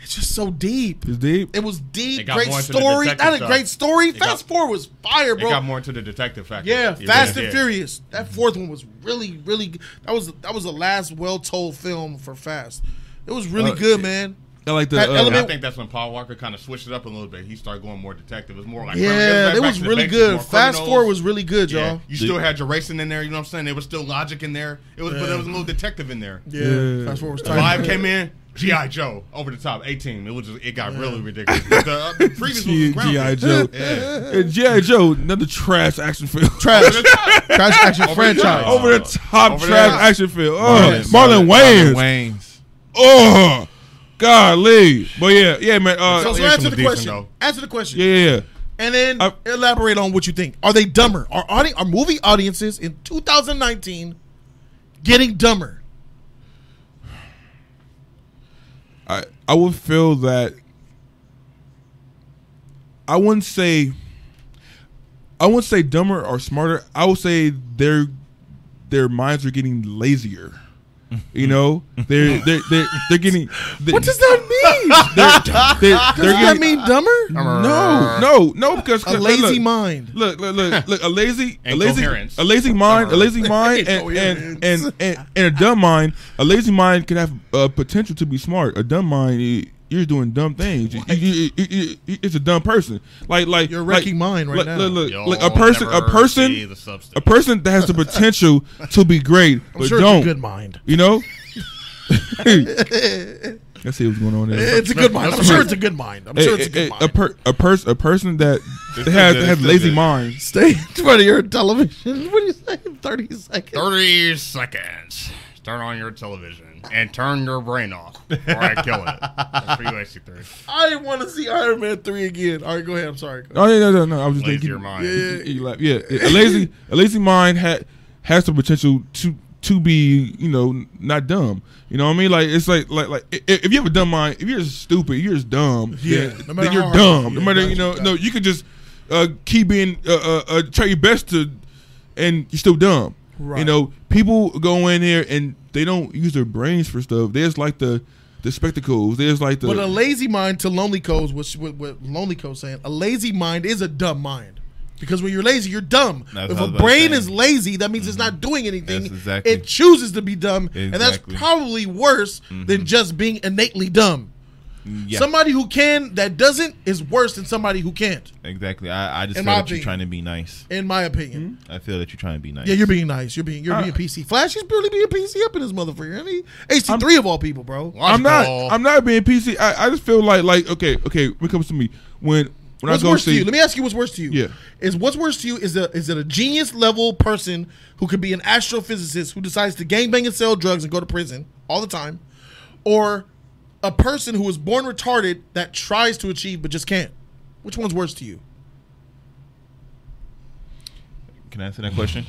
Speaker 1: it's just so deep.
Speaker 4: It's deep.
Speaker 1: It was deep.
Speaker 2: It got
Speaker 1: great
Speaker 2: more into the
Speaker 1: story.
Speaker 2: detective
Speaker 1: Not a
Speaker 2: stuff.
Speaker 1: great story.
Speaker 2: got-
Speaker 1: Fast Four was fire,
Speaker 2: It
Speaker 1: bro.
Speaker 2: got more into the detective factor.
Speaker 1: Yeah,
Speaker 2: It
Speaker 1: Fast
Speaker 2: really
Speaker 1: and
Speaker 2: did.
Speaker 1: Furious. That fourth one was really, really. g- That was that was the last well told film for Fast. It was really
Speaker 4: Uh,
Speaker 1: good,
Speaker 4: it-
Speaker 1: man.
Speaker 4: I like the
Speaker 1: That
Speaker 4: uh,
Speaker 2: And I
Speaker 1: element-
Speaker 2: think that's when Paul Walker kind of switched it up a little bit. He started going more detective. It was more like
Speaker 1: Yeah,
Speaker 2: back
Speaker 1: it
Speaker 2: to
Speaker 1: was
Speaker 2: the
Speaker 1: really
Speaker 2: basics,
Speaker 1: good.
Speaker 2: more
Speaker 1: Fast
Speaker 2: criminals.
Speaker 1: Four was really good, y'all.
Speaker 2: Yeah, you still had your racing in there. You know what I'm saying? There was still logic in there. It was, but there was a little detective in there.
Speaker 1: Yeah,
Speaker 4: Yeah.
Speaker 1: fast forward was tight.
Speaker 2: Five came in. GI Joe over the top. 18. It was just. It got really ridiculous. The, uh, the previous one was
Speaker 4: G.I.
Speaker 2: grounded.
Speaker 4: Joe.
Speaker 2: Yeah.
Speaker 4: Uh, G.I. Joe, another trash action film.
Speaker 1: Trash,
Speaker 2: Over the top.
Speaker 1: trash action
Speaker 2: Over the top.
Speaker 1: franchise.
Speaker 4: Over the top
Speaker 2: Over the
Speaker 4: trash
Speaker 2: top.
Speaker 4: action film. Oh,
Speaker 3: Yes.
Speaker 4: Marlon Wayans.
Speaker 3: Wayans.
Speaker 4: Oh, golly. But yeah, yeah, man.
Speaker 1: So,
Speaker 4: Uh,
Speaker 1: so
Speaker 2: Yeah,
Speaker 1: answer
Speaker 2: some
Speaker 1: the
Speaker 2: decent,
Speaker 1: question.
Speaker 2: though.
Speaker 1: Answer the question,
Speaker 4: yeah, yeah, yeah.
Speaker 1: and then
Speaker 4: I-
Speaker 1: elaborate on what you think. Are they dumber? Are audi- are movie audiences in 2019 getting dumber?
Speaker 4: I I would feel that I wouldn't say I wouldn't say dumber or smarter. I would say their their minds are getting lazier. You know, they're they're they're, they're getting. They,
Speaker 1: What does that mean?
Speaker 4: they're, they're,
Speaker 1: Does
Speaker 4: they're
Speaker 1: that
Speaker 4: getting,
Speaker 1: mean dumber?
Speaker 4: no, no, no, because
Speaker 1: A
Speaker 4: look,
Speaker 1: lazy
Speaker 4: look,
Speaker 1: mind.
Speaker 4: Look, look, look, look, a lazy, a
Speaker 2: And
Speaker 4: lazy,
Speaker 2: coherence.
Speaker 4: a lazy mind, a lazy mind, and
Speaker 1: Incoherence.
Speaker 4: and, and and and a dumb mind. A lazy mind can have uh, potential to be smart. A dumb mind, you, you're doing dumb things. You, you, you, you, you, it's a dumb person. Like like
Speaker 1: You're
Speaker 4: like-
Speaker 1: wrecking mine right
Speaker 4: look,
Speaker 1: now.
Speaker 4: Look, look,
Speaker 2: Y'all
Speaker 4: look, a person, a
Speaker 2: never see
Speaker 4: person,
Speaker 2: the substance.
Speaker 4: a person that has the potential to be great, but
Speaker 1: sure,
Speaker 4: don't.
Speaker 1: it's a good mind.
Speaker 4: You know. I see what's going on there.
Speaker 1: It's a good mind. I'm sure it's a good mind. I'm sure it's a good
Speaker 4: A, a,
Speaker 1: mind.
Speaker 4: per, a, pers- a person that
Speaker 3: is
Speaker 4: has,
Speaker 3: good,
Speaker 4: has
Speaker 3: this is
Speaker 4: lazy
Speaker 3: good.
Speaker 4: minds
Speaker 1: Stay in front of your television. What do you say? 30 seconds.
Speaker 2: 30 seconds. Turn on your television and turn your brain off, or I kill it. That's for you, AC3.
Speaker 1: I want to see Iron Man 3 again. All right, go ahead. I'm sorry. Go ahead.
Speaker 4: Oh yeah, no, no, no. I was just
Speaker 2: Lazier
Speaker 4: thinking.
Speaker 2: mind.
Speaker 4: Yeah, yeah, yeah, yeah. A lazy, a lazy mind ha, has the potential to to be you know not dumb. You know what I mean? Like it's like like like i- if you have a dumb mind, if you're just stupid, you're just dumb.
Speaker 1: Yeah.
Speaker 4: then,
Speaker 1: No
Speaker 4: then
Speaker 1: matter
Speaker 4: you're
Speaker 1: how hard-
Speaker 4: dumb.
Speaker 1: yeah,
Speaker 4: no matter
Speaker 1: gotcha,
Speaker 4: you know
Speaker 1: gotcha.
Speaker 4: no, you could just uh, keep being uh, uh, uh, try your best to, and you're still dumb.
Speaker 1: Right.
Speaker 4: You know, people go in here and they don't use their brains for stuff. There's like the the spectacles. There's like the
Speaker 1: But a lazy mind to Lonely Co's, which what, what Lonely Co's saying, a lazy mind is a dumb mind. Because when you're lazy, you're dumb. if a
Speaker 3: That's what I was about to
Speaker 1: brain
Speaker 3: say. Mm-hmm.
Speaker 1: is lazy, that means it's not doing anything.
Speaker 3: That's exactly-
Speaker 1: It chooses to be dumb, and that's
Speaker 3: Exactly. Mm-hmm.
Speaker 1: probably worse than just being innately dumb.
Speaker 3: Yeah.
Speaker 1: Somebody who can that doesn't is worse than somebody who can't,
Speaker 3: Exactly. I, I just
Speaker 1: In
Speaker 3: feel
Speaker 1: my
Speaker 3: that you're
Speaker 1: opinion.
Speaker 3: trying to be nice.
Speaker 1: in my opinion.
Speaker 3: I feel that you're trying to be nice.
Speaker 1: Yeah, you're being nice. You're being you're
Speaker 4: I-
Speaker 1: being PC. Flash is really being PC up in this motherfucker. I mean, HC three of all people, bro.
Speaker 4: I'm not.
Speaker 2: Logical.
Speaker 4: I'm not being PC. I, I just feel like like okay, okay. When it comes to me, when when
Speaker 1: What's
Speaker 4: I go
Speaker 1: worse
Speaker 4: see,
Speaker 1: to you? Let me ask you what's worse to you.
Speaker 4: Yeah.
Speaker 1: Is what's worse to you is a is it a genius level person who could be an astrophysicist who decides to gangbang and sell drugs and go to prison all the time? Or a person who was born retarded that tries to achieve but just can't? Which one's worse to you?
Speaker 3: Can I answer that question?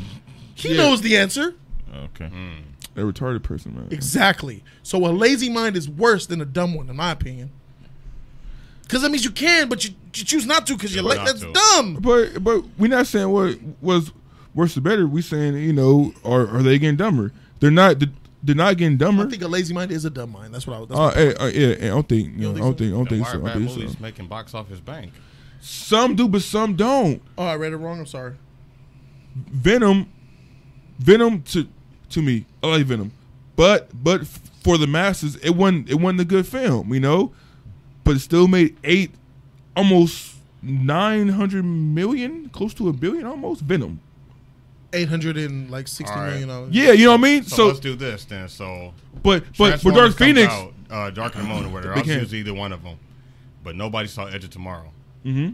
Speaker 1: He knows the answer.
Speaker 3: Okay.
Speaker 2: Mm.
Speaker 4: a retarded person, man.
Speaker 1: Exactly. So a lazy mind is worse than a dumb one, in my opinion. Because that means you can, but you, you choose not to because you're
Speaker 2: Choose
Speaker 1: like,
Speaker 2: not
Speaker 1: that's
Speaker 2: to.
Speaker 1: dumb.
Speaker 4: But but we're not saying what was worse or better. We saying you know are are they getting dumber? They're not. They're not getting
Speaker 1: I
Speaker 4: dumber.
Speaker 1: think a lazy mind is a dumb mind. That's what I was.
Speaker 4: Uh, hey, uh, yeah, I don't think. You know,
Speaker 1: don't think
Speaker 4: I don't
Speaker 1: so?
Speaker 4: think. I don't
Speaker 2: Then
Speaker 4: think
Speaker 2: why
Speaker 4: so.
Speaker 2: are
Speaker 4: I
Speaker 2: bad
Speaker 4: don't
Speaker 2: movies
Speaker 4: think so.
Speaker 2: making box office bank?
Speaker 4: Some do, but some don't.
Speaker 1: oh, I read it wrong. I'm sorry.
Speaker 4: Venom, Venom to to me, I like Venom, but but f- for the masses, it wasn't it wasn't a good film, you know, but it still made eight, almost nine hundred million, close to a billion, almost Venom.
Speaker 1: eight hundred and like sixty
Speaker 2: All right.
Speaker 1: million dollars.
Speaker 4: Yeah, you know what I mean.
Speaker 2: So,
Speaker 4: So,
Speaker 2: let's do this then. So,
Speaker 4: but but for
Speaker 2: Transformers
Speaker 4: Dark
Speaker 2: comes
Speaker 4: Phoenix,
Speaker 2: out, uh, Dark and the Moon, or whatever.
Speaker 4: They
Speaker 2: I
Speaker 4: can't.
Speaker 2: choose either one of them, but nobody saw Edge of Tomorrow.
Speaker 1: Yeah.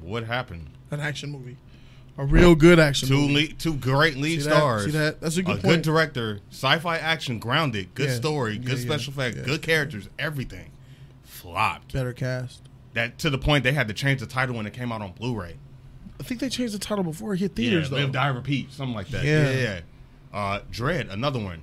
Speaker 2: What happened?
Speaker 1: an action movie, a real good action
Speaker 2: Two
Speaker 1: movie.
Speaker 2: lead, two great lead
Speaker 1: See that?
Speaker 2: stars.
Speaker 1: See that? That's a good point.
Speaker 2: good director, sci-fi action, grounded, good
Speaker 1: Yeah.
Speaker 2: story,
Speaker 1: Yeah,
Speaker 2: good
Speaker 1: yeah,
Speaker 2: special effects,
Speaker 1: yeah.
Speaker 2: good characters, everything. Flopped.
Speaker 1: Better cast.
Speaker 2: That to the point they had to change the title when it came out on Blu-ray.
Speaker 1: I think they changed the title before it hit
Speaker 2: Yeah,
Speaker 1: theaters
Speaker 2: live,
Speaker 1: though.
Speaker 2: die, repeat, something like that.
Speaker 1: Yeah.
Speaker 2: Yeah, yeah. yeah. Uh, Dread, another one.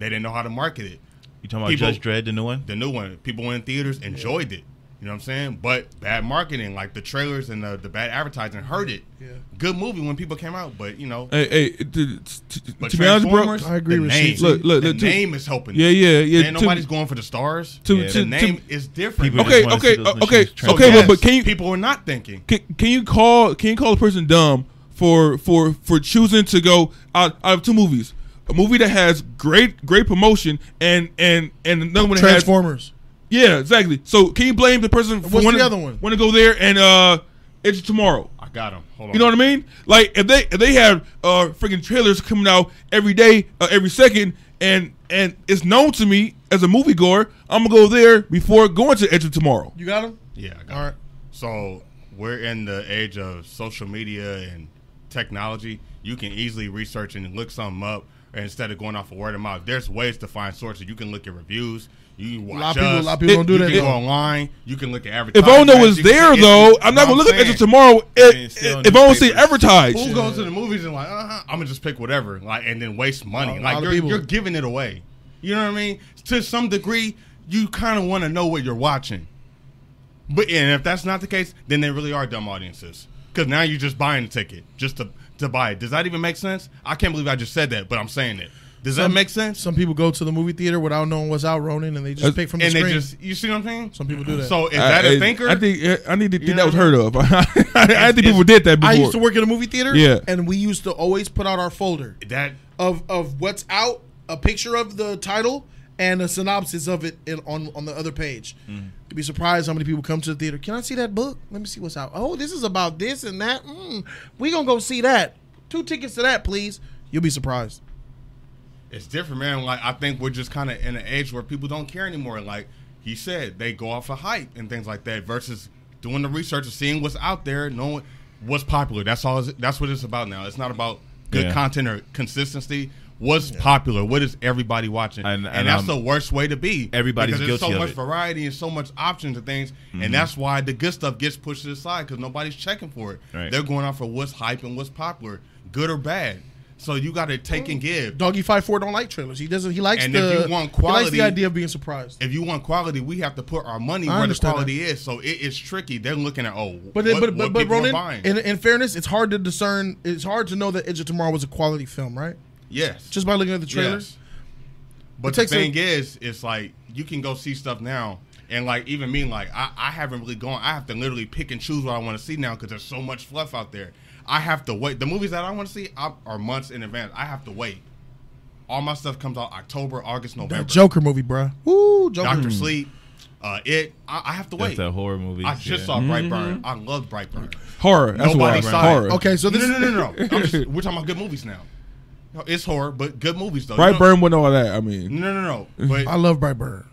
Speaker 2: They didn't know how to market it.
Speaker 3: You talking about
Speaker 2: People-
Speaker 3: Judge Dredd, the new one?
Speaker 2: The new one, people in theaters enjoyed it. You know what I'm saying? But bad marketing, like the trailers and the, the bad advertising, hurt it.
Speaker 1: Yeah.
Speaker 2: Good movie when people came out, but you know,
Speaker 4: hey, hey, t- t- t-
Speaker 2: but
Speaker 4: to be honest, bro,
Speaker 2: Transformers,
Speaker 1: I agree
Speaker 2: the
Speaker 1: with
Speaker 2: name,
Speaker 1: Shitzy.
Speaker 4: Look, look,
Speaker 2: the
Speaker 4: look, to-
Speaker 2: name is helping.
Speaker 4: yeah, yeah, yeah.
Speaker 2: Man,
Speaker 4: to-
Speaker 2: nobody's going for the stars.
Speaker 4: to-
Speaker 3: Yeah.
Speaker 4: to-
Speaker 2: the
Speaker 4: to-
Speaker 2: name is different.
Speaker 3: People
Speaker 4: Okay,
Speaker 3: just wanna see
Speaker 4: okay, uh,
Speaker 3: those
Speaker 4: okay,
Speaker 3: machines transform.
Speaker 4: okay, but- but can you-
Speaker 2: people were not thinking.
Speaker 4: can, can you call can you call a person dumb for for for choosing to go out out of two movies a movie that has great great promotion and and and another one that has
Speaker 1: Transformers.
Speaker 4: yeah exactly so can you blame the person for
Speaker 1: What's
Speaker 4: wanting-
Speaker 1: the other one?
Speaker 4: wanting to go there and uh it's tomorrow
Speaker 2: I got him. Hold on.
Speaker 4: you know what I mean? Like if they if they have uh freaking trailers coming out every day, uh, every second, and and it's known to me as a moviegoer, I'm gonna go there before going to Edge of Tomorrow.
Speaker 1: You got him.
Speaker 2: Yeah. I got
Speaker 1: All
Speaker 2: it.
Speaker 1: right.
Speaker 2: So we're in the age of social media and technology. You can easily research and look something up and instead of going off of word of mouth. There's ways to find sources. You can look at reviews. You can
Speaker 1: A
Speaker 2: watch
Speaker 1: lot of people, a
Speaker 2: us.
Speaker 1: lot of people
Speaker 4: It-
Speaker 1: don't do
Speaker 2: you
Speaker 1: that.
Speaker 2: can go online. You can look at
Speaker 4: If
Speaker 2: advertising.
Speaker 4: I don't know it's there though, I'm not gonna look at Edge of Tomorrow.
Speaker 3: mean,
Speaker 4: If,
Speaker 3: it's still
Speaker 4: if I don't see it
Speaker 3: newspapers.
Speaker 4: advertised,
Speaker 2: Who goes to the movies and like, uh-huh, I'm gonna just pick whatever, like, and then waste money.
Speaker 1: A lot
Speaker 2: like,
Speaker 1: of
Speaker 2: you're,
Speaker 1: people.
Speaker 2: you're giving it away. You know what I mean? To some degree, you kind of want to know what you're watching. But and if that's not the case, then they really are dumb audiences. Because now you're just buying a ticket just to to buy it. Does that even make sense? I can't believe I just said that, but I'm saying it. Does that make sense?
Speaker 1: Some people go to the movie theater without knowing what's out Ronin, and they just
Speaker 4: That's-
Speaker 1: pick from the
Speaker 2: and
Speaker 1: screen.
Speaker 2: they just, you see what I'm saying?
Speaker 1: Some people do that.
Speaker 2: So is
Speaker 4: I-
Speaker 2: that
Speaker 4: I-
Speaker 2: a thinker?
Speaker 4: I think uh, I need to think
Speaker 2: You
Speaker 4: that
Speaker 2: know
Speaker 4: was
Speaker 2: what I
Speaker 4: heard of. I think people did that before.
Speaker 1: I used to work at a movie theater.
Speaker 4: Yeah.
Speaker 1: And we used to always put out our folder
Speaker 2: that
Speaker 1: of of what's out, a picture of the title, and a synopsis of it in, on on the other page.
Speaker 2: Mm.
Speaker 1: You'd be surprised how many people come to the theater. Can I see that book? Let me see what's out. Oh, this is about this and that. Mm, we gonna go see that. Two tickets to that, please. You'll be surprised.
Speaker 2: it's different, man. Like I think we're just kind of in an age where people don't care anymore. Like he said, they go off of hype and things like that versus doing the research and seeing what's out there, knowing what's popular. That's all. it's- That's what it's about now. It's not about good
Speaker 3: Yeah.
Speaker 2: content or consistency. What's popular? What is everybody watching?
Speaker 3: And-
Speaker 2: And,
Speaker 3: and
Speaker 2: that's
Speaker 3: I'm-
Speaker 2: the worst way to be.
Speaker 3: Everybody's
Speaker 2: because There's
Speaker 3: guilty
Speaker 2: so
Speaker 3: of
Speaker 2: much
Speaker 3: it. Mm-hmm.
Speaker 2: variety and so much options and things, and that's why the good stuff gets pushed to the side because nobody's checking for it.
Speaker 3: Right.
Speaker 2: They're going off for what's hype and what's popular, good or bad. So you got to take and give.
Speaker 1: Doggy Five Four don't like trailers. He doesn't. He likes
Speaker 2: And if
Speaker 1: the.
Speaker 2: you want
Speaker 1: he likes
Speaker 2: quality-
Speaker 1: the idea of being surprised.
Speaker 2: If you want quality, we have to put our money
Speaker 1: I
Speaker 2: where the
Speaker 1: understand
Speaker 2: quality is. So it is tricky. They're looking at oh,
Speaker 1: But
Speaker 2: what,
Speaker 1: but
Speaker 2: what
Speaker 1: but, but
Speaker 2: people are
Speaker 1: Ronan,
Speaker 2: buying.
Speaker 1: in, in fairness, it's hard to discern. It's hard to know that Edge of Tomorrow was a quality film, right?
Speaker 2: yes,
Speaker 1: Just by looking at the trailers.
Speaker 2: Yes. But
Speaker 1: It
Speaker 2: the
Speaker 1: takes a-
Speaker 2: thing is, it's like you can go see stuff now, and like even me, like I, I haven't really gone. I have to literally pick and choose what I want to see now because there's so much fluff out there. I have to wait. The movies that I want to see I, are months in advance. I have to wait. All my stuff comes out October, August, November.
Speaker 1: That Joker movie, bruh. Woo, Joker.
Speaker 2: Doctor Sleep, uh, it. I, I have to
Speaker 3: That's
Speaker 2: wait.
Speaker 3: a horror movie.
Speaker 2: I just
Speaker 3: yeah.
Speaker 2: saw
Speaker 1: Mm-hmm.
Speaker 2: Brightburn. I love Brightburn.
Speaker 4: Horror. That's
Speaker 2: Nobody
Speaker 4: why.
Speaker 2: saw it.
Speaker 4: Horror.
Speaker 1: Okay, so
Speaker 2: No,
Speaker 1: this
Speaker 2: no, no, no, no. I'm just, we're talking about good movies now. No, it's horror, but good movies though. You
Speaker 4: Bright
Speaker 2: know-
Speaker 4: Burn wasn't all that. I mean,
Speaker 2: No, no, no. But
Speaker 1: I love Brightburn.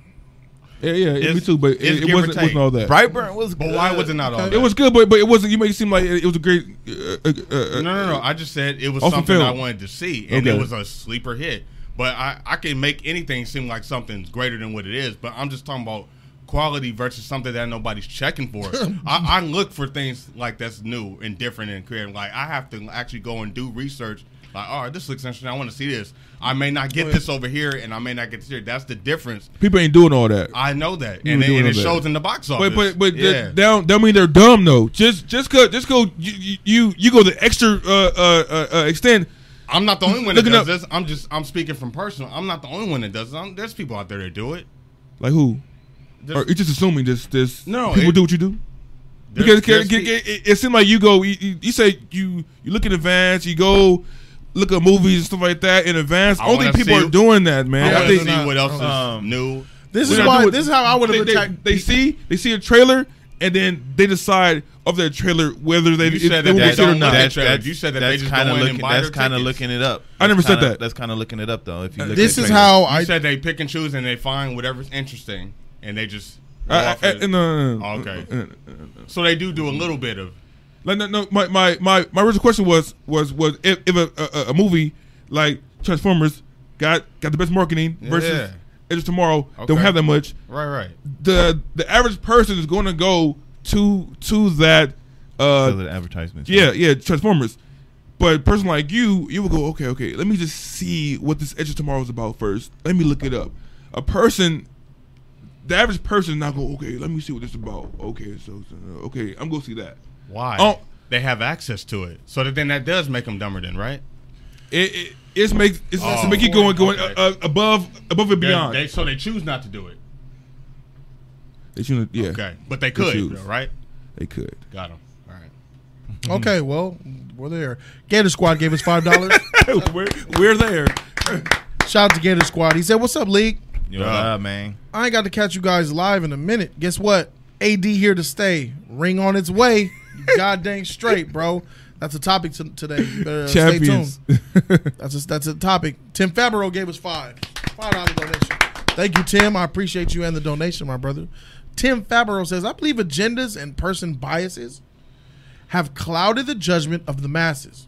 Speaker 4: yeah, yeah, me
Speaker 2: It's-
Speaker 4: too. But it,
Speaker 2: it's
Speaker 4: it
Speaker 2: give or
Speaker 4: wasn't,
Speaker 2: take.
Speaker 4: wasn't all that.
Speaker 3: Brightburn was.
Speaker 2: But why
Speaker 3: good.
Speaker 2: was it not all?
Speaker 4: It was good, but but it wasn't. You make it seem like it, it was a great. Uh, uh, uh,
Speaker 2: No, no, no. I just said it was
Speaker 4: Off the
Speaker 2: something
Speaker 4: field.
Speaker 2: I wanted to see, and
Speaker 4: Okay.
Speaker 2: it was a sleeper hit. But I, I can make anything seem like something's greater than what it is. But I'm just talking about quality versus something that nobody's checking for. I, I look for things like that's new and different and creative. Like I have to actually go and do research. Like, all right, this looks interesting. I want to see this. I may not get this over here, and I may not get this here. That's the difference.
Speaker 4: People ain't doing all that.
Speaker 2: I know that,
Speaker 4: You
Speaker 2: and,
Speaker 4: were
Speaker 2: it-
Speaker 4: doing
Speaker 2: and it
Speaker 4: that.
Speaker 2: shows in the box office.
Speaker 4: But but but
Speaker 2: yeah.
Speaker 4: that, that don't mean they're dumb though. Just just cause just go you you- you, you go the extra uh, uh, uh, uh, extent.
Speaker 2: I'm not the only one that
Speaker 4: Looking
Speaker 2: does
Speaker 4: up-
Speaker 2: this. I'm just I'm speaking from personal. I'm not the only one that does it. I'm, there's people out there that do it.
Speaker 4: Like who?
Speaker 2: There's-
Speaker 4: Or you just assuming this this
Speaker 2: No,
Speaker 4: people
Speaker 2: it-
Speaker 4: do what you do.
Speaker 2: there's-
Speaker 4: Because 'cause-
Speaker 2: there's pe-
Speaker 4: it, it, it seemed like you go you, you, you say you you look in advance you go look at movies and stuff like that in advance.
Speaker 2: I
Speaker 4: I don't think
Speaker 2: wanna
Speaker 4: people
Speaker 2: see-
Speaker 4: are doing that, man.
Speaker 2: I
Speaker 4: I
Speaker 2: want to
Speaker 4: think
Speaker 2: see what else is
Speaker 3: Um,
Speaker 2: new.
Speaker 1: This
Speaker 4: We
Speaker 1: is
Speaker 4: don't
Speaker 1: why.
Speaker 4: do it.
Speaker 1: This is how I would
Speaker 4: they,
Speaker 1: have
Speaker 4: they,
Speaker 1: attacked.
Speaker 4: they see they see a trailer and then they decide of their trailer whether they
Speaker 2: You
Speaker 4: it-
Speaker 2: said
Speaker 4: they
Speaker 2: that
Speaker 4: will
Speaker 2: they
Speaker 3: That-
Speaker 4: see it or
Speaker 2: don't
Speaker 4: not.
Speaker 2: look
Speaker 3: that's-
Speaker 2: Trailer.
Speaker 3: that's-
Speaker 2: You said that they
Speaker 3: that's
Speaker 2: just
Speaker 3: kinda
Speaker 2: go in and
Speaker 3: looking,
Speaker 2: buy
Speaker 3: That's
Speaker 2: their
Speaker 3: kind of
Speaker 2: tickets.
Speaker 3: looking it up.
Speaker 4: I never
Speaker 3: That's
Speaker 4: said
Speaker 3: kinda-
Speaker 4: that.
Speaker 3: That's kind of looking it up though. If you look
Speaker 1: This
Speaker 3: at
Speaker 1: is
Speaker 3: trailers.
Speaker 1: how
Speaker 2: I
Speaker 1: I.
Speaker 2: said they pick and choose and they find whatever's interesting and they just. go
Speaker 4: I,
Speaker 2: off
Speaker 4: I, I,
Speaker 2: it.
Speaker 4: no, no, no.
Speaker 2: Okay.
Speaker 4: No, no, no.
Speaker 2: So they do do a little bit of.
Speaker 4: Like no, no my, my, my, my original question was was was if, if a, a, a movie like Transformers got got the best marketing versus
Speaker 2: Yeah.
Speaker 4: Edge of Tomorrow don't
Speaker 2: Okay.
Speaker 4: have that much.
Speaker 2: Right, right.
Speaker 4: The the average person is going to go to to that uh,
Speaker 3: Because of the advertisements.
Speaker 4: yeah yeah Transformers, but a person like you you will go okay okay let me just see what this Edge of Tomorrow is about first. Let me look it up. A person. The average person is not go okay. Let me see what this is about. Okay, so, so okay, I'm gonna see that.
Speaker 2: Why?
Speaker 4: Oh.
Speaker 2: They have access to it. So that, then that does make them dumber, then, right?
Speaker 4: It, it it's make it's
Speaker 2: Oh.
Speaker 4: to make you going going
Speaker 2: Okay.
Speaker 4: uh, uh, above above and
Speaker 2: They're-
Speaker 4: beyond.
Speaker 2: They, so they choose not to do it.
Speaker 4: They shouldn't- yeah,
Speaker 2: Okay. But they could,
Speaker 4: choose.
Speaker 2: right?
Speaker 4: they could.
Speaker 2: Got them. All right.
Speaker 1: Okay, well, we're there. Gator Squad gave us five dollars.
Speaker 4: we're, we're there.
Speaker 1: Shout out to Gator Squad. He said, "What's up, league?
Speaker 3: You know,
Speaker 2: Yeah.
Speaker 3: uh, man.
Speaker 1: I ain't got to catch you guys live in a minute. Guess what? AD here to stay. Ring on its way. God dang straight, bro. That's a topic to today. You better, uh, stay tuned.
Speaker 4: Champions.
Speaker 1: That's a, that's a topic. Tim Fabro gave us five. Five dollar donation. Thank you, Tim. I appreciate you and the donation, my brother. Tim Fabro says, I believe agendas and person biases have clouded the judgment of the masses.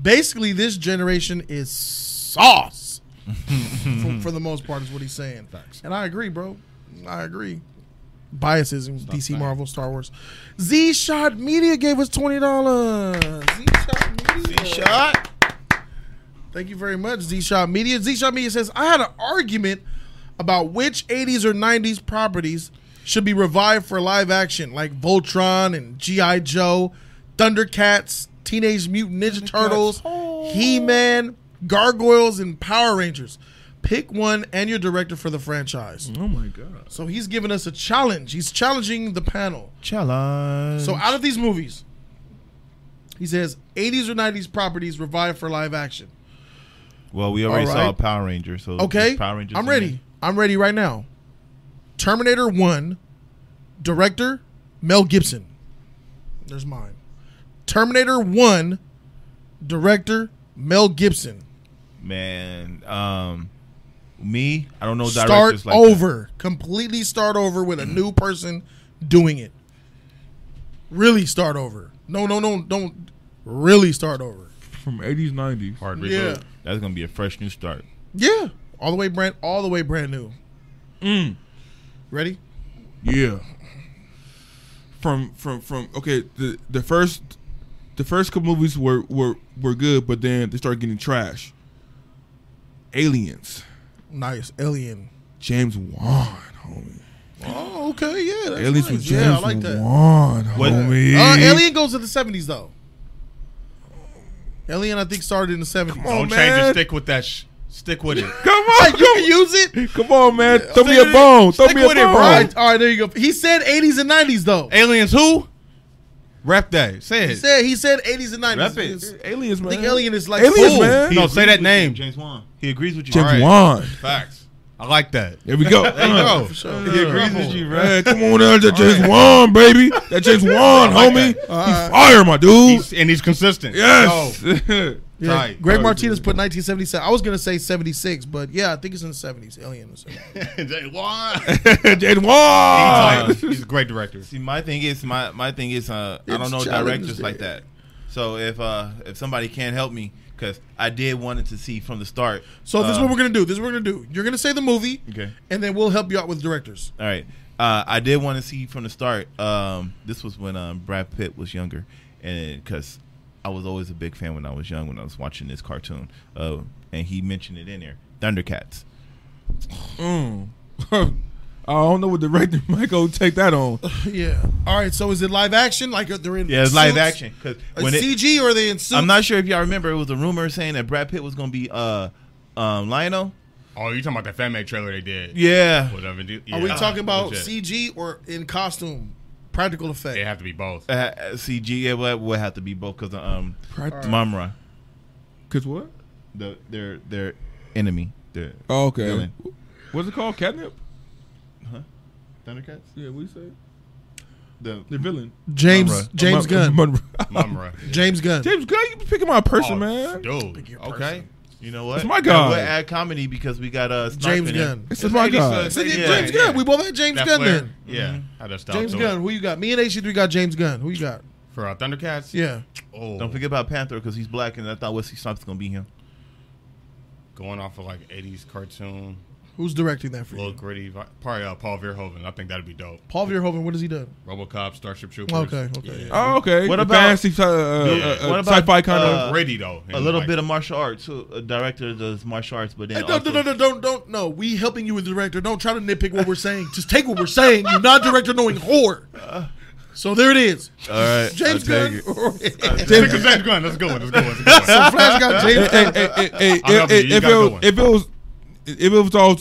Speaker 1: Basically, this generation is sauce for, for the most part, is what he's saying. And I agree, bro. I agree. Biases in DC, Marvel, Star Wars. Z Shot Media gave us twenty dollars. Z Shot Media.
Speaker 3: Shot.
Speaker 1: Thank you very much, Z Shot Media. Z Shot Media says, I had an argument about which 80s or 90s properties should be revived for live action, like Voltron and G.I. Joe, Thundercats, Teenage Mutant Ninja Turtles, He Man, Gargoyles, and Power Rangers. Pick one and your director for the franchise.
Speaker 4: Oh my god.
Speaker 1: So he's giving us a challenge. He's challenging the panel.
Speaker 3: Challenge.
Speaker 1: So out of these movies, he says 80s or 90s properties revived for live action.
Speaker 3: well, we already
Speaker 1: All
Speaker 3: saw
Speaker 1: right.
Speaker 3: Power Ranger. So
Speaker 1: Okay.
Speaker 3: there's Power Rangers.
Speaker 1: I'm
Speaker 3: in
Speaker 1: ready. I'm ready right now. Terminator 1, director Mel Gibson. There's mine. Terminator 1, director Mel Gibson.
Speaker 3: there. Man, um, me. I don't know.
Speaker 1: Start
Speaker 3: directors like that.
Speaker 1: over. Completely start over with a new person doing it. Really start over. No, no, no, don't really start over.
Speaker 4: From eighties, nineties.
Speaker 2: Hard reboot.
Speaker 1: Yeah.
Speaker 3: That's gonna be a fresh new start.
Speaker 1: Yeah. All the way brand all the way brand new.
Speaker 3: Mm.
Speaker 1: Ready?
Speaker 4: Yeah. From from from okay the the first the first couple movies were were were good, but then they started getting trash. Aliens,
Speaker 1: Nice alien.
Speaker 4: James Wan, homie.
Speaker 1: Oh, okay, yeah. That's
Speaker 4: Aliens
Speaker 1: nice.
Speaker 4: with James
Speaker 1: yeah, I like that.
Speaker 4: Wan,
Speaker 3: What-
Speaker 4: homie.
Speaker 1: Uh, Alien goes to the seventies though. Alien, I think, started in the seventies.
Speaker 4: on,
Speaker 2: Don't change
Speaker 4: man.
Speaker 2: it. Stick with that. Sh- stick with it.
Speaker 4: Come on,
Speaker 1: you can use it.
Speaker 4: come on, man. Throw me
Speaker 1: Stick
Speaker 4: a bone. Throw me a
Speaker 1: All
Speaker 4: bone.
Speaker 1: right, all right, there you go. He said eighties and nineties though.
Speaker 2: Aliens who? Rap that. Say
Speaker 1: He
Speaker 2: it.
Speaker 1: said he said eighties and
Speaker 3: Rap
Speaker 1: nineties.
Speaker 3: it.
Speaker 4: Aliens, man.
Speaker 1: I think Alien is like
Speaker 4: Aliens,
Speaker 1: cool.
Speaker 4: man.
Speaker 2: No, say that name.
Speaker 3: James Wan. He agrees with you.
Speaker 4: James
Speaker 2: All right.
Speaker 4: Wan.
Speaker 2: Facts. I like that.
Speaker 4: There we go.
Speaker 2: There you go.
Speaker 1: for sure.
Speaker 2: He agrees with you, bro.
Speaker 4: Hey, come on out, that James Wan, baby. That James
Speaker 2: like
Speaker 4: Wan, homie.
Speaker 2: that. Uh-huh.
Speaker 4: He's fire, my dude.
Speaker 2: He's, and he's consistent.
Speaker 4: yes.
Speaker 2: Yo,
Speaker 1: Yeah.
Speaker 2: Tight.
Speaker 1: Greg Martinez put nineteen seventy seven. I was gonna say seventy six, but yeah, I think it's in the seventies. Alien. Is
Speaker 2: Jay Wan.
Speaker 4: James
Speaker 2: Tight.
Speaker 4: Wan.
Speaker 2: He's a great director.
Speaker 3: See, my thing is my my thing is uh, I
Speaker 1: It's
Speaker 3: don't know
Speaker 1: challenges
Speaker 3: directors like
Speaker 1: there.
Speaker 3: that. So if uh if somebody can't help me because I did wanted to see from the start.
Speaker 1: so this is
Speaker 3: uh,
Speaker 1: what we're gonna do. This is what we're gonna do. You're gonna say the movie,
Speaker 3: Okay.
Speaker 1: and then we'll help you out with directors.
Speaker 3: All right. Uh, I did want to see from the start. Um, this was when um, Brad Pitt was younger, and because I was always a big fan when I was young when I was watching this cartoon, uh, and he mentioned it in there, Thundercats.
Speaker 4: Mm. I don't know what director might go take that on.
Speaker 1: Yeah. All right. So is it live action? Like uh, they're in
Speaker 3: Yeah, it's live
Speaker 1: suits?
Speaker 3: action. Cause
Speaker 1: Uh,
Speaker 3: when it,
Speaker 1: CG or are they in suits?
Speaker 3: I'm not sure if y'all remember, it was a rumor saying that Brad Pitt was gonna be uh, um, Lionel.
Speaker 2: Oh, you talking about that Fat Man trailer they did?
Speaker 3: Yeah,
Speaker 2: Whatever. dude.
Speaker 1: Are
Speaker 2: Yeah.
Speaker 1: we talking about
Speaker 2: Legit.
Speaker 1: CG or in costume, practical effect?
Speaker 2: They have to be both.
Speaker 3: uh, CG. Yeah, well, it would have to be both because um,
Speaker 4: Practical-
Speaker 3: Mumra,
Speaker 4: Cause what?
Speaker 3: the their their enemy, their
Speaker 4: Oh, okay.
Speaker 3: Villain.
Speaker 4: What's it called? Catnip?
Speaker 3: Thundercats,
Speaker 4: Yeah, what you say?
Speaker 3: the
Speaker 4: The villain.
Speaker 1: James
Speaker 3: Mumra.
Speaker 1: James Gunn.
Speaker 2: Mumra.
Speaker 1: James Gunn.
Speaker 4: James Gunn, you picking my person,
Speaker 2: Oh,
Speaker 4: man.
Speaker 2: Dude.
Speaker 1: your
Speaker 2: Okay.
Speaker 1: person.
Speaker 3: You know what?
Speaker 4: It's my guy.
Speaker 3: And We'll add comedy because we got uh Snipe
Speaker 1: James
Speaker 3: in it.
Speaker 1: Gunn.
Speaker 4: This is my guy.
Speaker 1: So, yeah,
Speaker 3: Yeah,
Speaker 1: James
Speaker 2: yeah.
Speaker 1: Gunn. We both had James
Speaker 2: That
Speaker 1: Gunn
Speaker 2: flair.
Speaker 1: then.
Speaker 2: Yeah. How that style
Speaker 1: James
Speaker 2: to it.
Speaker 1: Gunn. Who you got? Me and AC3 got James Gunn. Who you got?
Speaker 2: For uh, Thundercats?
Speaker 1: Yeah.
Speaker 2: Oh.
Speaker 3: Don't forget about Panther because he's black, and I thought Wesley Snipes gonna be him.
Speaker 2: Going off of like 80s cartoon,
Speaker 1: Who's directing that for
Speaker 2: little
Speaker 1: you?
Speaker 2: gritty. vi- Probably uh, Paul Verhoeven. I think that'd be dope.
Speaker 1: Paul Verhoeven. What has he done?
Speaker 2: Robocop, Starship Troopers.
Speaker 1: Okay. Okay.
Speaker 2: Yeah.
Speaker 4: Oh, okay.
Speaker 3: What
Speaker 4: The
Speaker 3: about-
Speaker 4: fantasy uh, uh,
Speaker 2: Yeah.
Speaker 4: uh,
Speaker 3: What about,
Speaker 4: sci-fi kind
Speaker 3: uh,
Speaker 4: of?
Speaker 2: Gritty, though.
Speaker 3: A little bit of martial arts. too. A director does martial arts, but then
Speaker 1: Hey, no,
Speaker 3: also,
Speaker 1: no, no, no, don't, don't, no. We helping you with the director. Don't try to nitpick what we're saying. Just take what we're saying. You're not director knowing whore. So there it is.
Speaker 3: All right,
Speaker 1: James
Speaker 3: I'll
Speaker 1: Gunn.
Speaker 3: take it.
Speaker 2: James Gunn. Let's go. Let's go. Let's go. Let's go.
Speaker 1: Flash got James
Speaker 4: Hey,
Speaker 1: Gunn.
Speaker 4: hey, hey, hey,
Speaker 2: I love
Speaker 4: hey,
Speaker 2: you. You
Speaker 4: if,
Speaker 2: got
Speaker 4: it
Speaker 2: going.
Speaker 4: was, if it was, if it was all uh,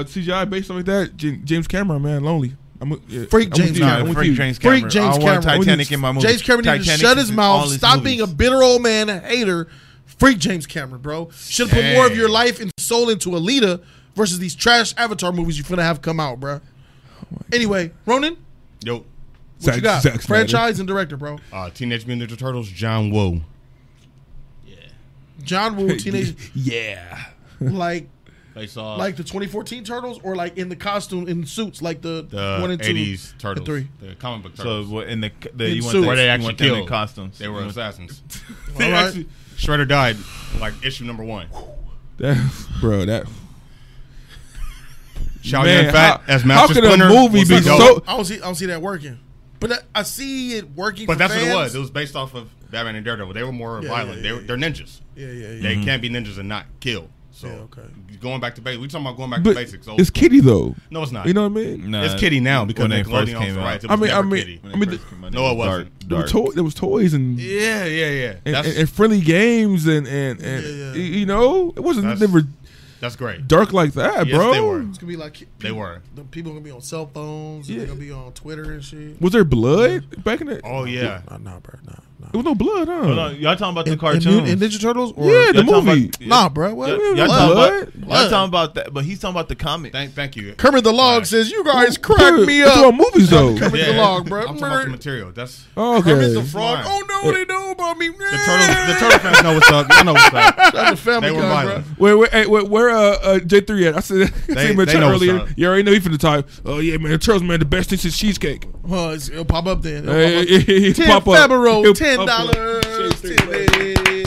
Speaker 4: uh, CGI based stuff like that, J- James Cameron, man, lonely. I'm with- yeah,
Speaker 1: Freak
Speaker 4: I'm
Speaker 1: James
Speaker 4: with you.
Speaker 1: Cameron.
Speaker 4: I'm
Speaker 3: Nah,
Speaker 4: with
Speaker 3: Frank
Speaker 4: you.
Speaker 3: James Cameron.
Speaker 1: Freak James
Speaker 3: I want
Speaker 1: Cameron.
Speaker 3: Titanic in my movie.
Speaker 1: James Cameron needs to
Speaker 3: Titanic
Speaker 1: shut
Speaker 3: is
Speaker 1: his
Speaker 3: in
Speaker 1: mouth.
Speaker 3: all his
Speaker 1: Stop
Speaker 3: movies.
Speaker 1: being a bitter old man hater. Freak James Cameron, bro. Should have put more of your life and soul into Alita versus these trash Avatar movies you finna have come out, bro. Anyway, Ronan,
Speaker 2: Yo.
Speaker 1: what you got?
Speaker 4: Zack Snyder.
Speaker 1: Franchise and director, bro.
Speaker 2: Uh, Teenage Mutant Ninja Turtles, John Woo.
Speaker 1: John Woo, teenage,
Speaker 4: yeah.
Speaker 1: like
Speaker 2: They saw
Speaker 1: like the 2014 Turtles, or like in the costume in suits, like the,
Speaker 2: the
Speaker 1: one and two,
Speaker 2: 80s Turtles.
Speaker 1: and three.
Speaker 2: The comic book
Speaker 3: So
Speaker 2: Turtles.
Speaker 3: what- in the, the
Speaker 1: In
Speaker 3: you want
Speaker 1: suits.
Speaker 3: the,
Speaker 2: where they
Speaker 3: you
Speaker 2: actually
Speaker 3: want them in
Speaker 2: killed.
Speaker 3: costumes. Mm-hmm.
Speaker 2: They were
Speaker 3: You want-
Speaker 2: assassins.
Speaker 1: All right.
Speaker 2: Shredder died like issue number one.
Speaker 4: That, bro, that
Speaker 2: Shao
Speaker 4: Man,
Speaker 2: Yun Fat
Speaker 4: how-
Speaker 2: as Master
Speaker 4: how could a
Speaker 2: Splinter
Speaker 4: movie
Speaker 2: was
Speaker 4: be
Speaker 2: dope.
Speaker 4: so-
Speaker 1: I don't see I don't see that working, but I, I see it working.
Speaker 2: But
Speaker 1: for
Speaker 2: that's what it
Speaker 1: fans.
Speaker 2: was. It was based off of Batman and Daredevil. They were more
Speaker 1: Yeah,
Speaker 2: violent.
Speaker 1: yeah,
Speaker 2: they
Speaker 1: yeah,
Speaker 2: were, they're ninjas.
Speaker 1: Yeah, yeah, yeah.
Speaker 2: They can't be ninjas and not kill. So
Speaker 1: Yeah, okay.
Speaker 2: going back to basics, we talking about going back
Speaker 4: but
Speaker 2: to basics. So
Speaker 4: it's Kitty though.
Speaker 2: no, it's not.
Speaker 4: You know what I mean?
Speaker 3: Nah,
Speaker 2: it's Kitty now because
Speaker 3: when they
Speaker 2: Nickelodeon
Speaker 3: first
Speaker 2: owns
Speaker 3: came
Speaker 2: the
Speaker 3: out.
Speaker 2: rights. It
Speaker 4: I
Speaker 2: was
Speaker 4: mean, I
Speaker 2: never
Speaker 4: mean,
Speaker 2: Kitty.
Speaker 4: I mean, the,
Speaker 2: No, it wasn't.
Speaker 4: there, were to- there was toys and,
Speaker 2: Yeah, yeah, yeah.
Speaker 4: and,
Speaker 2: That's
Speaker 4: and- and friendly games and and, and
Speaker 1: Yeah, yeah.
Speaker 4: y- you know it wasn't
Speaker 2: That's-
Speaker 4: never
Speaker 2: that's great.
Speaker 4: dark like that,
Speaker 2: Yes,
Speaker 4: bro.
Speaker 2: they were.
Speaker 1: It's gonna be like
Speaker 2: They were.
Speaker 1: The people gonna be on cell phones. and They're
Speaker 4: Yeah.
Speaker 1: gonna be on Twitter and shit.
Speaker 4: Was there blood back in the?
Speaker 2: Oh yeah.
Speaker 1: Nah, nah, bro, nah, nah.
Speaker 4: There was no blood, huh?
Speaker 3: Hold on, y'all talking about the
Speaker 1: And
Speaker 3: cartoons?
Speaker 1: Mutant- and Ninja Turtles? Or
Speaker 4: Yeah, the
Speaker 3: Y'all talking
Speaker 4: movie.
Speaker 3: about-
Speaker 1: Nah, bro. What?
Speaker 3: Y'all,
Speaker 1: what-
Speaker 3: y'all
Speaker 1: what?
Speaker 3: talking
Speaker 4: Blood?
Speaker 3: about, y'all talking about that, but he's talking about the comic.
Speaker 2: Thank, thank you.
Speaker 1: Kermit the Log says you guys crack
Speaker 4: Dude,
Speaker 1: me
Speaker 4: it's
Speaker 1: up.
Speaker 4: about movies though.
Speaker 1: Kermit the Log, bro.
Speaker 2: I'm talking about the material. That's
Speaker 4: Oh,
Speaker 1: Kermit the
Speaker 4: okay.
Speaker 1: Frog.
Speaker 2: Fine.
Speaker 1: Oh no, they know about me.
Speaker 2: the turtle. The turtle fans know what's up. Y'all know what's up.
Speaker 1: That's a family
Speaker 2: They were
Speaker 1: guy, bro.
Speaker 2: violent.
Speaker 4: Wait, wait, hey, wait, where uh, uh J three at? I said, I
Speaker 2: They-
Speaker 4: seen him in
Speaker 2: they
Speaker 4: chat
Speaker 2: know what's
Speaker 4: earlier.
Speaker 2: up.
Speaker 4: You already know he from the time. Oh yeah, man, Charles man, the best thing since cheesecake.
Speaker 1: Huh, it's- it'll pop up then. It'll
Speaker 4: Hey,
Speaker 1: pop up.
Speaker 4: he
Speaker 1: Ten
Speaker 4: pop up.
Speaker 1: Fabro,
Speaker 4: He'll
Speaker 1: ten
Speaker 4: pop up.
Speaker 1: dollars.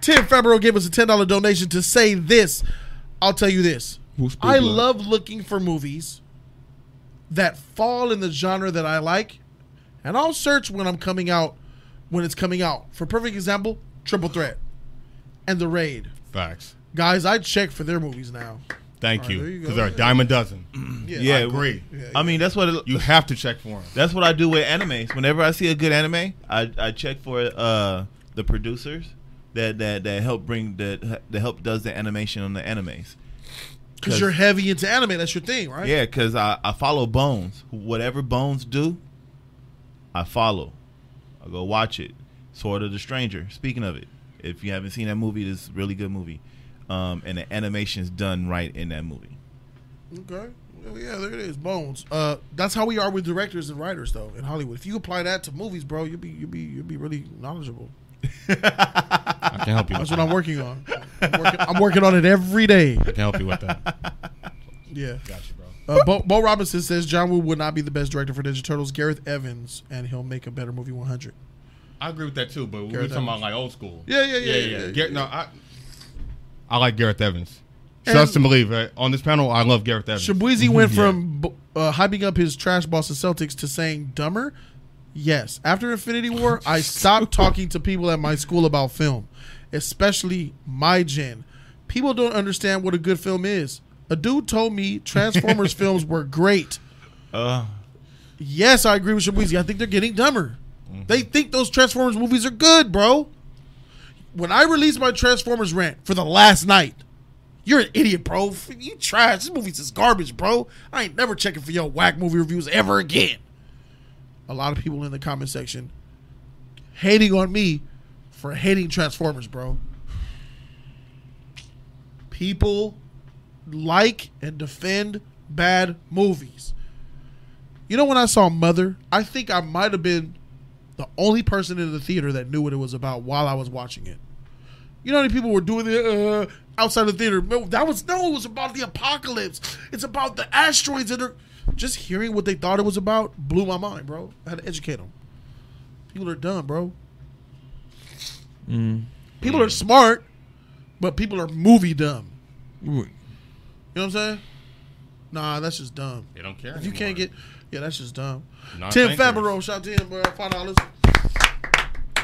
Speaker 1: Tim Fabro gave us a ten dollar donation to say this. I'll tell you this.
Speaker 4: We'll spill
Speaker 1: I
Speaker 4: blood.
Speaker 1: love looking for movies that fall in the genre that I like, and I'll search when I'm coming out when it's coming out. For perfect example, Triple Threat and The Raid.
Speaker 2: Facts.
Speaker 1: Guys, I check for their movies now.
Speaker 2: Thank
Speaker 1: All right,
Speaker 2: you.
Speaker 1: there you go.
Speaker 2: Because they're a dime a dozen.
Speaker 1: Yeah.
Speaker 3: Yeah,
Speaker 2: I agree.
Speaker 3: I mean, that's what it,
Speaker 2: You have to check for them.
Speaker 3: That's what I do with animes. Whenever I see a good anime, I, I check for uh, the producers that, that, that help bring the that help does the animation on the animes.
Speaker 1: Because you're heavy into anime. That's your thing, right?
Speaker 3: Yeah, because I, I follow Bones. Whatever Bones do, I follow. I go watch it. Sword of the Stranger. Speaking of it, if you haven't seen that movie, it's a really good movie. Um, and the animation's done right in that movie.
Speaker 1: Okay. Well, yeah, there it is. Bones. Uh, that's how we are with directors and writers, though, in Hollywood. If you apply that to movies, bro, you'll be you'll be you'll be really knowledgeable.
Speaker 2: I can help you
Speaker 1: That's what
Speaker 2: with that.
Speaker 1: I'm working on. I'm working, I'm working on it every day.
Speaker 2: I can help you with that.
Speaker 1: Yeah.
Speaker 2: Gotcha, bro.
Speaker 1: Uh, Bo, Bo Robinson says John Woo would not be the best director for Ninja Turtles. Gareth Evans, and he'll make a better movie 100.
Speaker 2: I agree with that too, but we were
Speaker 1: Gareth
Speaker 2: talking about
Speaker 1: Evans.
Speaker 2: like old school.
Speaker 1: Yeah, yeah, yeah, yeah,
Speaker 2: Gar-
Speaker 1: yeah.
Speaker 2: No, I, I like Gareth Evans. Trust and believe. Right? On this panel, I love Gareth Evans.
Speaker 1: Shabuizi went from b- uh, hyping up his trash boss in Celtics to saying dumber. Yes. After Infinity War, I stopped talking to people at my school about film, especially my gen. People don't understand what a good film is. A dude told me Transformers films were great.
Speaker 3: Uh,
Speaker 1: Yes, I agree with Shabuizi. I think they're getting dumber. They think those Transformers movies are good, bro. When I released my Transformers rant for the last night, you're an idiot, bro. F- You trash. This movie's just garbage, bro. I ain't never checking for your whack movie reviews ever again. A lot of people in the comment section hating on me for hating Transformers, bro. People like and defend bad movies. You know, when I saw Mother, I think I might have been the only person in the theater that knew what it was about while I was watching it. You know how many people were doing it uh, outside the theater? No, that was no, it was about the apocalypse. It's about the asteroids that are. Just hearing what they thought it was about blew my mind, bro. I had to educate them. People are dumb, bro. People are smart, but people are movie dumb. You know what I'm saying? Nah, that's just dumb.
Speaker 2: They don't care.
Speaker 1: If you can't get,
Speaker 2: anymore.
Speaker 1: yeah, that's just dumb.
Speaker 2: Nah,
Speaker 1: Tim
Speaker 2: thank
Speaker 1: Fabro,
Speaker 2: you.
Speaker 1: shout out to him, bro. Five dollars.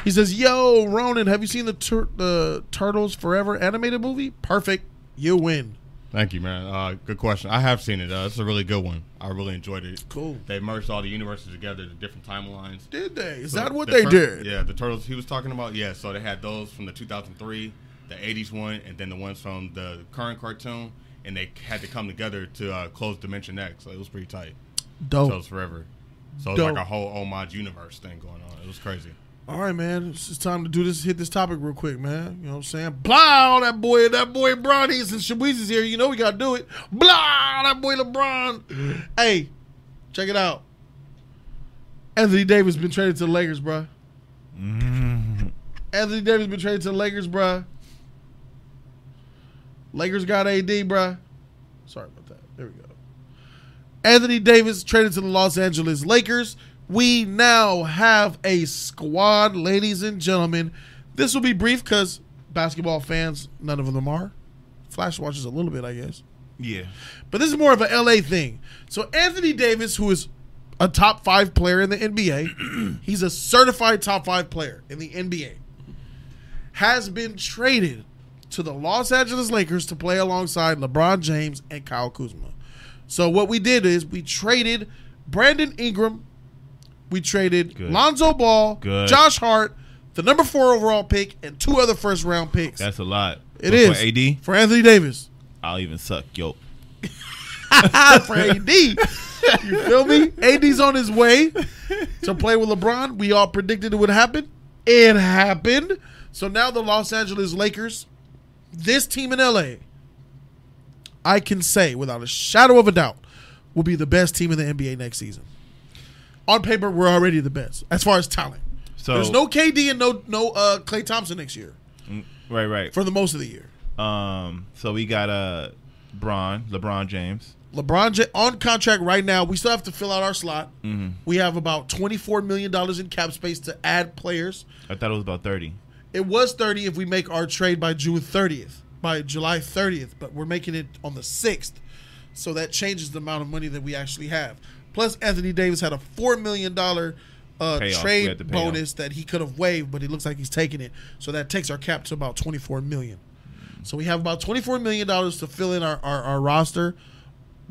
Speaker 1: He says, "Yo, Ronan, have you seen the tur- the Turtles Forever animated movie? Perfect. You win.
Speaker 2: Thank you, man. Uh, good question. I have seen it. Uh, it's a really good one. I really enjoyed it.
Speaker 1: Cool.
Speaker 2: They merged all the universes together, the different timelines.
Speaker 1: Did they? Is
Speaker 2: So
Speaker 1: that what
Speaker 2: the
Speaker 1: they
Speaker 2: fir-
Speaker 1: did?
Speaker 2: Yeah, the turtles he was talking about. Yeah, so they had those from the 2003, the 80s one, and then the ones from the current cartoon, and they had to come together to uh, close Dimension X. So it was pretty tight.
Speaker 1: Dope.
Speaker 2: Turtles Forever. So it was
Speaker 1: Dope.
Speaker 2: like a whole homage universe thing going on. It was crazy.
Speaker 1: All right, man. It's just time to do this. Hit this topic real quick, man. You know what I'm saying? Blah, that boy, that boy Bronny and Shabuizi's here. You know we gotta do it. Blah, that boy LeBron. hey, check it out. Anthony Davis been traded to the Lakers, bruh. Mm-hmm. Anthony Davis been traded to the Lakers, bruh. Lakers got AD, bruh. Sorry about that. There we go. Anthony Davis traded to the Los Angeles Lakers. We now have a squad, ladies and gentlemen. This will be brief because basketball fans, none of them are. Flash watches a little bit, I guess.
Speaker 3: yeah.
Speaker 1: But this is more of a LA thing. So Anthony Davis, who is a top five player in the NBA, he's a certified top five player in the NBA, has been traded to the Los Angeles Lakers to play alongside LeBron James and Kyle Kuzma. So what we did is we traded Brandon Ingram, we traded
Speaker 3: Good.
Speaker 1: Lonzo Ball,
Speaker 3: Good.
Speaker 1: Josh Hart, the number four overall pick, and two other first round picks.
Speaker 3: That's a lot.
Speaker 1: It
Speaker 3: But
Speaker 1: is
Speaker 3: For AD,
Speaker 1: for Anthony Davis.
Speaker 3: I'll even suck. Yo.
Speaker 1: for AD. You feel me? AD's on his way to play with LeBron. We all predicted it would happen. It happened. So now the Los Angeles Lakers, this team in LA, I can say without a shadow of a doubt, will be the best team in the NBA next season. On paper, we're already the best as far as talent.
Speaker 3: So
Speaker 1: There's no KD and no no uh, Clay Thompson next year
Speaker 3: right, right.
Speaker 1: for the most of the year.
Speaker 3: Um, so we got uh, Bron, LeBron James.
Speaker 1: LeBron J- on contract right now. We still have to fill out our slot. We have about twenty-four million dollars in cap space to add players.
Speaker 3: I thought it was about thirty.
Speaker 1: It was thirty if we make our trade by June thirtieth, by July thirtieth, but we're making it on the sixth, so that changes the amount of money that we actually have. Plus, Anthony Davis had a four million dollar uh,
Speaker 3: Payoff. We had
Speaker 1: trade
Speaker 3: to pay off.
Speaker 1: bonus that he could have waived, but it looks like he's taking it. So that takes our cap to about twenty four million. So we have about twenty four million dollars to fill in our, our, our roster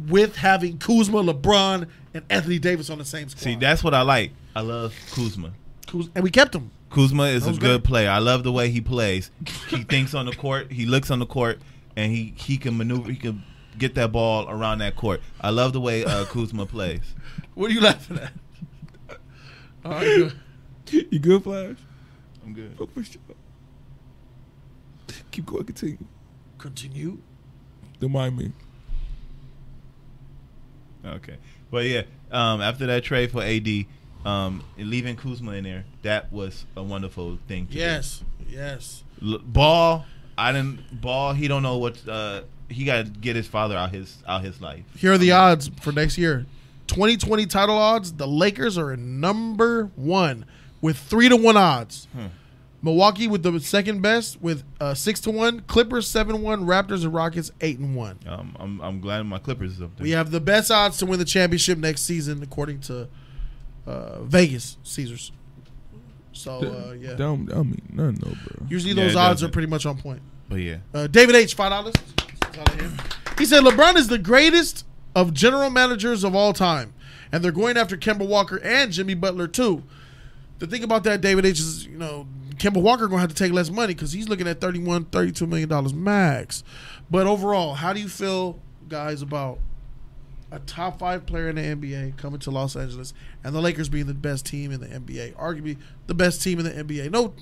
Speaker 1: with having Kuzma, LeBron, and Anthony Davis on the same squad.
Speaker 3: See, that's what I like. I love Kuzma.
Speaker 1: Kuz- and we kept him.
Speaker 3: Kuzma is a
Speaker 1: was
Speaker 3: good player. I love the way he plays. He thinks on the court. He looks on the court, and he he can maneuver. He can get that ball around that court. I love the way uh, Kuzma plays.
Speaker 1: What are you laughing at? All right, good.
Speaker 4: You good, Flash?
Speaker 3: I'm good.
Speaker 1: Oh.
Speaker 4: Fuck my shit up. Keep going, continue.
Speaker 1: Continue.
Speaker 4: Don't mind me.
Speaker 3: Okay, but yeah, um, after that trade for AD, um, and leaving Kuzma in there, that was a wonderful thing. To do.
Speaker 1: Yes, yes.
Speaker 3: L- Ball, I didn't. Ball, he don't know what. Uh, he got to get his father out his out his life.
Speaker 1: Here are the odds for next year. 2020 title odds, the Lakers are in number one with three to one odds. Milwaukee with the second best with uh, six to one. Clippers seven one. Raptors and Rockets eight and one.
Speaker 3: Um, I'm I'm glad my Clippers is up there.
Speaker 1: We have the best odds to win the championship next season according to uh, Vegas Caesars. So uh, yeah,
Speaker 4: Don't, don't mean nothing, though, bro.
Speaker 1: usually
Speaker 3: Yeah,
Speaker 1: those odds
Speaker 3: it
Speaker 1: are
Speaker 3: doesn't.
Speaker 1: pretty much on point.
Speaker 3: but yeah,
Speaker 1: Uh, David H. Five dollars. He said LeBron is the greatest of general managers of all time, and they're going after Kemba Walker and Jimmy Butler too. The thing about that, David H. is you know Kemba Walker gonna have to take less money because he's looking at 31 32 million dollars max. But overall, how do you feel, guys, about a top five player in the NBA coming to Los Angeles and the Lakers being the best team in the NBA, arguably the best team in the NBA? No,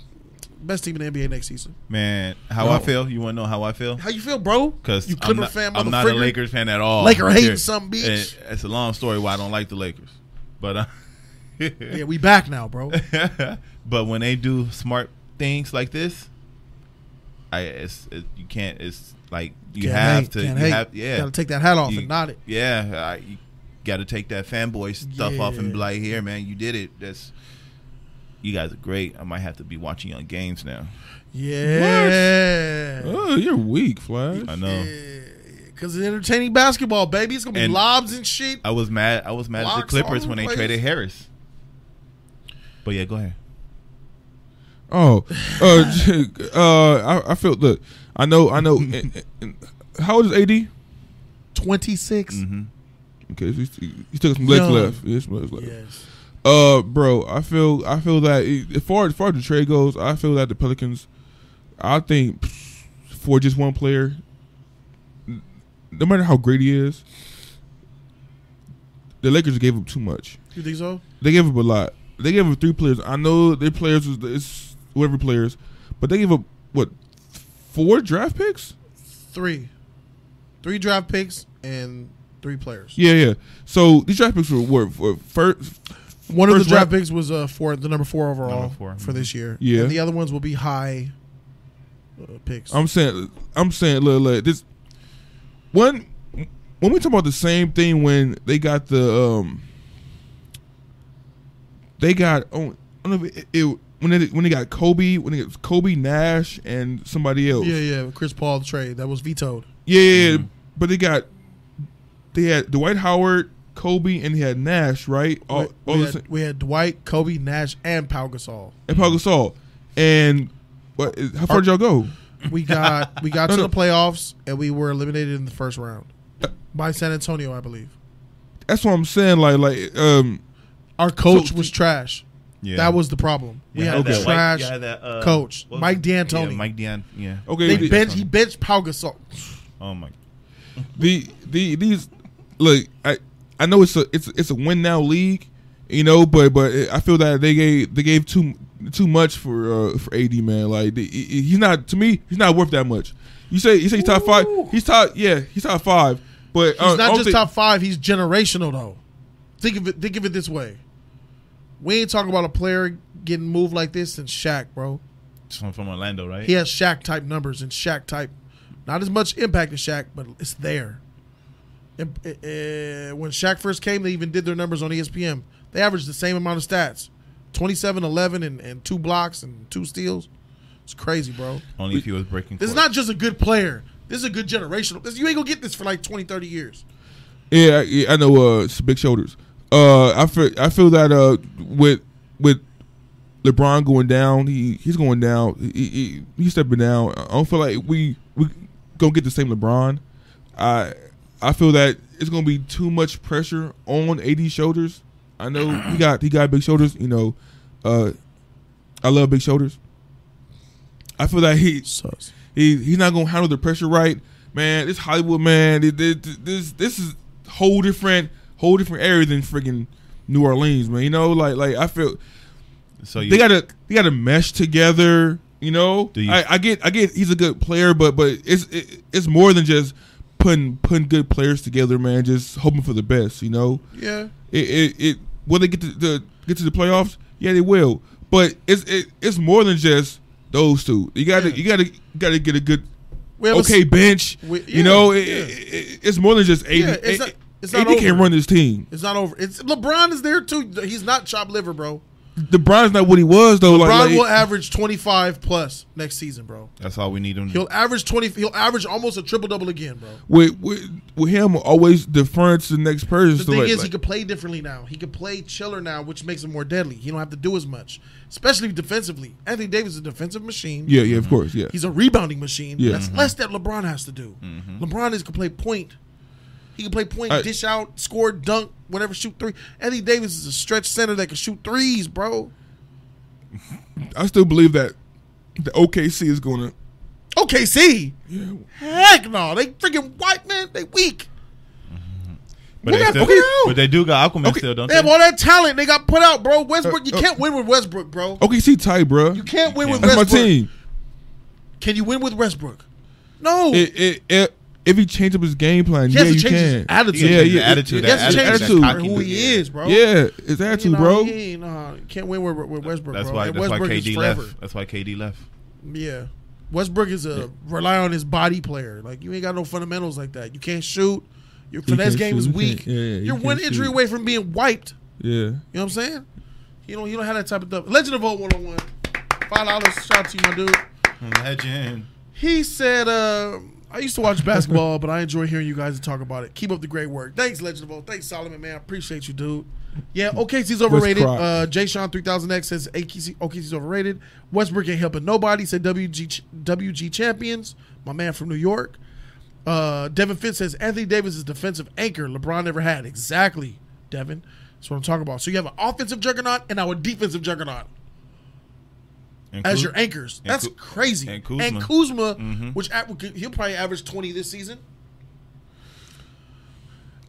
Speaker 1: best team in the NBA next season.
Speaker 3: man, how I feel. You want to know how I feel?
Speaker 1: How you feel, bro?
Speaker 3: Because
Speaker 1: you
Speaker 3: I'm
Speaker 1: Clipper
Speaker 3: not,
Speaker 1: fan,
Speaker 3: I'm not a
Speaker 1: motherfucker.
Speaker 3: Lakers fan at all.
Speaker 1: Laker hating
Speaker 3: Here.
Speaker 1: some bitch.
Speaker 3: And It's a long story why I don't like the Lakers, but uh,
Speaker 1: Yeah, we back now, bro.
Speaker 3: but when they do smart things like this, I it's it, you can't. It's like you
Speaker 1: Can't
Speaker 3: have
Speaker 1: hate,
Speaker 3: to.
Speaker 1: can't
Speaker 3: you
Speaker 1: hate.
Speaker 3: have yeah.
Speaker 1: gotta take that hat off
Speaker 3: You-
Speaker 1: and nod it.
Speaker 3: Yeah, I, you got to take that fanboy stuff off and be
Speaker 1: Yeah.
Speaker 3: like, "Here, man, you did it. That's you guys are great. I might have to be watching you on games now.
Speaker 1: Yeah,
Speaker 4: Oh, you're weak, Flash.
Speaker 3: I know.
Speaker 1: because it's entertaining basketball, baby. It's gonna be
Speaker 3: And-
Speaker 1: lobs and shit.
Speaker 3: I was mad. I was mad at the
Speaker 1: Blocks all
Speaker 3: Clippers
Speaker 1: over
Speaker 3: when
Speaker 1: the
Speaker 3: they
Speaker 1: place.
Speaker 3: traded Harris. But yeah, go ahead.
Speaker 4: Oh, uh, j- uh, I, I felt. Look, I know, I know. and, and how old is AD?
Speaker 1: Twenty six.
Speaker 3: Mm-hmm.
Speaker 4: Okay, so he's, he's took some legs
Speaker 1: Young.
Speaker 4: left. Yeah, some legs left.
Speaker 1: Yes.
Speaker 4: Uh, bro, I feel, I feel that it- as far as far as the trade goes, I feel that the Pelicans, I think, pff, for just one player, n- no matter how great he is, the Lakers gave up too much.
Speaker 1: You think so?
Speaker 4: They gave up a lot. They gave up three players. I know their players was it's whatever players, but they gave up what four draft picks?
Speaker 1: Three, three draft picks and three players.
Speaker 4: Yeah, yeah. So these draft picks were what for first?
Speaker 1: One of the
Speaker 4: First
Speaker 1: draft
Speaker 4: round-
Speaker 1: picks was uh four, the number four overall
Speaker 3: Number four. Mm-hmm.
Speaker 1: for this year.
Speaker 4: Yeah.
Speaker 1: And the other ones will be high uh, picks.
Speaker 4: I'm saying, I'm saying, look, look, this one. When we talk about the same thing, when they got the um, they got on. I don't know if it, it when they when they got Kobe when it was Kobe Nash and somebody else.
Speaker 1: yeah, yeah. Chris Paul trade that was vetoed.
Speaker 4: Yeah, yeah,
Speaker 1: Mm-hmm.
Speaker 4: yeah. but they got they had Dwight Howard, Kobe, and he had Nash, right? All,
Speaker 1: we,
Speaker 4: all
Speaker 1: we
Speaker 4: the same-
Speaker 1: had, we had Dwight, Kobe, Nash, and Pau Gasol.
Speaker 4: and Paul Gasol. And what? How far did y'all go?
Speaker 1: We got we got
Speaker 4: No,
Speaker 1: to
Speaker 4: no.
Speaker 1: the playoffs and we were eliminated in the first round by San Antonio, I believe.
Speaker 4: That's what I'm saying. Like, like, um,
Speaker 1: Our coach was trash.
Speaker 3: Yeah,
Speaker 1: That was the problem. We
Speaker 3: You
Speaker 1: had
Speaker 3: that
Speaker 1: a
Speaker 3: white-
Speaker 1: trash
Speaker 3: you had that, uh,
Speaker 1: coach,
Speaker 3: what-
Speaker 1: Mike D'Antoni.
Speaker 3: Yeah, Mike D'An. Yeah.
Speaker 4: okay,
Speaker 1: they
Speaker 4: the-
Speaker 1: bench, he benched Pau Gasol.
Speaker 3: Oh my.
Speaker 4: the the these look I I know it's a it's it's a win now league, you know, but but I feel that they gave they gave too too much for uh, for AD man. Like the, he- he's not to me he's not worth that much. You say you say he's top five. He's top yeah he's top five. But uh,
Speaker 1: He's not just top five, he's generational though. Think of it think of it this way. We ain't talking about a player getting moved like this since Shaq, bro.
Speaker 3: Someone from Orlando, right?
Speaker 1: He has Shaq type numbers and Shaq type, not as much impact as Shaq, but it's there. And, uh, uh, when Shaq first came, they even did their numbers on E ESPN. They averaged the same amount of stats 27, 11, and, and two blocks and two steals. It's crazy, bro.
Speaker 3: Only if he was breaking.
Speaker 1: This is
Speaker 3: court.
Speaker 1: not just a good player. This is a good generational. This, you ain't gonna get this for like 20, 30 years.
Speaker 4: Yeah, I, yeah, I know. Uh, it's big shoulders. Uh, I feel I feel that uh with with LeBron going down, he he's going down. He, he, he's stepping down. I don't feel like we we gonna get the same LeBron. I I feel that it's gonna be too much pressure on AD's shoulders. I know he got he got big shoulders. You know, uh, I love big shoulders. I feel that he
Speaker 1: Sucks.
Speaker 4: he he's not gonna handle the pressure right, man. This Hollywood man, th- th- th- this this is whole different whole different area than freaking New Orleans, man. You know, like like I feel
Speaker 3: So you,
Speaker 4: they gotta they gotta mesh together. You know,
Speaker 3: Do you-
Speaker 4: I, I get I get he's a good player, but but it's it, it's more than just putting putting good players together, man. Just hoping for the best. You know,
Speaker 1: Yeah.
Speaker 4: it it, it will they get to the get to the playoffs? Yeah, they will. But it's it, it's more than just those two. You gotta you gotta gotta get a good
Speaker 1: We haven't
Speaker 4: okay
Speaker 1: s-
Speaker 4: bench.
Speaker 1: we- yeah,
Speaker 4: you know, it,
Speaker 1: yeah.
Speaker 4: it, it's more than just eighty.
Speaker 1: Yeah, it's
Speaker 4: A-
Speaker 1: not- it's not
Speaker 4: AD can't
Speaker 1: over.
Speaker 4: run this team.
Speaker 1: It's not over. It's LeBron is there too. He's not chopped liver, bro.
Speaker 4: LeBron's not what he was though. like-
Speaker 1: LeBron
Speaker 4: like,
Speaker 1: will average 25 plus next season, bro.
Speaker 3: that's all we need him.
Speaker 1: He'll
Speaker 3: To,
Speaker 1: average 20. He'll average almost a triple double again, bro.
Speaker 4: with, with with him always deferring to the next person.
Speaker 1: The
Speaker 4: so
Speaker 1: thing
Speaker 4: like-
Speaker 1: is, he
Speaker 4: like-
Speaker 1: can play differently now. He can play chiller now, which makes him more deadly. He don't have to do as much, especially defensively. Anthony Davis is a defensive machine.
Speaker 4: yeah, yeah, of course, yeah.
Speaker 1: He's a rebounding machine.
Speaker 4: Yeah. Mm-hmm.
Speaker 1: That's less that LeBron has to do. LeBron is can play point. He can play point,
Speaker 4: I-
Speaker 1: dish out, score, dunk, whatever, shoot three. Anthony Davis is a stretch center that can shoot threes, bro.
Speaker 4: I still believe that the OKC is going to.
Speaker 1: OKC. Heck no, they freaking white man. They weak.
Speaker 3: but, they
Speaker 1: What
Speaker 3: still,
Speaker 1: the hell?
Speaker 3: but they do got Aquaman
Speaker 4: Okay.
Speaker 3: still, don't
Speaker 1: They have
Speaker 3: they?
Speaker 1: all that talent. They got put out, bro. Westbrook, you
Speaker 4: Uh, uh,
Speaker 1: can't win with Westbrook, bro.
Speaker 4: OKC tight, bruh.
Speaker 1: You can't win with
Speaker 4: That's my
Speaker 1: Westbrook.
Speaker 4: team.
Speaker 1: Can you win with Westbrook? No.
Speaker 4: It, it, it, if he change up his game plan,
Speaker 1: He
Speaker 4: yeah,
Speaker 1: has to
Speaker 4: you
Speaker 1: change his
Speaker 4: can.
Speaker 1: attitude.
Speaker 4: Yeah,
Speaker 3: Change his
Speaker 4: yeah,
Speaker 3: attitude,
Speaker 1: he has to
Speaker 4: yeah,
Speaker 1: change
Speaker 3: attitude,
Speaker 1: attitude,
Speaker 3: that
Speaker 1: for
Speaker 3: cocky
Speaker 1: who
Speaker 3: dude.
Speaker 1: he is, bro.
Speaker 4: Yeah, his
Speaker 1: You
Speaker 4: attitude,
Speaker 1: know,
Speaker 4: bro.
Speaker 1: He ain't, nah, can't win with, with Westbrook,
Speaker 3: That's
Speaker 1: bro.
Speaker 3: why.
Speaker 1: And
Speaker 3: That's why
Speaker 1: Westbrook is
Speaker 3: KD
Speaker 1: forever.
Speaker 3: left. That's why KD left.
Speaker 1: Yeah. Westbrook is a rely on his body player. Like you ain't got no fundamentals like that. You can't shoot. Your finesse
Speaker 4: can't
Speaker 1: game
Speaker 4: shoot.
Speaker 1: is
Speaker 4: You
Speaker 1: weak.
Speaker 4: can't- yeah, yeah, you
Speaker 1: You're one
Speaker 4: can't
Speaker 1: injury
Speaker 4: shoot.
Speaker 1: away from being wiped.
Speaker 4: Yeah,
Speaker 1: You know what I'm saying? You don't you don't have that type of stuff. Legend of Vote 101. Five dollars. Shout out to you, my dude.
Speaker 3: Imagine.
Speaker 1: He said, uh, I used to watch basketball, but I enjoy hearing you guys talk about it. Keep up the great work. Thanks, Legend of Vote. Thanks, Solomon, man. I appreciate you, dude. Yeah, OKC's overrated.
Speaker 4: Croc?
Speaker 1: Uh, Jay Sean 3000X says OKC, OKC's overrated. Westbrook ain't helping nobody. Said WG, ch- WG champions. My man from New York. Uh, Devin Fitz says Anthony Davis is defensive anchor. LeBron never had. Exactly, Devin. That's what I'm talking about. So you have an offensive juggernaut and now a defensive juggernaut as your anchors.
Speaker 3: and
Speaker 1: That's
Speaker 3: Ku-
Speaker 1: crazy.
Speaker 3: and Kuzma. Mm-hmm.
Speaker 1: and Kuzma which at, he'll probably average twenty this season.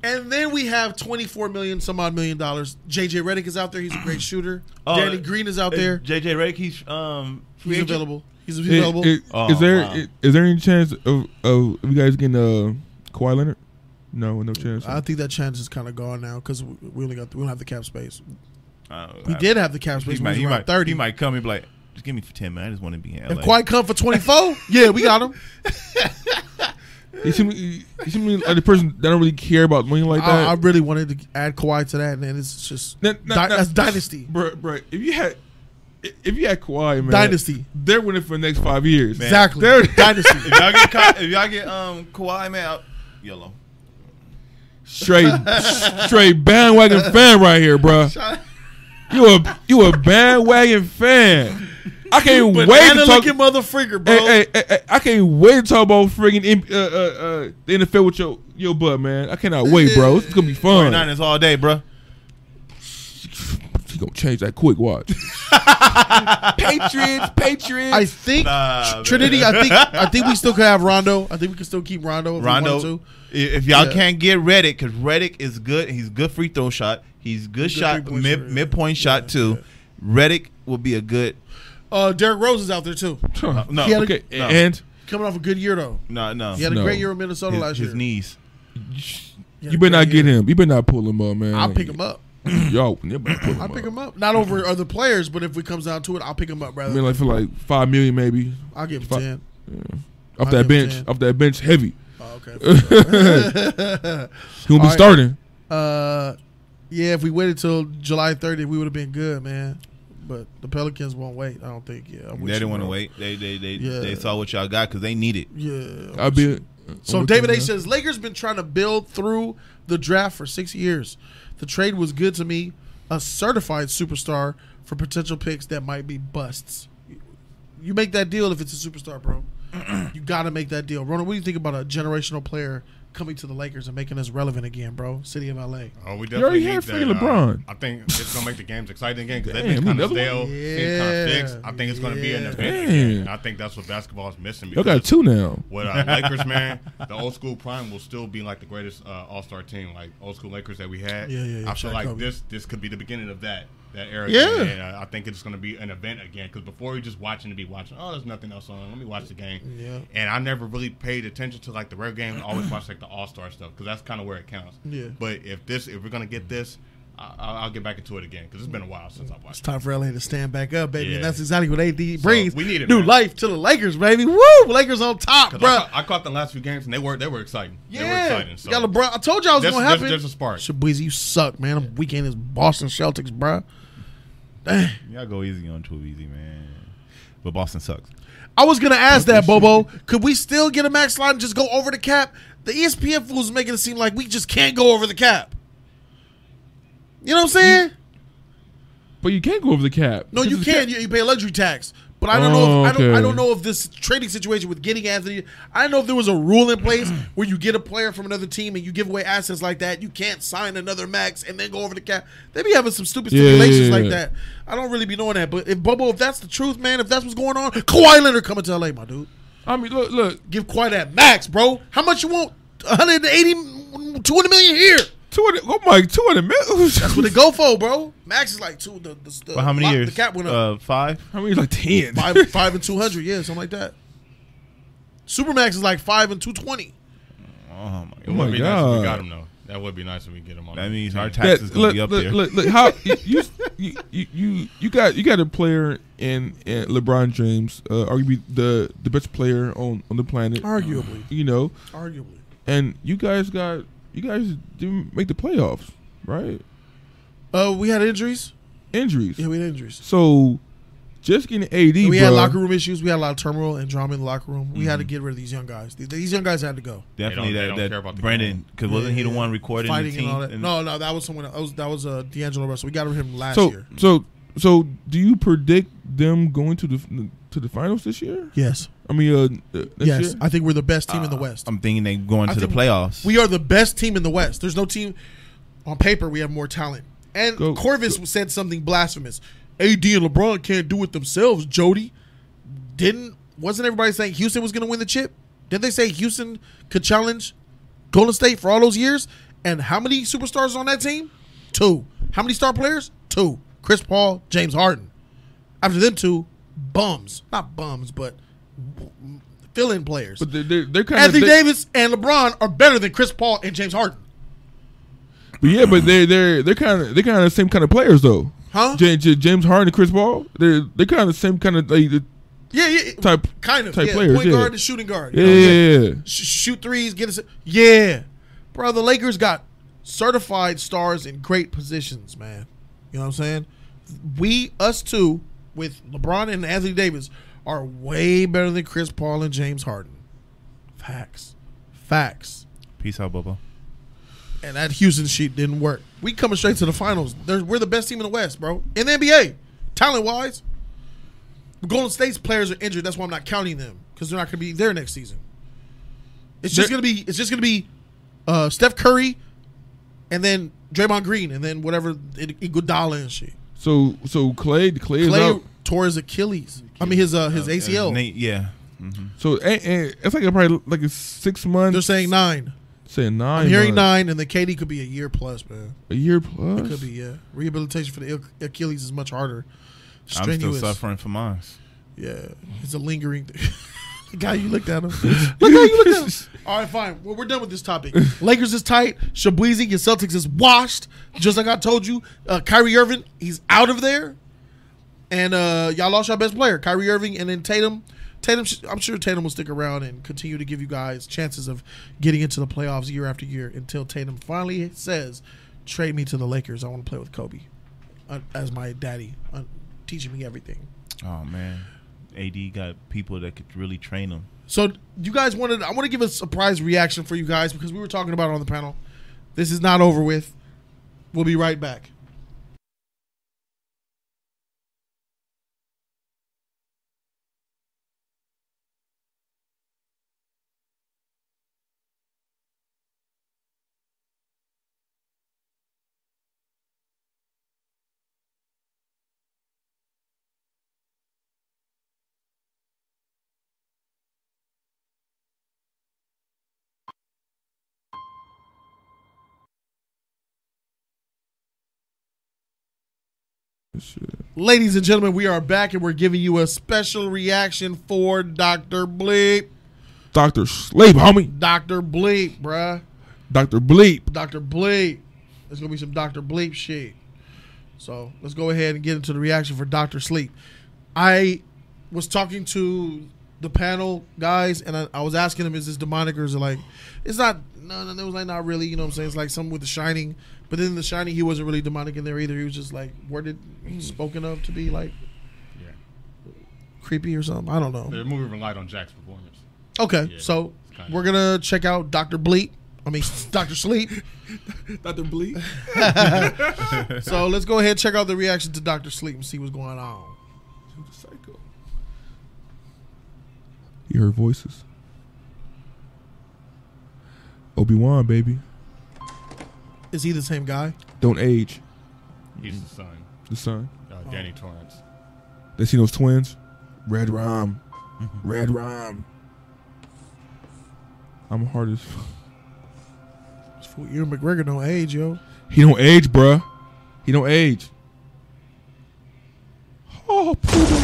Speaker 1: And then we have twenty four million some odd million dollars. JJ Redick is out there. He's a great shooter.
Speaker 3: Oh, uh,
Speaker 1: Danny Green is out there.
Speaker 3: JJ Redick, he's um free
Speaker 1: He's
Speaker 3: agent?
Speaker 1: available. He's
Speaker 4: It-
Speaker 1: available.
Speaker 4: it-
Speaker 3: Oh,
Speaker 4: is there
Speaker 3: wow.
Speaker 4: it- is there any chance of of you guys getting uh, Kawhi Leonard? No, no chance.
Speaker 1: I think that chance is kind of gone now because we only got we don't have the cap space.
Speaker 3: Uh,
Speaker 1: We
Speaker 3: I-
Speaker 1: did have the cap
Speaker 3: He
Speaker 1: space. when
Speaker 3: might,
Speaker 1: we
Speaker 3: he
Speaker 1: were
Speaker 3: might,
Speaker 1: around thirty.
Speaker 3: he might come and be like, just give me for ten minutes. I just want to be in LA.
Speaker 1: If Kawhi come for twenty four, yeah, we got him.
Speaker 4: You seem you you seem like the person that don't really care about money like
Speaker 1: I,
Speaker 4: that.
Speaker 1: I really wanted to add Kawhi to that, and it's just
Speaker 4: No, no,
Speaker 1: di-
Speaker 4: no.
Speaker 1: that's dynasty.
Speaker 4: bro, bro. If you had, if you had Kawhi, man,
Speaker 1: Dynasty.
Speaker 4: they're winning for the next five years.
Speaker 1: Exactly,
Speaker 4: They're-
Speaker 1: dynasty.
Speaker 3: if y'all get Ka- if y'all get um Kawhi man out yellow.
Speaker 4: Straight, straight bandwagon fan right here, bro. You a you a bandwagon fan. I can't wait to talk.
Speaker 1: looking motherfucker, bro.
Speaker 3: Um,
Speaker 4: Hey, hey, hey, hey, I can't wait to talk about friggin' M- uh, uh, uh, the NFL with your your butt, man. I cannot
Speaker 3: Uh,
Speaker 4: wait, bro. It's gonna be fun.
Speaker 3: 49ers all day, bro.
Speaker 4: He gonna change that quick watch. Patriots, Patriots.
Speaker 1: I think
Speaker 3: Nah, man.
Speaker 1: Trinity. I think I think we still could have Rondo. I think we can still keep Rondo. If Rondo. We
Speaker 3: Rondo.
Speaker 1: want
Speaker 3: i- If y'all
Speaker 1: Yeah.
Speaker 3: can't get Reddick, because Reddick is good. He's good free throw shot. He's good, shot
Speaker 1: three-point
Speaker 3: mid
Speaker 1: shooter, yeah.
Speaker 3: midpoint shot too. Reddick will be a good.
Speaker 1: to. Uh, Derrick Rose is out there too.
Speaker 4: Huh.
Speaker 3: Uh, No,
Speaker 1: He had a-
Speaker 4: Okay,
Speaker 3: No.
Speaker 4: and
Speaker 1: Coming off a good year though.
Speaker 3: no, no.
Speaker 1: He had a
Speaker 4: No.
Speaker 1: great year in Minnesota
Speaker 3: his,
Speaker 1: last
Speaker 3: his
Speaker 1: year.
Speaker 3: knees.
Speaker 1: He had
Speaker 4: you
Speaker 1: a
Speaker 4: better
Speaker 1: great
Speaker 4: not get
Speaker 1: year.
Speaker 4: him. You better not pull him up, man.
Speaker 1: I'll pick him up.
Speaker 4: Y'all, y'all better pull him
Speaker 1: I'll
Speaker 4: up.
Speaker 1: pick him up. Not over other players, but if it comes down to it, I'll pick him up.
Speaker 4: I
Speaker 1: Rather,
Speaker 4: mean, like for like five million, maybe
Speaker 1: I'll give him
Speaker 4: Fuck.
Speaker 1: ten.
Speaker 4: off
Speaker 1: I
Speaker 4: that
Speaker 1: give him
Speaker 4: bench.
Speaker 1: 10.
Speaker 4: Off that bench, heavy.
Speaker 1: Oh, okay.
Speaker 4: He won't be
Speaker 1: All right.
Speaker 4: starting.
Speaker 1: uh, yeah, if we waited till July 30th, we would have been good, man. But the Pelicans won't wait. I don't think. Yeah,
Speaker 3: They didn't want to wait. They they they,
Speaker 1: Yeah.
Speaker 3: they saw what y'all got because they need it.
Speaker 1: Yeah,
Speaker 4: I'll be. uh,
Speaker 1: So David A says Lakers been trying to build through the draft for six years. The trade was good to me. A certified superstar for potential picks that might be busts. You make that deal if it's a superstar, bro. you got to make that deal. Ronald, what do you think about a generational player coming to the Lakers and making us relevant again, bro? City of LA.
Speaker 2: Oh, we
Speaker 4: You
Speaker 2: definitely
Speaker 4: already had
Speaker 2: need
Speaker 4: freaking
Speaker 2: that.
Speaker 4: LeBron.
Speaker 2: Uh, I think it's gonna make the games exciting again because
Speaker 4: Damn,
Speaker 2: they've been kind of
Speaker 4: another one?
Speaker 2: stale, yeah, kind of
Speaker 1: Yeah,
Speaker 2: fixed. I think it's gonna be an
Speaker 1: yeah.
Speaker 2: event.
Speaker 4: Damn.
Speaker 2: Again. And I think that's what basketball is missing.
Speaker 4: Y'all got
Speaker 2: because
Speaker 4: two now.
Speaker 2: With uh, Lakers, man, the old school prime will still be like the greatest uh, All Star team, like old school Lakers that we had.
Speaker 1: Yeah, yeah, yeah,
Speaker 2: I feel
Speaker 1: Shaq,
Speaker 2: like
Speaker 1: Kobe.
Speaker 2: this this could be the beginning of that that era.
Speaker 1: Yeah.
Speaker 2: again. and I, I think it's gonna be an event again because before you just watching to be watching. Oh, there's nothing else on. Let me watch the game.
Speaker 1: Yeah.
Speaker 2: And I never really paid attention to like the rare game. I always watched like the All Star stuff because that's kind of where it counts.
Speaker 1: Yeah.
Speaker 2: But if this, if we're gonna get this, I, I'll, I'll get back into it again because it's been a while since I
Speaker 1: It's
Speaker 2: watched. it.
Speaker 1: time for LA to stand back up, baby. And
Speaker 2: Yeah.
Speaker 1: that's exactly what AD brings.
Speaker 2: we need it,
Speaker 1: New
Speaker 2: man.
Speaker 1: life to the Lakers, baby. Woo! Lakers on top,
Speaker 2: 'Cause
Speaker 1: bro.
Speaker 2: I, ca- I caught the last few games and they were they were exciting. they were
Speaker 1: Yeah,
Speaker 2: exciting. So.
Speaker 1: got LeBron. I told y'all it was
Speaker 2: There's-
Speaker 1: gonna
Speaker 2: there's-
Speaker 1: happen.
Speaker 2: there's a spark.
Speaker 1: Shabuizi, you suck, man. I'm weekend is Boston Celtics, bro. Dang.
Speaker 3: Y'all go easy on Easy, man. But Boston sucks.
Speaker 1: I was gonna ask that, Bobo. Could we still get a max line and just go over the cap? The E ESPN fools making it seem like we just can't go over the cap. You know what I'm saying?
Speaker 4: But you can't go over the cap.
Speaker 1: No, you
Speaker 4: Because it's a
Speaker 1: can.
Speaker 4: cap.
Speaker 1: You, you pay a luxury tax. But I don't know.
Speaker 4: Oh,
Speaker 1: If, I don't. I
Speaker 4: okay.
Speaker 1: don't know if this trading situation with getting Anthony. I don't know if there was a rule in place where you get a player from another team and you give away assets like that. You can't sign another max and then go over the cap. They be having some stupid
Speaker 4: Yeah, yeah,
Speaker 1: stipulations
Speaker 4: yeah,
Speaker 1: like
Speaker 4: yeah.
Speaker 1: that. I don't really be knowing that. But if Bobo, if that's the truth, man, if that's what's going on, Kawhi Leonard coming to LA, my dude.
Speaker 4: I mean, look, look,
Speaker 1: Give Kawhi that max, bro. How much you want? 180, 200 million here.
Speaker 4: two of the, oh my, two of the middle.
Speaker 1: That's what they go for, bro. Max is like two. The, the, the
Speaker 3: But how many
Speaker 1: lock-
Speaker 3: years?
Speaker 1: The cap went up.
Speaker 3: Uh, five.
Speaker 4: I mean, like ten.
Speaker 1: five five and two hundred, yeah, something like that. Supermax is like five and two twenty.
Speaker 3: Oh my
Speaker 2: It
Speaker 3: god.
Speaker 2: would
Speaker 4: my
Speaker 2: be nice if
Speaker 4: God.
Speaker 2: we got him though. That would be nice if we get him on.
Speaker 3: That
Speaker 2: the
Speaker 3: means
Speaker 2: team.
Speaker 3: our
Speaker 4: That-
Speaker 3: tax is gonna
Speaker 4: look,
Speaker 3: be up
Speaker 4: look,
Speaker 3: there.
Speaker 4: look, look, how you you you you, you got you got a player in, in LeBron James, uh, arguably the the best player on on the planet,
Speaker 1: Arguably,
Speaker 4: you know,
Speaker 1: arguably.
Speaker 4: and you guys got you guys didn't make the playoffs, right?
Speaker 1: Uh, we had injuries.
Speaker 4: Injuries.
Speaker 1: Yeah, we had injuries.
Speaker 4: So just getting AD,
Speaker 1: We
Speaker 4: bro,
Speaker 1: had locker room issues. We had a lot of turmoil and drama in the locker room. We had to get rid of these young guys. These, these young guys had to go.
Speaker 3: Definitely
Speaker 2: They don't- they don't
Speaker 3: that,
Speaker 2: care
Speaker 3: that
Speaker 2: about the
Speaker 3: Brandon, because wasn't he the
Speaker 1: Yeah.
Speaker 3: one recording
Speaker 1: Fighting
Speaker 3: the
Speaker 1: and
Speaker 3: team?
Speaker 1: all that. no, no, that was someone. Else. That was that was uh, D'Angelo Russell. We got rid of him last
Speaker 4: So
Speaker 1: year.
Speaker 4: so so do you predict them going to the to the finals this year?
Speaker 1: Yes,
Speaker 4: I mean, uh, uh, next
Speaker 1: yes.
Speaker 4: year?
Speaker 1: I think we're the best team in the
Speaker 3: Uh,
Speaker 1: West.
Speaker 3: I'm thinking they going
Speaker 1: I
Speaker 3: to the
Speaker 1: think
Speaker 3: playoffs.
Speaker 1: We are the best team in the West. There's no team on paper. We have more talent. And
Speaker 4: Go-
Speaker 1: Corvus said something blasphemous. AD and LeBron can't do it themselves. Jody didn't. Wasn't everybody saying Houston was going to win the chip? Didn't they say Houston could challenge Golden State for all those years? And how many superstars on that team? Two. How many star players? Two. Chris Paul, James Harden. After them two, bums. Not bums, but fill-in players.
Speaker 4: But they're, they're, they're kind
Speaker 1: Anthony
Speaker 4: of
Speaker 1: Davis and LeBron are better than Chris Paul and James Harden.
Speaker 4: But yeah, but they're they're they're kind of they're kind of the same kind of players though.
Speaker 1: Huh?
Speaker 4: James, James Harden and Chris Paul, they're they're kind of the same kind of like, the
Speaker 1: Yeah, yeah.
Speaker 4: type.
Speaker 1: kind of.
Speaker 4: type
Speaker 1: yeah.
Speaker 4: players,
Speaker 1: Point
Speaker 4: yeah.
Speaker 1: guard and shooting guard. you
Speaker 4: Yeah,
Speaker 1: know,
Speaker 4: yeah, yeah.
Speaker 1: Sh- shoot threes, get us. Yeah. Bro, the Lakers got certified stars in great positions, man. You know what I'm saying? We, us two, with LeBron and Anthony Davis, are way better than Chris Paul and James Harden. Facts. Facts.
Speaker 3: Peace out, Bobo.
Speaker 1: and that Houston sheet didn't work. We coming straight to the finals. There's, we're the best team in the West, bro. In the NBA, talent wise, Golden State's players are injured. That's why I'm not counting them because they're not going to be there next season. It's just
Speaker 4: They're-
Speaker 1: gonna be. It's just gonna be uh, Steph Curry, and then Draymond Green, and then whatever it- Iguodala and shit.
Speaker 4: So so Clay, Clay, is
Speaker 1: Clay
Speaker 4: out.
Speaker 1: tore his Achilles. I mean his uh, his ACL.
Speaker 3: Nate, yeah.
Speaker 4: So and, and it's like a, probably like a six months.
Speaker 1: They're saying nine.
Speaker 4: saying nine.
Speaker 1: I'm hearing
Speaker 4: months.
Speaker 1: nine, and then KD could be a year plus, man.
Speaker 4: A year plus.
Speaker 1: Could be yeah. Rehabilitation for the Ach- Achilles is much harder.
Speaker 3: I'm still
Speaker 1: Strenuous.
Speaker 3: suffering from mine.
Speaker 1: Yeah, it's a lingering. the guy you looked at him.
Speaker 4: Look how you look
Speaker 1: All right, fine. Well, we're done with this topic. Lakers is tight. Shabuizi, your Celtics is washed. Just like I told you, uh, Kyrie Irving, he's out of there. And uh, y'all lost your best player, Kyrie Irving, and then Tatum. Tatum, sh- I'm sure Tatum will stick around and continue to give you guys chances of getting into the playoffs year after year until Tatum finally says, "Trade me to the Lakers. I want to play with Kobe uh, as my daddy, uh, teaching me everything."
Speaker 3: Oh man, AD got people that could really train him.
Speaker 1: So you guys wanted I want to give a surprise reaction for you guys because we were talking about it on the panel. This is not over with. We'll be right back. Ladies and gentlemen, we are back and we're giving you a special reaction for Dr. Bleep.
Speaker 4: Doctor Slave, homie.
Speaker 1: Dr. Bleep, bruh.
Speaker 4: Doctor Bleep.
Speaker 1: Dr. Bleep. There's going to be some Dr. Bleep shit. So let's go ahead and get into the reaction for Dr. Sleep. I was talking to the panel guys and I, I was asking them, is this demonic or is it like, it's not, no, no, it was like, not really, you know what I'm saying? It's like something with The Shining. But then in The Shining, he wasn't really demonic in there either. He was just like worded, spoken of to be like
Speaker 2: Yeah.
Speaker 1: creepy or something. I don't know.
Speaker 2: The movie relied on Jack's performance.
Speaker 1: Okay, so
Speaker 2: kinda-
Speaker 1: we're going to check out Dr. Bleep. I mean, Dr. Sleep.
Speaker 4: Doctor Bleep.
Speaker 1: So let's go ahead and check out the reaction to Dr. Sleep and see what's going on.
Speaker 4: Psycho. You heard voices. Obi Wan, baby,
Speaker 1: Is he the same guy?
Speaker 4: don't age.
Speaker 2: He's the son,
Speaker 4: The son.
Speaker 2: uh, Danny Torrance.
Speaker 4: They seen those twins. Mm-hmm. Red Rom. Red Rom. I'm hard as. Fuck.
Speaker 1: This fool Ewan McGregor don't age, yo.
Speaker 4: He don't age, bruh. He don't age. Oh, poodle.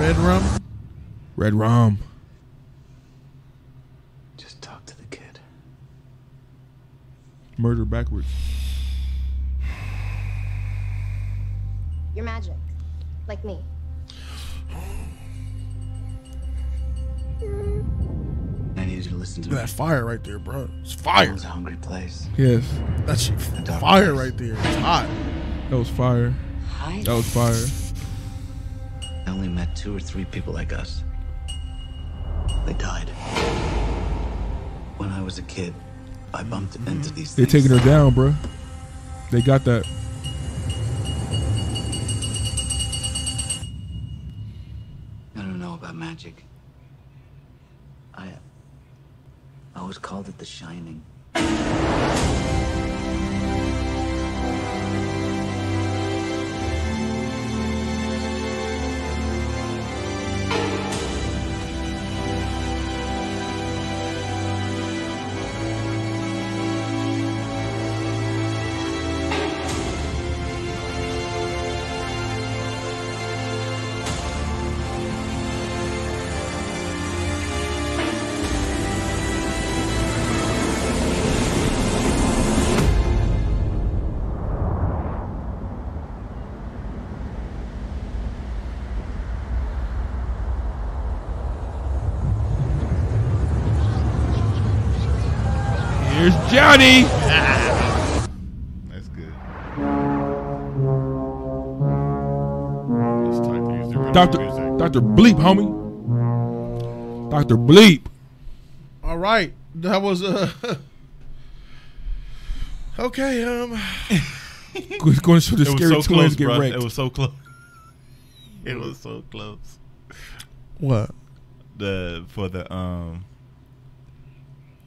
Speaker 1: Red rum.
Speaker 4: Red Rom.
Speaker 6: Just talk to the kid.
Speaker 4: Murder backwards.
Speaker 7: You're magic, like me.
Speaker 6: I need you to listen to
Speaker 1: Look
Speaker 6: me.
Speaker 1: at that fire right there, bro. It's
Speaker 6: It
Speaker 1: fire.
Speaker 6: was a hungry place.
Speaker 4: Yes,
Speaker 1: That shit
Speaker 6: dark
Speaker 1: fire
Speaker 6: place.
Speaker 1: right there. It's hot.
Speaker 4: that was fire.
Speaker 6: I
Speaker 4: That was fire.
Speaker 6: only met two or three people like us. They died. When I was a kid, I bumped into these
Speaker 4: They
Speaker 6: things.
Speaker 4: taking her down, bruh. They got that.
Speaker 6: I don't know about magic. I I always called it the shining.
Speaker 4: Here's Johnny.
Speaker 3: That's good.
Speaker 2: It's time to use the original
Speaker 4: Doctor
Speaker 2: music.
Speaker 4: Doctor Bleep, homie. Doctor Bleep.
Speaker 1: All right. That was uh Okay, um
Speaker 4: Going to show the
Speaker 3: Hmm. It was
Speaker 4: scary
Speaker 3: so
Speaker 4: twins
Speaker 3: close,
Speaker 4: get
Speaker 3: bro.
Speaker 4: wrecked.
Speaker 3: It was so close. It was so close.
Speaker 1: what?
Speaker 3: The for the um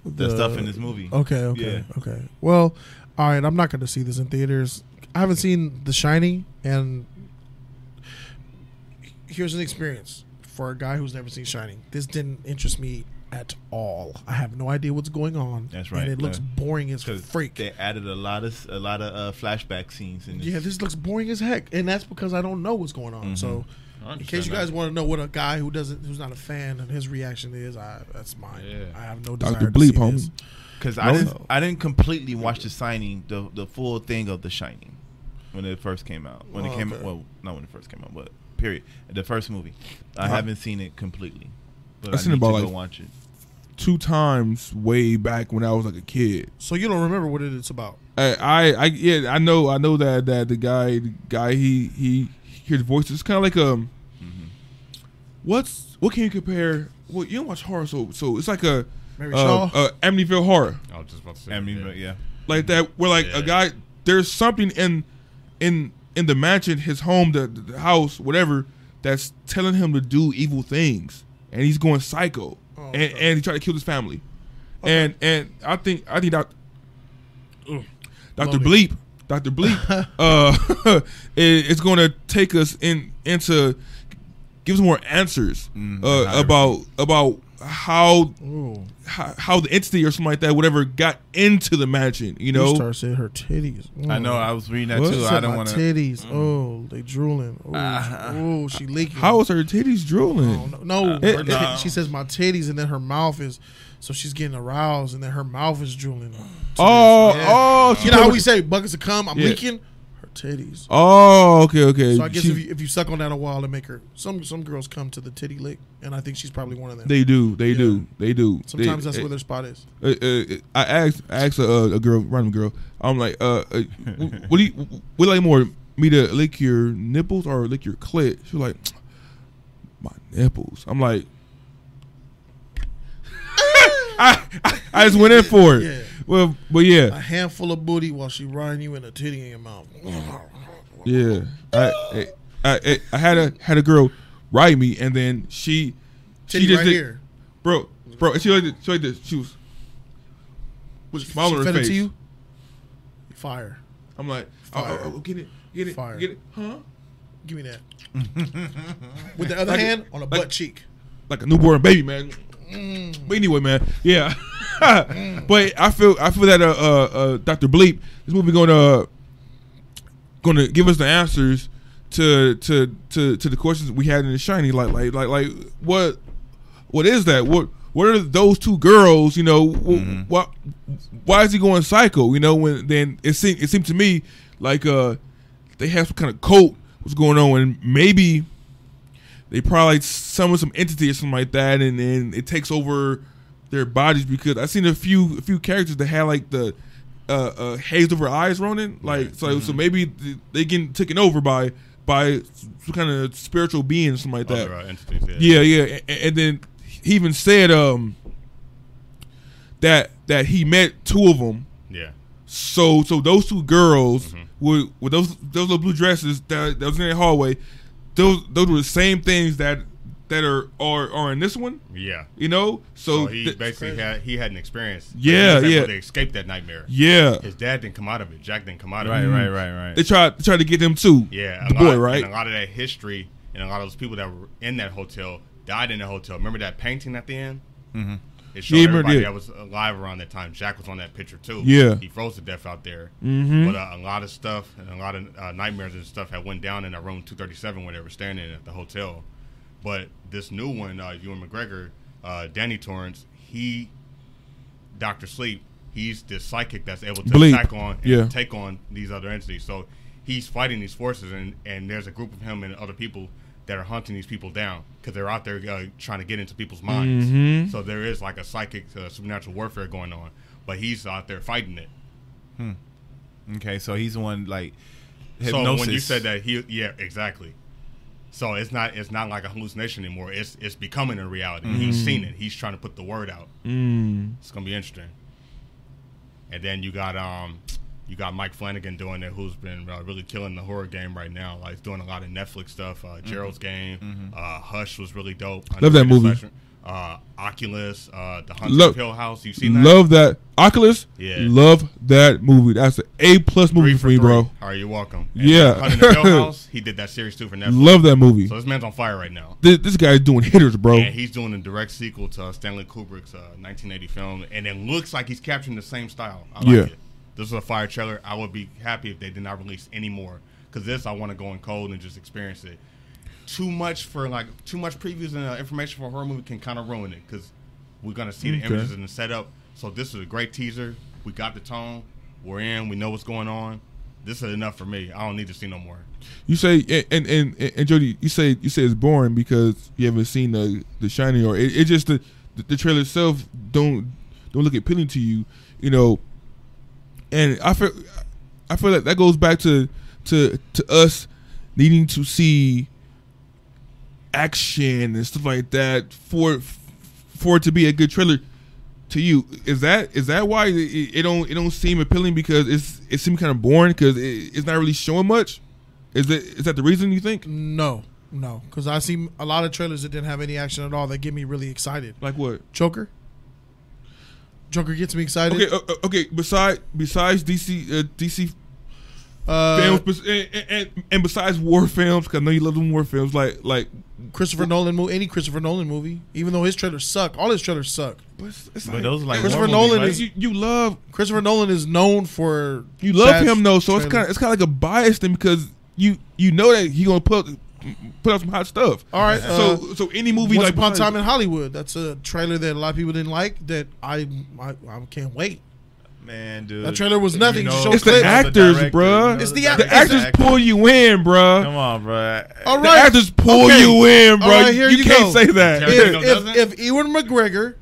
Speaker 3: the, stuff in this movie.
Speaker 1: Okay, okay,
Speaker 3: Yeah.
Speaker 1: okay. Well, all right, I'm not going to see this in theaters. I haven't seen The Shining, and here's an experience for a guy who's never seen Shining. This didn't interest me at all. I have no idea what's going on.
Speaker 3: That's right,
Speaker 1: And it looks
Speaker 3: yeah.
Speaker 1: boring as
Speaker 3: Because
Speaker 1: freak.
Speaker 3: they added a lot of a lot of uh, flashback scenes in this.
Speaker 1: yeah, this looks boring as heck, and that's because I don't know what's going on. So,
Speaker 3: Mm-hmm.
Speaker 2: I
Speaker 1: in
Speaker 2: understand
Speaker 1: case you
Speaker 2: that.
Speaker 1: guys want to know what a guy who doesn't, who's not a fan, and his reaction is, I that's mine.
Speaker 2: Yeah.
Speaker 1: I have no desire
Speaker 4: Doctor
Speaker 1: to see
Speaker 4: Bleep, homie.
Speaker 1: this.
Speaker 3: Because I
Speaker 4: No.
Speaker 3: didn't, I didn't completely watch the signing, the the full thing of the Shining, when it first came out. When
Speaker 1: Oh,
Speaker 3: it came,
Speaker 1: okay.
Speaker 3: out, well, not when it first came out, but period, the first movie. I haven't seen it completely, but
Speaker 4: I've
Speaker 3: I
Speaker 4: seen
Speaker 3: need
Speaker 4: about,
Speaker 3: to go
Speaker 4: like,
Speaker 3: watch it.
Speaker 4: Two times way back when I was like a kid.
Speaker 1: So you don't remember what it's about.
Speaker 4: I, I, I yeah, I know, I know that that the guy, the guy, he he hears voices. Kind of like um,
Speaker 1: Mm-hmm.
Speaker 4: what's what can you compare? Well, you don't watch horror, so so it's like a
Speaker 1: Mary
Speaker 4: uh,
Speaker 1: Shaw?
Speaker 4: uh, Amityville horror
Speaker 2: I was just about to say.
Speaker 3: I mean,
Speaker 2: yeah.
Speaker 3: but yeah,
Speaker 4: like that. Where like
Speaker 2: Yeah.
Speaker 4: a guy, there's something in in in the mansion, his home, the, the house, whatever, that's telling him to do evil things, and he's going psycho,
Speaker 1: Oh,
Speaker 4: and
Speaker 1: okay.
Speaker 4: and he tried to kill his family, and and I think I think that Doctor
Speaker 1: Loaded.
Speaker 4: Bleep Dr. Bleep, uh, it, it's going to take us in into give us more answers
Speaker 1: Mm,
Speaker 4: uh, about about how, how how the entity or something like that, whatever, got into the mansion. You
Speaker 1: You
Speaker 4: know,
Speaker 1: start saying her titties.
Speaker 4: Hmm.
Speaker 3: I know. I was reading that
Speaker 4: What?
Speaker 3: too.
Speaker 1: She
Speaker 3: I
Speaker 1: said
Speaker 3: don't
Speaker 1: my
Speaker 3: want to.
Speaker 1: titties.
Speaker 4: Mm.
Speaker 1: Oh, they drooling. Oh, oh, she leaking.
Speaker 4: Ah. how is her titties drooling?
Speaker 1: No, no, her
Speaker 4: It-
Speaker 1: tit- she says my titties, and then her mouth is. So she's getting aroused, and then her mouth is drooling.
Speaker 4: Oh,
Speaker 1: Yeah.
Speaker 4: oh,
Speaker 1: you know how we say buckets of cum. I'm
Speaker 4: Yeah.
Speaker 1: leaking. Her titties.
Speaker 4: Oh, okay, okay.
Speaker 1: So I guess
Speaker 4: She-
Speaker 1: if, you, if you suck on that a while and make her some some girls come to the titty lick, and I think she's probably one of them.
Speaker 4: they do, they do, they do.
Speaker 1: Sometimes
Speaker 4: They-
Speaker 1: that's where their spot is.
Speaker 4: uh, uh, I asked I asked a, a girl, random girl. I'm like, uh, uh what do you what like more, me to lick your nipples or lick your clit? She was like, my nipples. I'm like, I, I I just went in for it.
Speaker 1: Yeah.
Speaker 4: Well, but
Speaker 1: A
Speaker 4: yeah,
Speaker 1: handful of booty while she riding you in a titty in your mouth.
Speaker 4: Mm. yeah. I I, I I had a had a girl ride me, and then she
Speaker 1: Titty
Speaker 4: she just
Speaker 1: right
Speaker 4: did-
Speaker 1: here.
Speaker 4: bro, bro. and She like this- she like this. She was was smiling
Speaker 1: she
Speaker 4: on her
Speaker 1: fed it
Speaker 4: face.
Speaker 1: to you? Fire.
Speaker 4: I'm like, oh,
Speaker 1: Fire.
Speaker 4: oh, oh, get it, get it,
Speaker 1: Fire.
Speaker 4: get it, huh?
Speaker 1: Give me that. With the other
Speaker 4: Like-
Speaker 1: hand on a butt
Speaker 4: like-
Speaker 1: cheek.
Speaker 4: Like a newborn baby, man.
Speaker 1: Mm.
Speaker 4: But anyway, man, yeah. but I feel I feel that uh, uh, uh, Doctor Bleep, this movie gonna gonna give us the answers to to to to the questions we had in the Shiny. Like like like like what what is that? What what are those two girls? You know, wh- why why is he going psycho? You know, when then it seemed it seemed to me like uh they have some kind of cult what's going on, and maybe they probably summon some entity or something like that, and then it takes over their bodies because I seen a few a few characters that had like the uh, uh, haze over eyes, Ronin. Like so, so maybe th- they getting taken over by by some kind of spiritual being, or something like that.
Speaker 2: Other uh, entities,
Speaker 4: Yeah, yeah, a- a- and, then he even said um that that he met two of them.
Speaker 2: Yeah.
Speaker 4: So so those two girls
Speaker 2: Mm-hmm.
Speaker 4: with with those those little blue dresses that, that was in the hallway, those those were the same things that that are are, are in this one.
Speaker 2: Yeah.
Speaker 4: You know,
Speaker 2: So
Speaker 4: so,
Speaker 2: he
Speaker 4: Oh, th-
Speaker 2: basically had he had an experience. He
Speaker 4: Yeah,
Speaker 2: was able
Speaker 4: yeah.
Speaker 2: to escape that nightmare.
Speaker 4: yeah,
Speaker 2: His dad didn't come out of it. Jack didn't come out of
Speaker 3: Right,
Speaker 2: it.
Speaker 3: right, right,
Speaker 4: they
Speaker 3: right.
Speaker 4: tried they tried to get them too.
Speaker 2: Yeah, a
Speaker 4: the
Speaker 2: lot,
Speaker 4: boy, right?
Speaker 2: And a lot of that history and a lot of those people that were in that hotel died in the hotel. Remember that painting at the end? Mm-hmm. It showed
Speaker 4: Yeah, I remember
Speaker 2: everybody
Speaker 4: that.
Speaker 2: that was alive around that time. Jack was on that picture too.
Speaker 4: Yeah. Mm-hmm.
Speaker 2: he froze to death out there. But uh, a lot of stuff and a lot of uh, nightmares and stuff had went down in that room 237 where they were standing at the hotel. But this new one, uh, Ewan McGregor, uh, Danny Torrance, he, Doctor Sleep, he's the psychic that's able to
Speaker 4: Bleep.
Speaker 2: attack on and
Speaker 4: Yeah.
Speaker 2: take on these other entities. So he's fighting these forces, and, and there's a group of him and other people that are hunting these people down because they're out there uh, trying to get into people's minds.
Speaker 4: Mm-hmm.
Speaker 2: So there is like a psychic, uh, supernatural warfare going on, but he's out there fighting it.
Speaker 3: Okay, so he's the one like
Speaker 2: So when you
Speaker 3: hypnosis.
Speaker 2: said that, he yeah, exactly. So it's not it's not like a hallucination anymore. It's it's becoming a reality. He's
Speaker 4: Mm.
Speaker 2: seen it. He's trying to put the word out. It's gonna be interesting. And then you got um you got Mike Flanagan doing it, who's been uh, really killing the horror game right now. Like he's doing a lot of Netflix stuff. Uh, Gerald's Game, uh, Hush was really dope.
Speaker 4: Mm-hmm. Love that
Speaker 2: Underrated
Speaker 4: movie.
Speaker 2: slasher. Uh, Oculus, uh, The Haunted
Speaker 4: Love-
Speaker 2: Hill House. You seen that?
Speaker 4: Love that Oculus.
Speaker 2: Yeah.
Speaker 4: Love that movie. That's an A plus movie
Speaker 2: Three
Speaker 4: for me, bro.
Speaker 2: All right, you're welcome.
Speaker 4: Yeah.
Speaker 2: Haunted Hill House. He did that series too for Netflix.
Speaker 4: Love that movie.
Speaker 2: So this man's on fire right now.
Speaker 4: This, this guy's doing hitters, bro.
Speaker 2: And he's doing a direct sequel to uh, Stanley Kubrick's uh, 1980 film, and it looks like he's capturing the same style. I like
Speaker 4: Yeah.
Speaker 2: it. This is a fire trailer. I would be happy if they did not release any more because this I want to go in cold and just experience it. Too much for like too much previews and uh, information for a horror movie can kind of ruin it because we're gonna see the
Speaker 4: Okay.
Speaker 2: images and the setup. So this is a great teaser. We got the tone. We're in. We know what's going on. This is enough for me. I don't need to see no more.
Speaker 4: You say and and and, and Jody, you say you say it's boring because you haven't seen the the shiny or it, it just the, the trailer itself don't don't look appealing to you, you know. And I feel I feel like that goes back to to to us needing to see action and stuff like that for for it to be a good trailer to you is that is that why it, it don't it don't seem appealing because it's it seems kind of boring because it, it's not really showing much is it is that the reason you think
Speaker 1: No, no, because I see a lot of trailers that didn't have any action at all that get me really excited.
Speaker 4: like what
Speaker 1: Joker. Joker gets me excited.
Speaker 4: okay uh, uh, okay beside besides DC uh, DC
Speaker 1: Uh,
Speaker 4: films, bes- and, and- and, and besides war films, because I know you love them war films. Like like,
Speaker 1: Christopher Nolan movie, any Christopher Nolan movie, even though his trailers suck, all his trailers suck.
Speaker 4: but it's, it's
Speaker 3: But
Speaker 4: like-
Speaker 3: those are like
Speaker 1: Christopher
Speaker 3: war movies,
Speaker 1: Nolan
Speaker 3: right?
Speaker 1: is-
Speaker 4: you, you love
Speaker 1: Christopher Nolan is known for
Speaker 4: you love
Speaker 1: trash
Speaker 4: him though, so it's
Speaker 1: trailers.
Speaker 4: kind of it's kind of like a bias thing because you you know that he gonna put up, put out some hot stuff.
Speaker 1: All right, uh,
Speaker 4: so so any movie
Speaker 1: Once
Speaker 4: like
Speaker 1: Upon a Time in Hollywood. That's a trailer that a lot of people didn't like. That I I, I can't wait.
Speaker 3: man, dude.
Speaker 1: That trailer was nothing.
Speaker 3: You
Speaker 1: Just
Speaker 3: know-
Speaker 1: show
Speaker 4: it's
Speaker 1: clips.
Speaker 4: the actors,
Speaker 3: director,
Speaker 4: bruh.
Speaker 3: you know
Speaker 1: It's the
Speaker 3: director,
Speaker 1: act-
Speaker 4: the actors pull you in, bruh.
Speaker 3: Come on, bro.
Speaker 1: All
Speaker 4: The
Speaker 1: right.
Speaker 4: actors pull
Speaker 1: Okay.
Speaker 4: you in,
Speaker 1: All
Speaker 4: bro.
Speaker 1: right, here
Speaker 4: you,
Speaker 1: you go.
Speaker 4: can't say that.
Speaker 2: Tarantino
Speaker 4: Yeah.
Speaker 1: if,
Speaker 2: doesn't?
Speaker 1: if, if Ewan McGregor,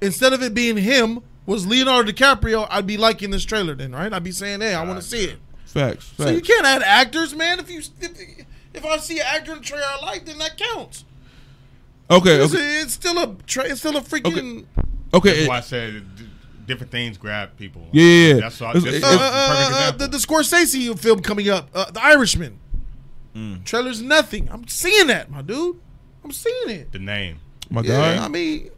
Speaker 1: instead of it being him, was Leonardo DiCaprio, I'd be liking this trailer then, right? I'd be saying, hey, I want to see it.
Speaker 4: Facts.
Speaker 1: So you
Speaker 4: facts.
Speaker 1: can't add actors, man. If you if, if I see an actor in a trailer I like, then that counts.
Speaker 4: Okay.
Speaker 1: It's,
Speaker 4: Okay.
Speaker 1: it's still a tra- it's still a freaking
Speaker 4: okay.
Speaker 2: why I said d- different things grab people.
Speaker 4: Yeah, yeah, yeah.
Speaker 2: That's why.
Speaker 4: It's-
Speaker 2: That's
Speaker 4: it's-
Speaker 1: uh, uh,
Speaker 2: a perfect
Speaker 1: uh, uh,
Speaker 2: example.
Speaker 1: the, the Scorsese film coming up, uh, The Irishman. Trailer's nothing. I'm seeing that, my dude. I'm seeing it.
Speaker 2: the name.
Speaker 4: My
Speaker 1: Yeah, I
Speaker 4: God.
Speaker 1: mean,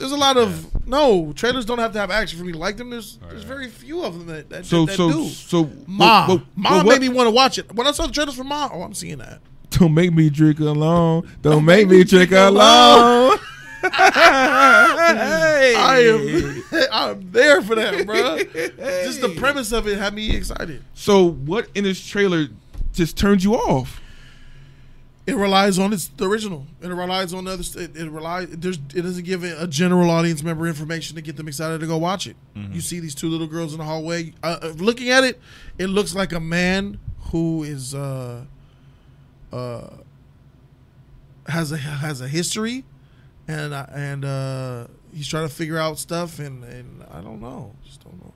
Speaker 1: there's a lot of no trailers. Don't have to have action for me to like them. There's there's very few of them that that,
Speaker 4: So
Speaker 1: that, that
Speaker 4: so
Speaker 1: do.
Speaker 4: so.
Speaker 1: Ma,
Speaker 4: what- what-
Speaker 1: Ma
Speaker 4: what-
Speaker 1: made me want to watch it. When I saw the trailers for Ma, oh, I'm seeing that.
Speaker 4: Don't make me drink alone. Don't make me drink alone.
Speaker 1: I am I'm there for that, bro. Just the premise of it had me excited.
Speaker 4: So what in this trailer just turned you off?
Speaker 1: It relies on its the original. It relies on the other. It, it relies. There's. It doesn't give a general audience member information to get them excited to go watch it. You see these two little girls in the hallway. Uh, uh, looking at it, it looks like a man who is uh, uh, has a has a history, and I and uh, he's trying to figure out stuff, and and I don't know, just don't know.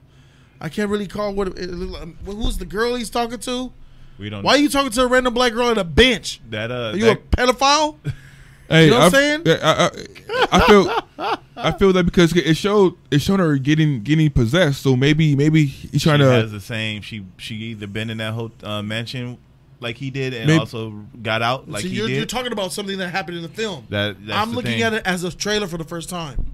Speaker 1: I can't really call what it, it, look like- who's the girl he's talking to.
Speaker 3: We don't.
Speaker 1: Why are you talking to a random black girl at a bench?
Speaker 3: that? Uh,
Speaker 1: Are you
Speaker 3: that,
Speaker 1: a pedophile?
Speaker 4: Hey,
Speaker 1: You know what I'm
Speaker 4: I-
Speaker 1: saying?
Speaker 4: I, I, I feel I feel that because it showed it showed her getting getting possessed. So maybe maybe he's
Speaker 3: she
Speaker 4: trying
Speaker 3: has
Speaker 4: to.
Speaker 3: the same. She she either been in that whole uh, mansion like he did, and
Speaker 4: Maybe-
Speaker 3: also got out like
Speaker 1: so
Speaker 3: he
Speaker 1: you're,
Speaker 3: did.
Speaker 1: you're talking about something that happened in the film.
Speaker 3: That- that's
Speaker 1: I'm
Speaker 3: the
Speaker 1: looking
Speaker 3: thing.
Speaker 1: at it as a trailer for the first time.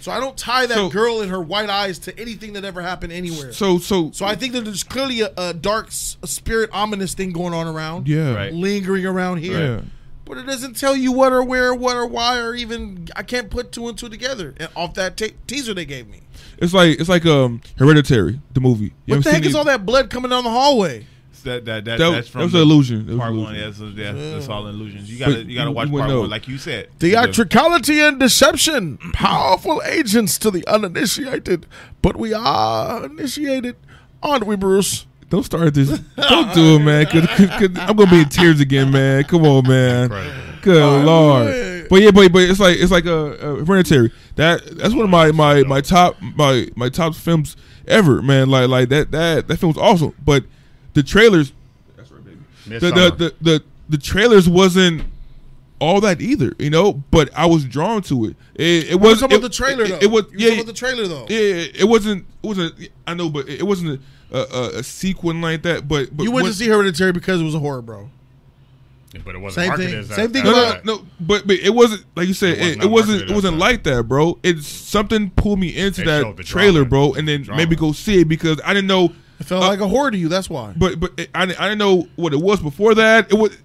Speaker 1: So I don't tie that
Speaker 4: So-
Speaker 1: girl and her white eyes to anything that ever happened anywhere. So,
Speaker 4: So so
Speaker 1: I think that there's clearly a, a dark s- a spirit, ominous thing going on around.
Speaker 4: yeah.
Speaker 3: Right.
Speaker 1: Lingering around here.
Speaker 4: Right.
Speaker 1: But it doesn't tell you what or where, what or why, or even I can't put two and two together eh, off that ta teaser they gave me.
Speaker 4: It's like it's like um Hereditary, the movie.
Speaker 1: what
Speaker 4: You haven't
Speaker 1: the
Speaker 4: seen
Speaker 1: heck is
Speaker 4: it?
Speaker 1: all that blood coming down the hallway?
Speaker 3: that, that, that,
Speaker 4: That-
Speaker 3: that's
Speaker 4: that
Speaker 3: from
Speaker 4: was
Speaker 3: the
Speaker 4: an illusion. That was
Speaker 3: Part
Speaker 4: an
Speaker 3: one. That's,
Speaker 4: illusion.
Speaker 3: that's, that's all illusions. You gotta
Speaker 4: But
Speaker 3: you gotta
Speaker 4: you-
Speaker 3: watch part
Speaker 4: you wouldn't know.
Speaker 3: one, like you said.
Speaker 1: Theatricality and deception, powerful agents to the uninitiated, but we are initiated, aren't we, Bruce?
Speaker 4: Don't start this. Don't do it, man. Cause, cause, 'cause I'm gonna be in tears again, man. Come on, man. Good
Speaker 1: Oh,
Speaker 4: lord. But yeah, but but it's like it's like a, a hereditary. That that's one of my my my top my my top films ever, man. Like like that that that film's awesome. But the trailers, the the
Speaker 2: Midsommar.
Speaker 4: the the, the trailers wasn't. All that either, you know, but I was drawn to it. It, it
Speaker 1: We're
Speaker 4: was
Speaker 1: talking about
Speaker 4: it-
Speaker 1: the trailer,
Speaker 4: It,
Speaker 1: though.
Speaker 4: it was
Speaker 1: You're
Speaker 4: yeah,
Speaker 1: talking about the trailer, though.
Speaker 4: yeah, it wasn't. It wasn't. I know, but it wasn't a, a, a, a sequel like that. But, but
Speaker 1: You went
Speaker 4: when-
Speaker 1: to see Hereditary because it was a horror, bro.
Speaker 2: But it wasn't
Speaker 1: Same
Speaker 2: marketed
Speaker 1: thing-
Speaker 2: as that.
Speaker 1: same thing uh,
Speaker 4: No,
Speaker 2: as
Speaker 4: no,
Speaker 2: that.
Speaker 4: no, no, But but it wasn't like you said.
Speaker 2: It
Speaker 4: It,
Speaker 2: was
Speaker 4: it
Speaker 2: not marketed
Speaker 4: wasn't. It
Speaker 2: as
Speaker 4: wasn't
Speaker 2: that.
Speaker 4: like that, bro. It's something pulled me into
Speaker 2: They
Speaker 4: that
Speaker 2: showed the
Speaker 4: trailer,
Speaker 2: drama.
Speaker 4: bro, and then
Speaker 2: Drama.
Speaker 4: maybe go see it because I didn't know.
Speaker 1: It felt like a horror to you. That's why.
Speaker 4: Uh, But but it, I, didn't- I didn't know what it was before that. It was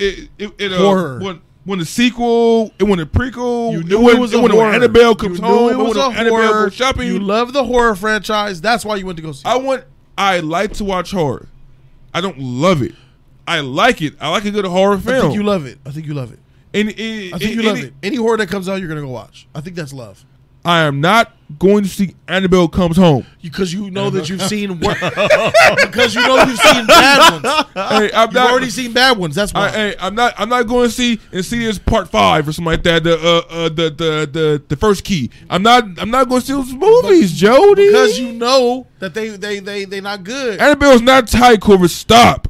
Speaker 4: it it, it uh,
Speaker 1: Horror.
Speaker 4: When, when the sequel, it when the prequel,
Speaker 1: You knew
Speaker 4: when,
Speaker 1: it was a
Speaker 4: when
Speaker 1: horror.
Speaker 4: Annabelle comes
Speaker 1: You knew
Speaker 4: home,
Speaker 1: it was
Speaker 4: when
Speaker 1: a
Speaker 4: Annabelle
Speaker 1: horror.
Speaker 4: goes shopping.
Speaker 1: You love the horror franchise. That's why you went to go see.
Speaker 4: I
Speaker 1: it.
Speaker 4: want. I like to watch horror. I don't love it. I like it. I like a good horror film.
Speaker 1: I think you love it. I think you love it.
Speaker 4: And it-
Speaker 1: I think you
Speaker 4: and
Speaker 1: love
Speaker 4: it-
Speaker 1: it. Any horror that comes out, you're gonna go watch. I think that's love.
Speaker 4: I am not going to see Annabelle comes home.
Speaker 1: Because you know that you've seen wor- because you know you've seen bad ones.
Speaker 4: hey, I'm
Speaker 1: You've
Speaker 4: not.
Speaker 1: already seen bad ones. That's why.
Speaker 4: I, hey, I'm not. I'm not going to see Insidious Part Five or something like that. The uh, uh the, the the the first key. I'm not. I'm not going to see those movies, Jody.
Speaker 1: because you know that they they they they not good.
Speaker 4: Annabelle's not tie cover. Stop.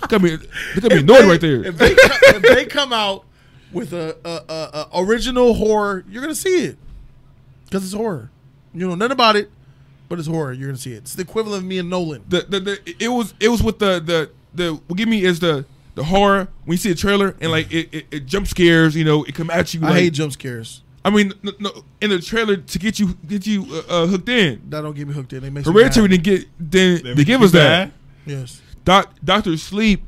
Speaker 4: Look at me. Look at me. Annoyed right there.
Speaker 1: If they, co- if they come out with a, a, a, a original horror, you're gonna see it because it's horror. You know nothing about it, but it's horror. You're gonna see it. It's the equivalent of me and Nolan.
Speaker 4: the, the, the it was it was with the the the what give me is the the horror when you see a trailer and like it, it, it jump scares you know it come at you
Speaker 1: I
Speaker 4: like
Speaker 1: hate jump scares.
Speaker 4: I I mean, no, no, in the trailer to get you get you uh, uh, hooked in.
Speaker 1: That don't get me hooked in. They make
Speaker 4: Hereditary didn't get then they,
Speaker 3: make
Speaker 4: give
Speaker 3: you
Speaker 4: us that.
Speaker 3: mad?
Speaker 1: Yes.
Speaker 4: Doc, Doctor Sleep,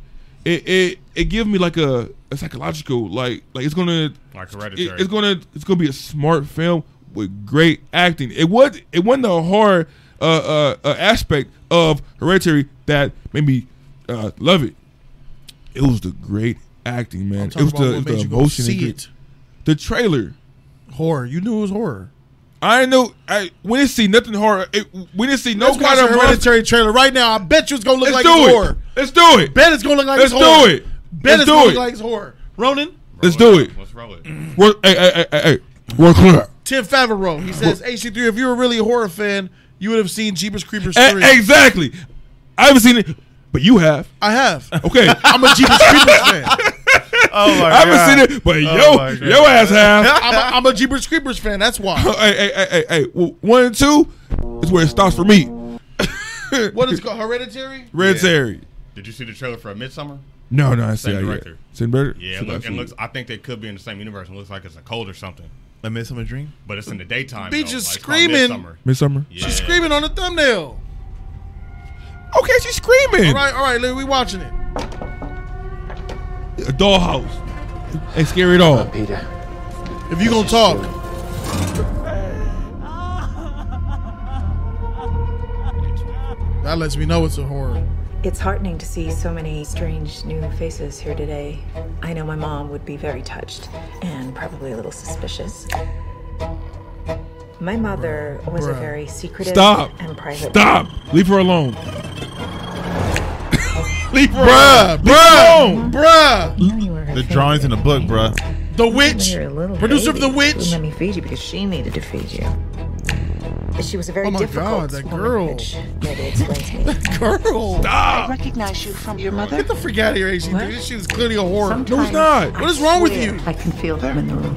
Speaker 4: it it it give me like a, a psychological like like it's gonna
Speaker 2: Like
Speaker 4: it-
Speaker 2: Hereditary.
Speaker 4: it's gonna it's gonna be a smart film with great acting. It was it wasn't the horror uh, uh, uh, aspect of Hereditary that made me uh, love it. It was the great acting, man. It
Speaker 1: Talking
Speaker 4: was
Speaker 1: about
Speaker 4: the,
Speaker 1: what
Speaker 4: it was
Speaker 1: made
Speaker 4: the
Speaker 1: you go
Speaker 4: emotion.
Speaker 1: See
Speaker 4: in
Speaker 1: it.
Speaker 4: The trailer.
Speaker 1: Horror. You knew it was horror.
Speaker 4: I know. I we didn't see nothing horror. It, we didn't see no
Speaker 1: Let's watch
Speaker 4: kind
Speaker 1: a
Speaker 4: of monster.
Speaker 1: hereditary trailer right now. I bet you it's gonna look
Speaker 4: Let's
Speaker 1: like
Speaker 4: do
Speaker 1: it's
Speaker 4: it.
Speaker 1: horror.
Speaker 4: Let's do it.
Speaker 1: Bet it's gonna look like
Speaker 4: Let's
Speaker 1: it's
Speaker 4: do
Speaker 1: horror.
Speaker 4: it.
Speaker 1: Bet
Speaker 4: Let's
Speaker 1: it's
Speaker 4: do
Speaker 1: gonna
Speaker 4: it.
Speaker 1: look like it's horror. Ronan,
Speaker 4: Let's
Speaker 2: Roll
Speaker 4: do it.
Speaker 2: Let's roll it.
Speaker 4: We're, hey, hey, hey, hey, hey. We're clear.
Speaker 1: Tim Favreau. He says, "HC3, if you were really a horror fan, you would have seen Jeepers Creepers
Speaker 4: E-
Speaker 1: 3."
Speaker 4: exactly. I haven't seen it, but you have.
Speaker 1: I have.
Speaker 4: Okay.
Speaker 1: I'm a Jeepers Creepers fan.
Speaker 3: Oh my
Speaker 4: I haven't seen it, but
Speaker 3: my
Speaker 4: yo, yo ass have.
Speaker 1: I'm a, I'm a Jeepers Creepers fan. That's why.
Speaker 4: hey, hey, hey, hey, hey. Well, one and two is where it stops for me.
Speaker 1: What is it called Hereditary?
Speaker 4: Red Terry.
Speaker 2: Did you see the trailer for Midsummer?
Speaker 4: No, no, I see
Speaker 2: Same
Speaker 4: that yet.
Speaker 2: director.
Speaker 4: Same director.
Speaker 2: Yeah,
Speaker 4: Should
Speaker 2: it,
Speaker 4: I
Speaker 2: look, it
Speaker 4: see
Speaker 2: looks. I think they could be in the same universe. It looks like it's a cold or something,
Speaker 3: I miss him a dream.
Speaker 2: but it's in the daytime.
Speaker 1: Bitch
Speaker 2: though.
Speaker 1: is
Speaker 2: Like, it's called
Speaker 1: screaming.
Speaker 2: Midsummer.
Speaker 4: Midsummer.
Speaker 2: Yeah.
Speaker 1: She's screaming on the thumbnail.
Speaker 4: Okay, she's screaming.
Speaker 1: All right, all right, Larry, we watching it.
Speaker 4: A dollhouse. Ain't scary at all.
Speaker 5: Peter.
Speaker 1: If you gonna talk, that lets me know it's a horror.
Speaker 8: It's heartening to see so many strange new faces here today. I know my mom would be very touched and probably a little suspicious. My mother was a
Speaker 1: Bruh.
Speaker 8: very secretive
Speaker 4: Stop.
Speaker 8: and private.
Speaker 4: Stop. Leave her alone. Leave her
Speaker 1: Bruh,
Speaker 4: alone. Leave her alone.
Speaker 1: Bruh,
Speaker 8: I knew you were her
Speaker 3: The drawings in the
Speaker 8: favorite.
Speaker 3: book, bruh.
Speaker 1: The
Speaker 8: When
Speaker 1: Witch,
Speaker 8: you were a little
Speaker 1: producer of
Speaker 8: baby,
Speaker 1: The Witch.
Speaker 8: She let me feed you because she needed to feed you. She was a very
Speaker 1: Oh my God,
Speaker 8: difficult
Speaker 1: that
Speaker 8: woman,
Speaker 1: girl.
Speaker 8: which maybe explains me.
Speaker 1: Girl,
Speaker 9: recognize you from your mother.
Speaker 1: get the freak out of here, AC3.
Speaker 8: What?
Speaker 1: This shit is clearly a horror.
Speaker 8: Sometimes
Speaker 4: No, it's not.
Speaker 8: I
Speaker 1: What is wrong with
Speaker 8: swear
Speaker 1: you?
Speaker 8: I can feel them in the room.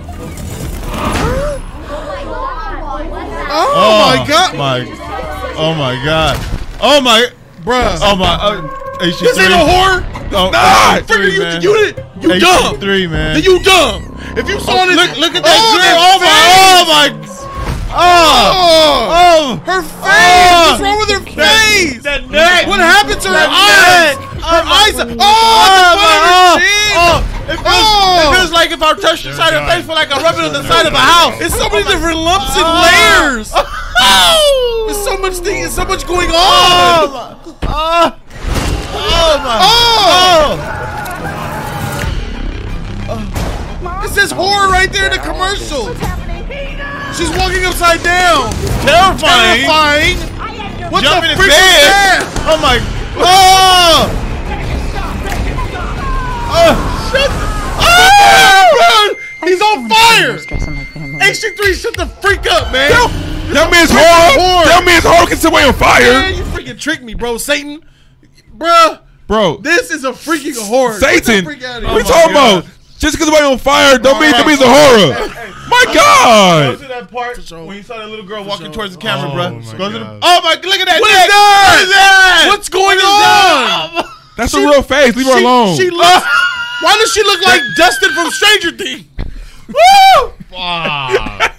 Speaker 1: Oh, my god,
Speaker 3: My, oh my god. Oh my.
Speaker 1: bruh.
Speaker 3: Oh my. Uh, HG3.
Speaker 1: this ain't a horror.
Speaker 3: Oh,
Speaker 1: Nah,
Speaker 3: HG3,
Speaker 1: figure you,
Speaker 3: man. E
Speaker 1: you, you, you dumb.
Speaker 3: Three man.
Speaker 1: You dumb. If you saw this,
Speaker 3: look, look at
Speaker 1: Oh,
Speaker 3: that
Speaker 1: her
Speaker 3: girl. Oh my. Oh. Oh.
Speaker 1: Her face. What's wrong with her face?
Speaker 3: That neck.
Speaker 1: What happened to her
Speaker 3: That
Speaker 1: eyes? Her eyes. Oh, the
Speaker 3: Ah, Oh,
Speaker 1: bottom of her chin.
Speaker 3: oh, it feels,
Speaker 1: Oh.
Speaker 3: it feels like if I touched the side of her face for like a rubbing on the side of a house.
Speaker 1: It's so many different lumps and layers. There's so much thing. There's so much going
Speaker 3: Oh,
Speaker 1: on.
Speaker 3: my- oh, oh my.
Speaker 1: Oh. Oh. It says horror right there in the commercial. She's walking upside down.
Speaker 3: terrifying.
Speaker 1: Terrifying. What the
Speaker 3: Jumping in
Speaker 1: freak is
Speaker 3: bed.
Speaker 1: that?
Speaker 3: Oh my.
Speaker 1: Oh!
Speaker 3: Ah!
Speaker 1: Oh, shit! Oh, run! He's on fire! HG3, shut the freak up, man!
Speaker 4: Tell, tell me it's horror. Tell me it's horror. Can somebody on
Speaker 1: Man,
Speaker 4: fire,
Speaker 1: you freaking tricked me, bro, Satan! Bruh,
Speaker 4: bro?
Speaker 1: this is a freaking horror. Get the
Speaker 4: Satan.
Speaker 1: freak
Speaker 4: What
Speaker 1: out
Speaker 4: are
Speaker 1: of
Speaker 4: you
Speaker 1: here. Oh
Speaker 4: talking about? Just because somebody on fire don't mean it means a horror. My
Speaker 3: Go to
Speaker 4: God.
Speaker 3: that part
Speaker 1: sure.
Speaker 3: when you saw that little girl walking
Speaker 1: sure.
Speaker 3: towards the camera,
Speaker 2: Oh
Speaker 3: bruh.
Speaker 2: my
Speaker 3: Go to the-
Speaker 2: God.
Speaker 3: oh my, look at that
Speaker 1: What is
Speaker 3: neck.
Speaker 1: that?
Speaker 3: What is that?
Speaker 1: What's going on?
Speaker 3: that?
Speaker 4: That's a real face. Leave her alone.
Speaker 1: She
Speaker 3: Ah!
Speaker 1: looks. Why does she look like Dustin from Stranger Things? Woo!
Speaker 2: Ah,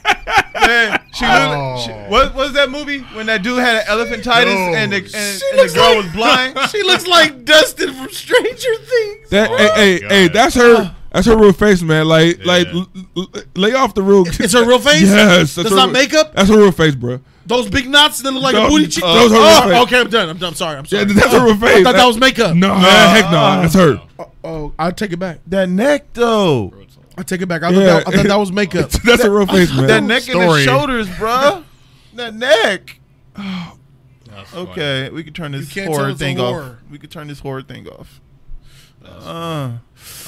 Speaker 3: Man, she literally.
Speaker 2: Oh.
Speaker 3: She, what was that movie when that dude had an elephantitis
Speaker 2: Dude.
Speaker 3: and the, and,
Speaker 2: She
Speaker 3: and the girl was blind?
Speaker 1: She looks like Dustin from Stranger Things.
Speaker 4: That, hey, hey,
Speaker 2: God.
Speaker 4: hey, that's her. That's her real face, man. Like,
Speaker 2: Yeah.
Speaker 4: like, l- l- lay off the real.
Speaker 1: It's her real face?
Speaker 4: Yes,
Speaker 1: That's
Speaker 4: her
Speaker 1: not
Speaker 4: real-
Speaker 1: makeup?
Speaker 4: That's her real face, bro.
Speaker 1: Those big knots that look like
Speaker 4: No, uh,
Speaker 1: a booty cheek.
Speaker 4: those are
Speaker 1: oh,
Speaker 4: real face.
Speaker 1: okay, I'm done. I'm done. I'm sorry. I'm
Speaker 4: Yeah,
Speaker 1: sorry. Oh,
Speaker 4: that's her real face.
Speaker 1: I thought that was makeup.
Speaker 4: No, man, heck no, that's her.
Speaker 1: Oh, I take it back.
Speaker 3: That neck though.
Speaker 1: I take it back. I,
Speaker 4: Yeah.
Speaker 1: thought, that, I thought that was makeup.
Speaker 4: That's her real face, man.
Speaker 3: That neck and the
Speaker 2: Story.
Speaker 3: shoulders, bruh. that neck.
Speaker 2: that's funny.
Speaker 3: Okay, we can turn
Speaker 1: You
Speaker 3: this
Speaker 1: can't tell
Speaker 3: horror
Speaker 1: it's a
Speaker 3: thing
Speaker 1: horror.
Speaker 3: off. We can turn this horror thing off. Uh,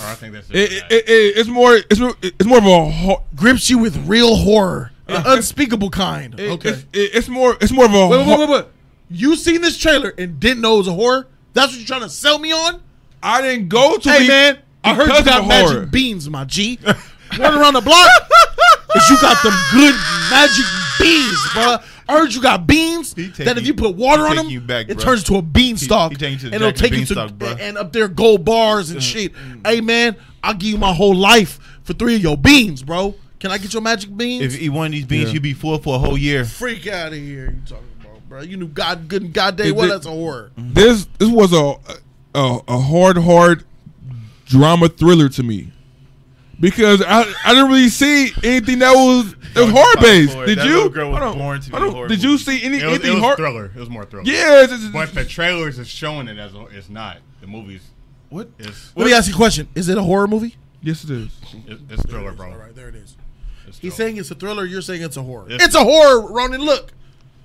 Speaker 2: All right, I think that's it.
Speaker 4: It, it, it, it's more. It's more. It's more of a. Ho-
Speaker 1: Grips you with real horror, an unspeakable kind.
Speaker 4: Uh. it-
Speaker 1: okay.
Speaker 4: It's, it- it's more. It's more of a.
Speaker 1: Wait, wait, wait,
Speaker 4: ho-
Speaker 1: wait, wait. You seen this trailer and didn't know it was a horror? That's what you're trying to sell me on?
Speaker 4: I didn't go to.
Speaker 1: Hey
Speaker 4: be-
Speaker 1: man, I heard
Speaker 4: because
Speaker 1: you
Speaker 4: of
Speaker 1: got
Speaker 4: the
Speaker 1: magic
Speaker 4: horror.
Speaker 1: beans, my G. Running around the block, 'cause you got them good magic beans, bruh. I heard you got beans
Speaker 3: He take
Speaker 1: that if
Speaker 3: you-
Speaker 1: you put water on
Speaker 3: he take
Speaker 1: them,
Speaker 3: you back,
Speaker 1: it
Speaker 3: bruh.
Speaker 1: turns to a beanstalk,
Speaker 3: he take you to
Speaker 1: and
Speaker 3: the
Speaker 1: it'll
Speaker 3: Jack and
Speaker 1: take you to
Speaker 3: Beanstalk, bruh. Mm,
Speaker 1: and up there gold bars and shit. hey man, I'll give you my whole life for three of your beans, bro. Can I get your magic beans?
Speaker 3: If you eat one of these beans, you'd be full for a whole year.
Speaker 1: Freak out of here! You talking about, bro? You knew God good and God day. Well,
Speaker 4: it-
Speaker 1: that's a horror.
Speaker 3: Mm-hmm.
Speaker 4: This this was a a, a hard hard drama thriller to me because I I didn't really see anything that was that was hard based.
Speaker 3: hardcore.
Speaker 4: Did
Speaker 3: That
Speaker 4: you?
Speaker 3: little girl was
Speaker 4: Hold on,
Speaker 3: born to be
Speaker 4: hold on.
Speaker 3: horrible.
Speaker 4: Did you see any
Speaker 2: It was, it
Speaker 4: anything
Speaker 2: was
Speaker 4: hard?
Speaker 2: thriller. It was more thriller.
Speaker 4: Yeah, it's- it's-
Speaker 2: But the trailers is showing it as a, it's not. The movies. What? It's,
Speaker 1: Let me ask you a question: Is it a horror movie?
Speaker 4: yes, it is.
Speaker 2: it's, it's thriller, bro.
Speaker 1: All right, there it is.
Speaker 2: It's
Speaker 1: He's
Speaker 2: thriller.
Speaker 1: saying it's a thriller. You're saying it's a horror.
Speaker 2: It's-
Speaker 1: It's a horror, Ronan. Look,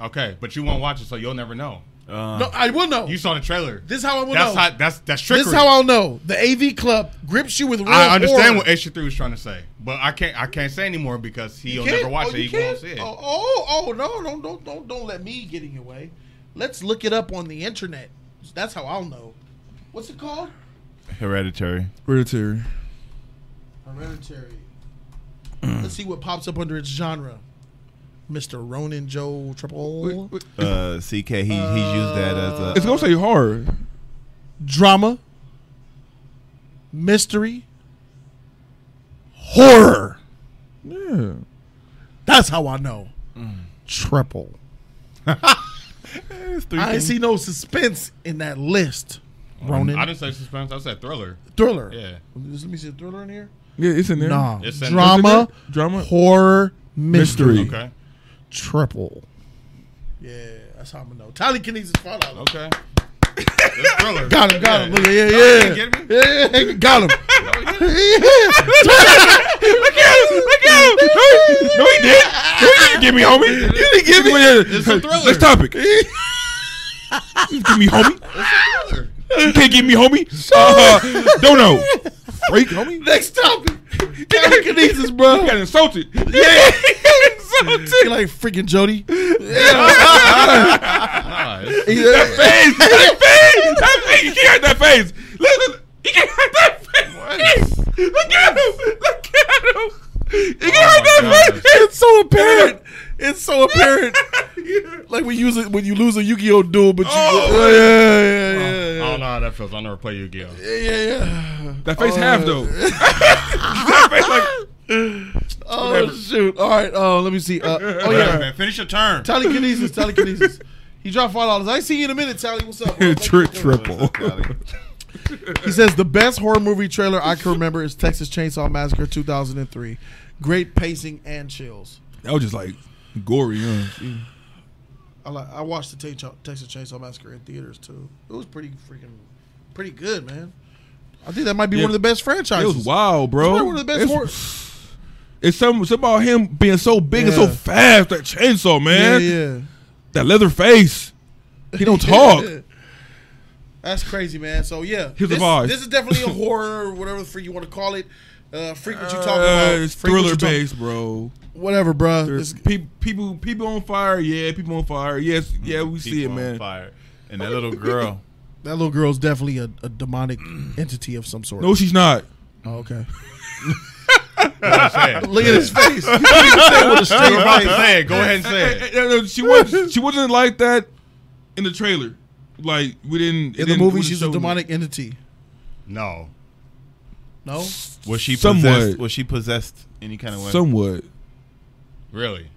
Speaker 2: Okay, but you won't watch it, so you'll never know.
Speaker 1: no, I will know.
Speaker 2: Uh, You saw the trailer.
Speaker 1: This is how I will
Speaker 2: that's
Speaker 1: know.
Speaker 2: How, that's that's trickery.
Speaker 1: this is how I'll know. The AV Club grips you with real
Speaker 2: I understand
Speaker 1: horror.
Speaker 2: what H three was trying to say, but I can't. I can't say anymore because he'll
Speaker 1: Can't-
Speaker 2: never watch
Speaker 1: oh,
Speaker 2: it.
Speaker 1: you
Speaker 2: He
Speaker 1: can't?
Speaker 2: won't see it.
Speaker 1: Oh, oh, oh, no, don't, don't, don't, don't let me get in your way. Let's look it up on the internet. That's how I'll know. What's it called?
Speaker 3: Hereditary.
Speaker 4: Hereditary.
Speaker 1: Hereditary. Let's see what pops up under its genre. Mr. Ronan Joe Triple
Speaker 4: Wait, wait.
Speaker 3: Uh, CK, he, he's used that as a.
Speaker 4: It's gonna say hard.
Speaker 1: drama, mystery, horror.
Speaker 4: Yeah.
Speaker 1: That's how I know. Triple. I ain't see no suspense in that list. Ronan.
Speaker 2: I didn't say suspense. I said thriller.
Speaker 1: thriller.
Speaker 2: Yeah.
Speaker 1: Let me see a thriller in here.
Speaker 4: Yeah, it's in there.
Speaker 1: Nah.
Speaker 2: It's in-
Speaker 1: drama,
Speaker 4: Isn't it? Drama.
Speaker 1: horror, mystery.
Speaker 4: Mystery.
Speaker 2: Okay.
Speaker 1: Triple. Yeah, that's how I'm gonna know. Tally Kinesis Fallout.
Speaker 2: Okay. it's thriller.
Speaker 1: Got him, got him. Look, yeah,
Speaker 2: you
Speaker 1: yeah.
Speaker 2: kidding me?
Speaker 1: Yeah, yeah, yeah, got him.
Speaker 4: Look at him! Look at him! No, he did. No, he didn't give me, homie. You didn't give me. It's
Speaker 2: a thriller.
Speaker 4: Next topic. You didn't give me, homie.
Speaker 2: It's thriller.
Speaker 4: You can't give me, homie. Uh, don't know. Freak, homie.
Speaker 1: Next topic. Tally Kinesis,
Speaker 4: You
Speaker 1: bro.
Speaker 4: got insulted.
Speaker 1: Yeah, He like freaking Jody.
Speaker 2: Nah, it's-
Speaker 1: Yeah.
Speaker 4: Face. That face. That face. You can't have that face. Look, look. You can't have that face. Look at him. Look at him. You
Speaker 1: Oh
Speaker 4: can't have
Speaker 2: my
Speaker 4: that
Speaker 2: gosh.
Speaker 4: face. It's so
Speaker 1: apparent. It's so apparent. Like when you use it when you lose a Yu-Gi-Oh duel, but you
Speaker 4: Oh.
Speaker 1: yeah, yeah,
Speaker 2: I
Speaker 1: yeah, yeah, yeah.
Speaker 2: don't know how Oh, that feels. I'll never play Yu Gi Oh.
Speaker 1: yeah, yeah.
Speaker 4: That face half though. that face like.
Speaker 1: Oh shoot! All right. Oh, let me see. Uh, oh yeah,
Speaker 3: Finish your turn.
Speaker 1: telekinesis, telekinesis. He dropped five dollars. I ain't seen you in a minute, Tally. What's up? bro?
Speaker 4: Tri- triple.
Speaker 1: He says the best horror movie trailer I can remember is Texas Chainsaw Massacre 2003. Great pacing and chills.
Speaker 4: That was just like gory, huh?
Speaker 1: I like. I watched the Chainsaw- Texas Chainsaw Massacre in theaters too. It was pretty freaking, pretty good, man. I think that might be
Speaker 4: Yeah.
Speaker 1: one of the best
Speaker 4: It
Speaker 1: franchises.
Speaker 4: was wild,
Speaker 1: It's
Speaker 4: bro.
Speaker 1: probably one of the best horror.
Speaker 4: it's, it's something, something about him being so big and so
Speaker 1: Yeah.
Speaker 4: fast. That chainsaw,
Speaker 1: Yeah,
Speaker 4: man.
Speaker 1: yeah.
Speaker 4: That leather face. He don't talk.
Speaker 1: That's crazy, man. So yeah,
Speaker 4: Here's the
Speaker 1: this,
Speaker 4: vibe.
Speaker 1: this is definitely a horror, or whatever the freak you want to call it. Uh, freak what you talking
Speaker 4: Uh,
Speaker 1: about?
Speaker 4: it's
Speaker 1: Freak what you
Speaker 4: thriller
Speaker 1: talk-
Speaker 4: based, bro.
Speaker 1: Whatever, bro.
Speaker 4: There's pe- people, people on fire. Yeah, people on fire. Yes, yeah, we see
Speaker 3: Mm-hmm.
Speaker 4: it,
Speaker 3: People on
Speaker 4: man.
Speaker 3: Fire. And that little girl.
Speaker 1: that little girl's definitely a, a demonic entity of some sort.
Speaker 4: No, she's not.
Speaker 1: Oh, okay.
Speaker 2: That's what I'm saying.
Speaker 1: Look at his face. He said with a
Speaker 2: You were
Speaker 1: straight
Speaker 2: about
Speaker 1: face.
Speaker 2: to say it. Go ahead and say
Speaker 4: Eh,
Speaker 2: it.
Speaker 4: eh, eh, she was, she wasn't like that in the trailer. Like we didn't it
Speaker 1: In the
Speaker 4: didn't-
Speaker 1: movie,
Speaker 4: we
Speaker 1: she's a
Speaker 4: didn't show-
Speaker 1: demonic entity.
Speaker 2: No.
Speaker 1: No,
Speaker 3: Was she
Speaker 4: Somewhat.
Speaker 3: possessed? Was she possessed any kind of way?
Speaker 4: Somewhat.
Speaker 2: Really?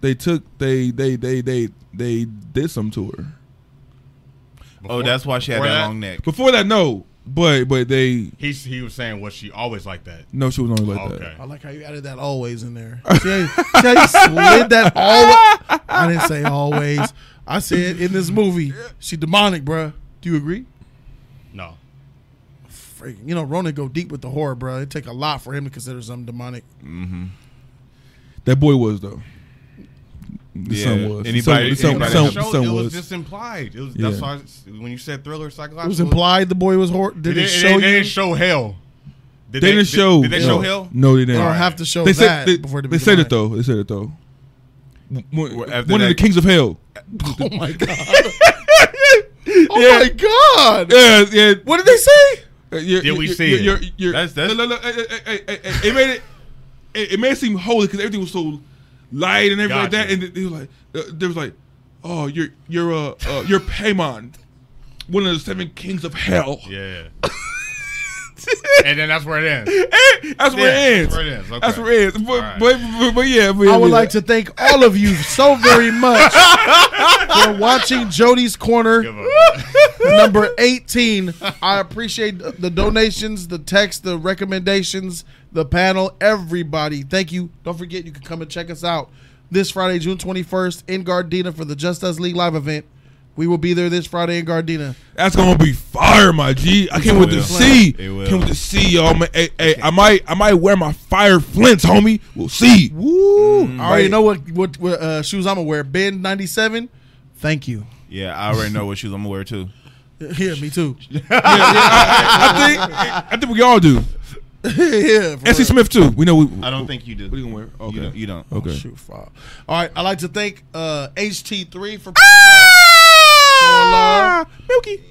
Speaker 4: they took they they they they they did some to her.
Speaker 3: oh, that's why she had that,
Speaker 2: Before that?
Speaker 3: long neck.
Speaker 4: Before that, no, but but they
Speaker 2: He he was saying was she always like that?
Speaker 4: no, she was only like
Speaker 2: Okay.
Speaker 4: that.
Speaker 1: I like how you added that always in there. See how you, see how you slid that always? I didn't say always. I said in this movie, she demonic, bruh. Do you agree?
Speaker 2: No.
Speaker 1: Freaking, you know, Ronan go deep with the horror, bruh. It take a lot for him to consider something demonic.
Speaker 4: That boy was though. The
Speaker 3: Yeah.
Speaker 4: son was.
Speaker 3: Anybody-
Speaker 4: the son,
Speaker 3: anybody-
Speaker 4: the son,
Speaker 2: Some,
Speaker 4: the son, the
Speaker 2: it
Speaker 4: son
Speaker 2: was,
Speaker 4: was.
Speaker 2: just implied. It was
Speaker 4: Yeah.
Speaker 2: that's why I s- when you said thriller psychological.
Speaker 1: It was implied the boy was horror. Did,
Speaker 2: Did they,
Speaker 1: it show
Speaker 2: they, they
Speaker 1: you?
Speaker 2: didn't show hell. Did
Speaker 4: they didn't show.
Speaker 2: Did, they
Speaker 4: no.
Speaker 2: show hell?
Speaker 4: No, they
Speaker 1: They
Speaker 4: didn't.
Speaker 1: don't have to show
Speaker 4: They
Speaker 1: that
Speaker 4: said they,
Speaker 1: before to
Speaker 4: they
Speaker 1: be
Speaker 4: said it
Speaker 1: demonic.
Speaker 4: though. They said it though. One, one
Speaker 3: after
Speaker 4: of
Speaker 3: that-
Speaker 4: the kings of hell.
Speaker 1: Oh my god!
Speaker 4: oh
Speaker 1: Oh my god!
Speaker 4: Yeah, yeah. Uh,
Speaker 1: What did they say?
Speaker 4: Did
Speaker 2: we see it?
Speaker 3: That's- that's-
Speaker 4: That's that's. No, no, no, eh, eh, eh, eh, eh, it made it. It, it made it seem holy because everything was so light and everything like that,
Speaker 2: Gotcha.
Speaker 4: and it, it was like uh, there was like, oh, you're you're uh, uh you're Paimon, one of the seven kings of hell.
Speaker 2: Yeah. and then that's where it ends.
Speaker 4: That's where
Speaker 2: Yeah,
Speaker 4: it ends.
Speaker 2: that's where it ends, okay.
Speaker 4: That's where it ends. But,
Speaker 2: All right.
Speaker 4: but, but, but yeah, but,
Speaker 1: I would
Speaker 4: yeah.
Speaker 1: like to thank all of you so very much for watching Jody's
Speaker 2: Give
Speaker 1: Corner
Speaker 2: up.
Speaker 1: number 18. I appreciate the donations, the text, the recommendations, the panel, everybody. Thank you. Don't forget, you can come and check us out this Friday, June 21st in Gardena for the Just Us League live event. We will be there this Friday in Gardena.
Speaker 4: That's gonna be fire, my G. I can't wait to
Speaker 3: will.
Speaker 4: see.
Speaker 3: It will.
Speaker 4: Can't wait to see y'all. Man. Hey, hey, I might, I might wear my fire flints, homie. We'll see.
Speaker 1: Woo! Mm, I already
Speaker 4: Right.
Speaker 1: know what, what, what uh, shoes I'm going to wear. Ben 97, thank you.
Speaker 3: Yeah, I already know what shoes I'm gonna wear too.
Speaker 1: Yeah, me too.
Speaker 4: I think, I think we all do.
Speaker 1: yeah, for
Speaker 4: S. C.
Speaker 1: real.
Speaker 4: Smith too. We know. We,
Speaker 3: I don't think you do.
Speaker 4: What you gonna wear? Okay.
Speaker 3: You don't. You don't.
Speaker 4: Okay.
Speaker 1: Shoot, fuck. All right, I'd like to thank uh, HT3 for ah!
Speaker 4: Milky.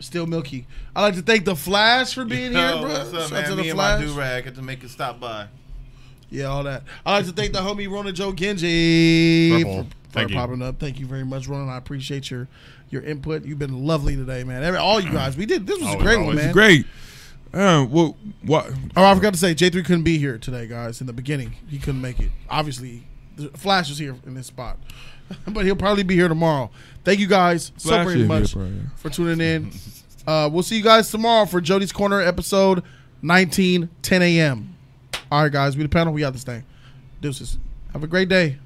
Speaker 1: still milky. I'd like to thank the Flash for being
Speaker 3: Yo,
Speaker 1: here, bro.
Speaker 3: what's up,
Speaker 1: Shout out
Speaker 3: man?
Speaker 1: to
Speaker 3: Me
Speaker 1: the
Speaker 3: and my
Speaker 1: Flash.
Speaker 3: do rag got to make a stop by.
Speaker 1: Yeah, all that. I'd like to thank the homie Ronan Joe Genji
Speaker 2: Purple.
Speaker 1: for, for
Speaker 2: Thank you.
Speaker 1: popping up. Thank you very much, Ronan. I appreciate your your input. You've been lovely today, man. Every, all you guys, we did. This was a
Speaker 2: Always,
Speaker 1: great one,
Speaker 2: always.
Speaker 1: man.
Speaker 4: Great. Uh, well, what?
Speaker 1: Oh, I forgot to say, J three couldn't be here today, guys. In the beginning, he couldn't make it. Obviously, the Flash is here in this spot, but he'll probably be here tomorrow. Thank you guys so
Speaker 4: Flash
Speaker 1: very
Speaker 4: is
Speaker 1: much
Speaker 4: here, bro, yeah.
Speaker 1: for tuning in. Uh, we'll see you guys tomorrow for Jody's Corner episode 19, 10 a.m. All right, guys, we the panel. We got this thing. Deuces. Have a great day.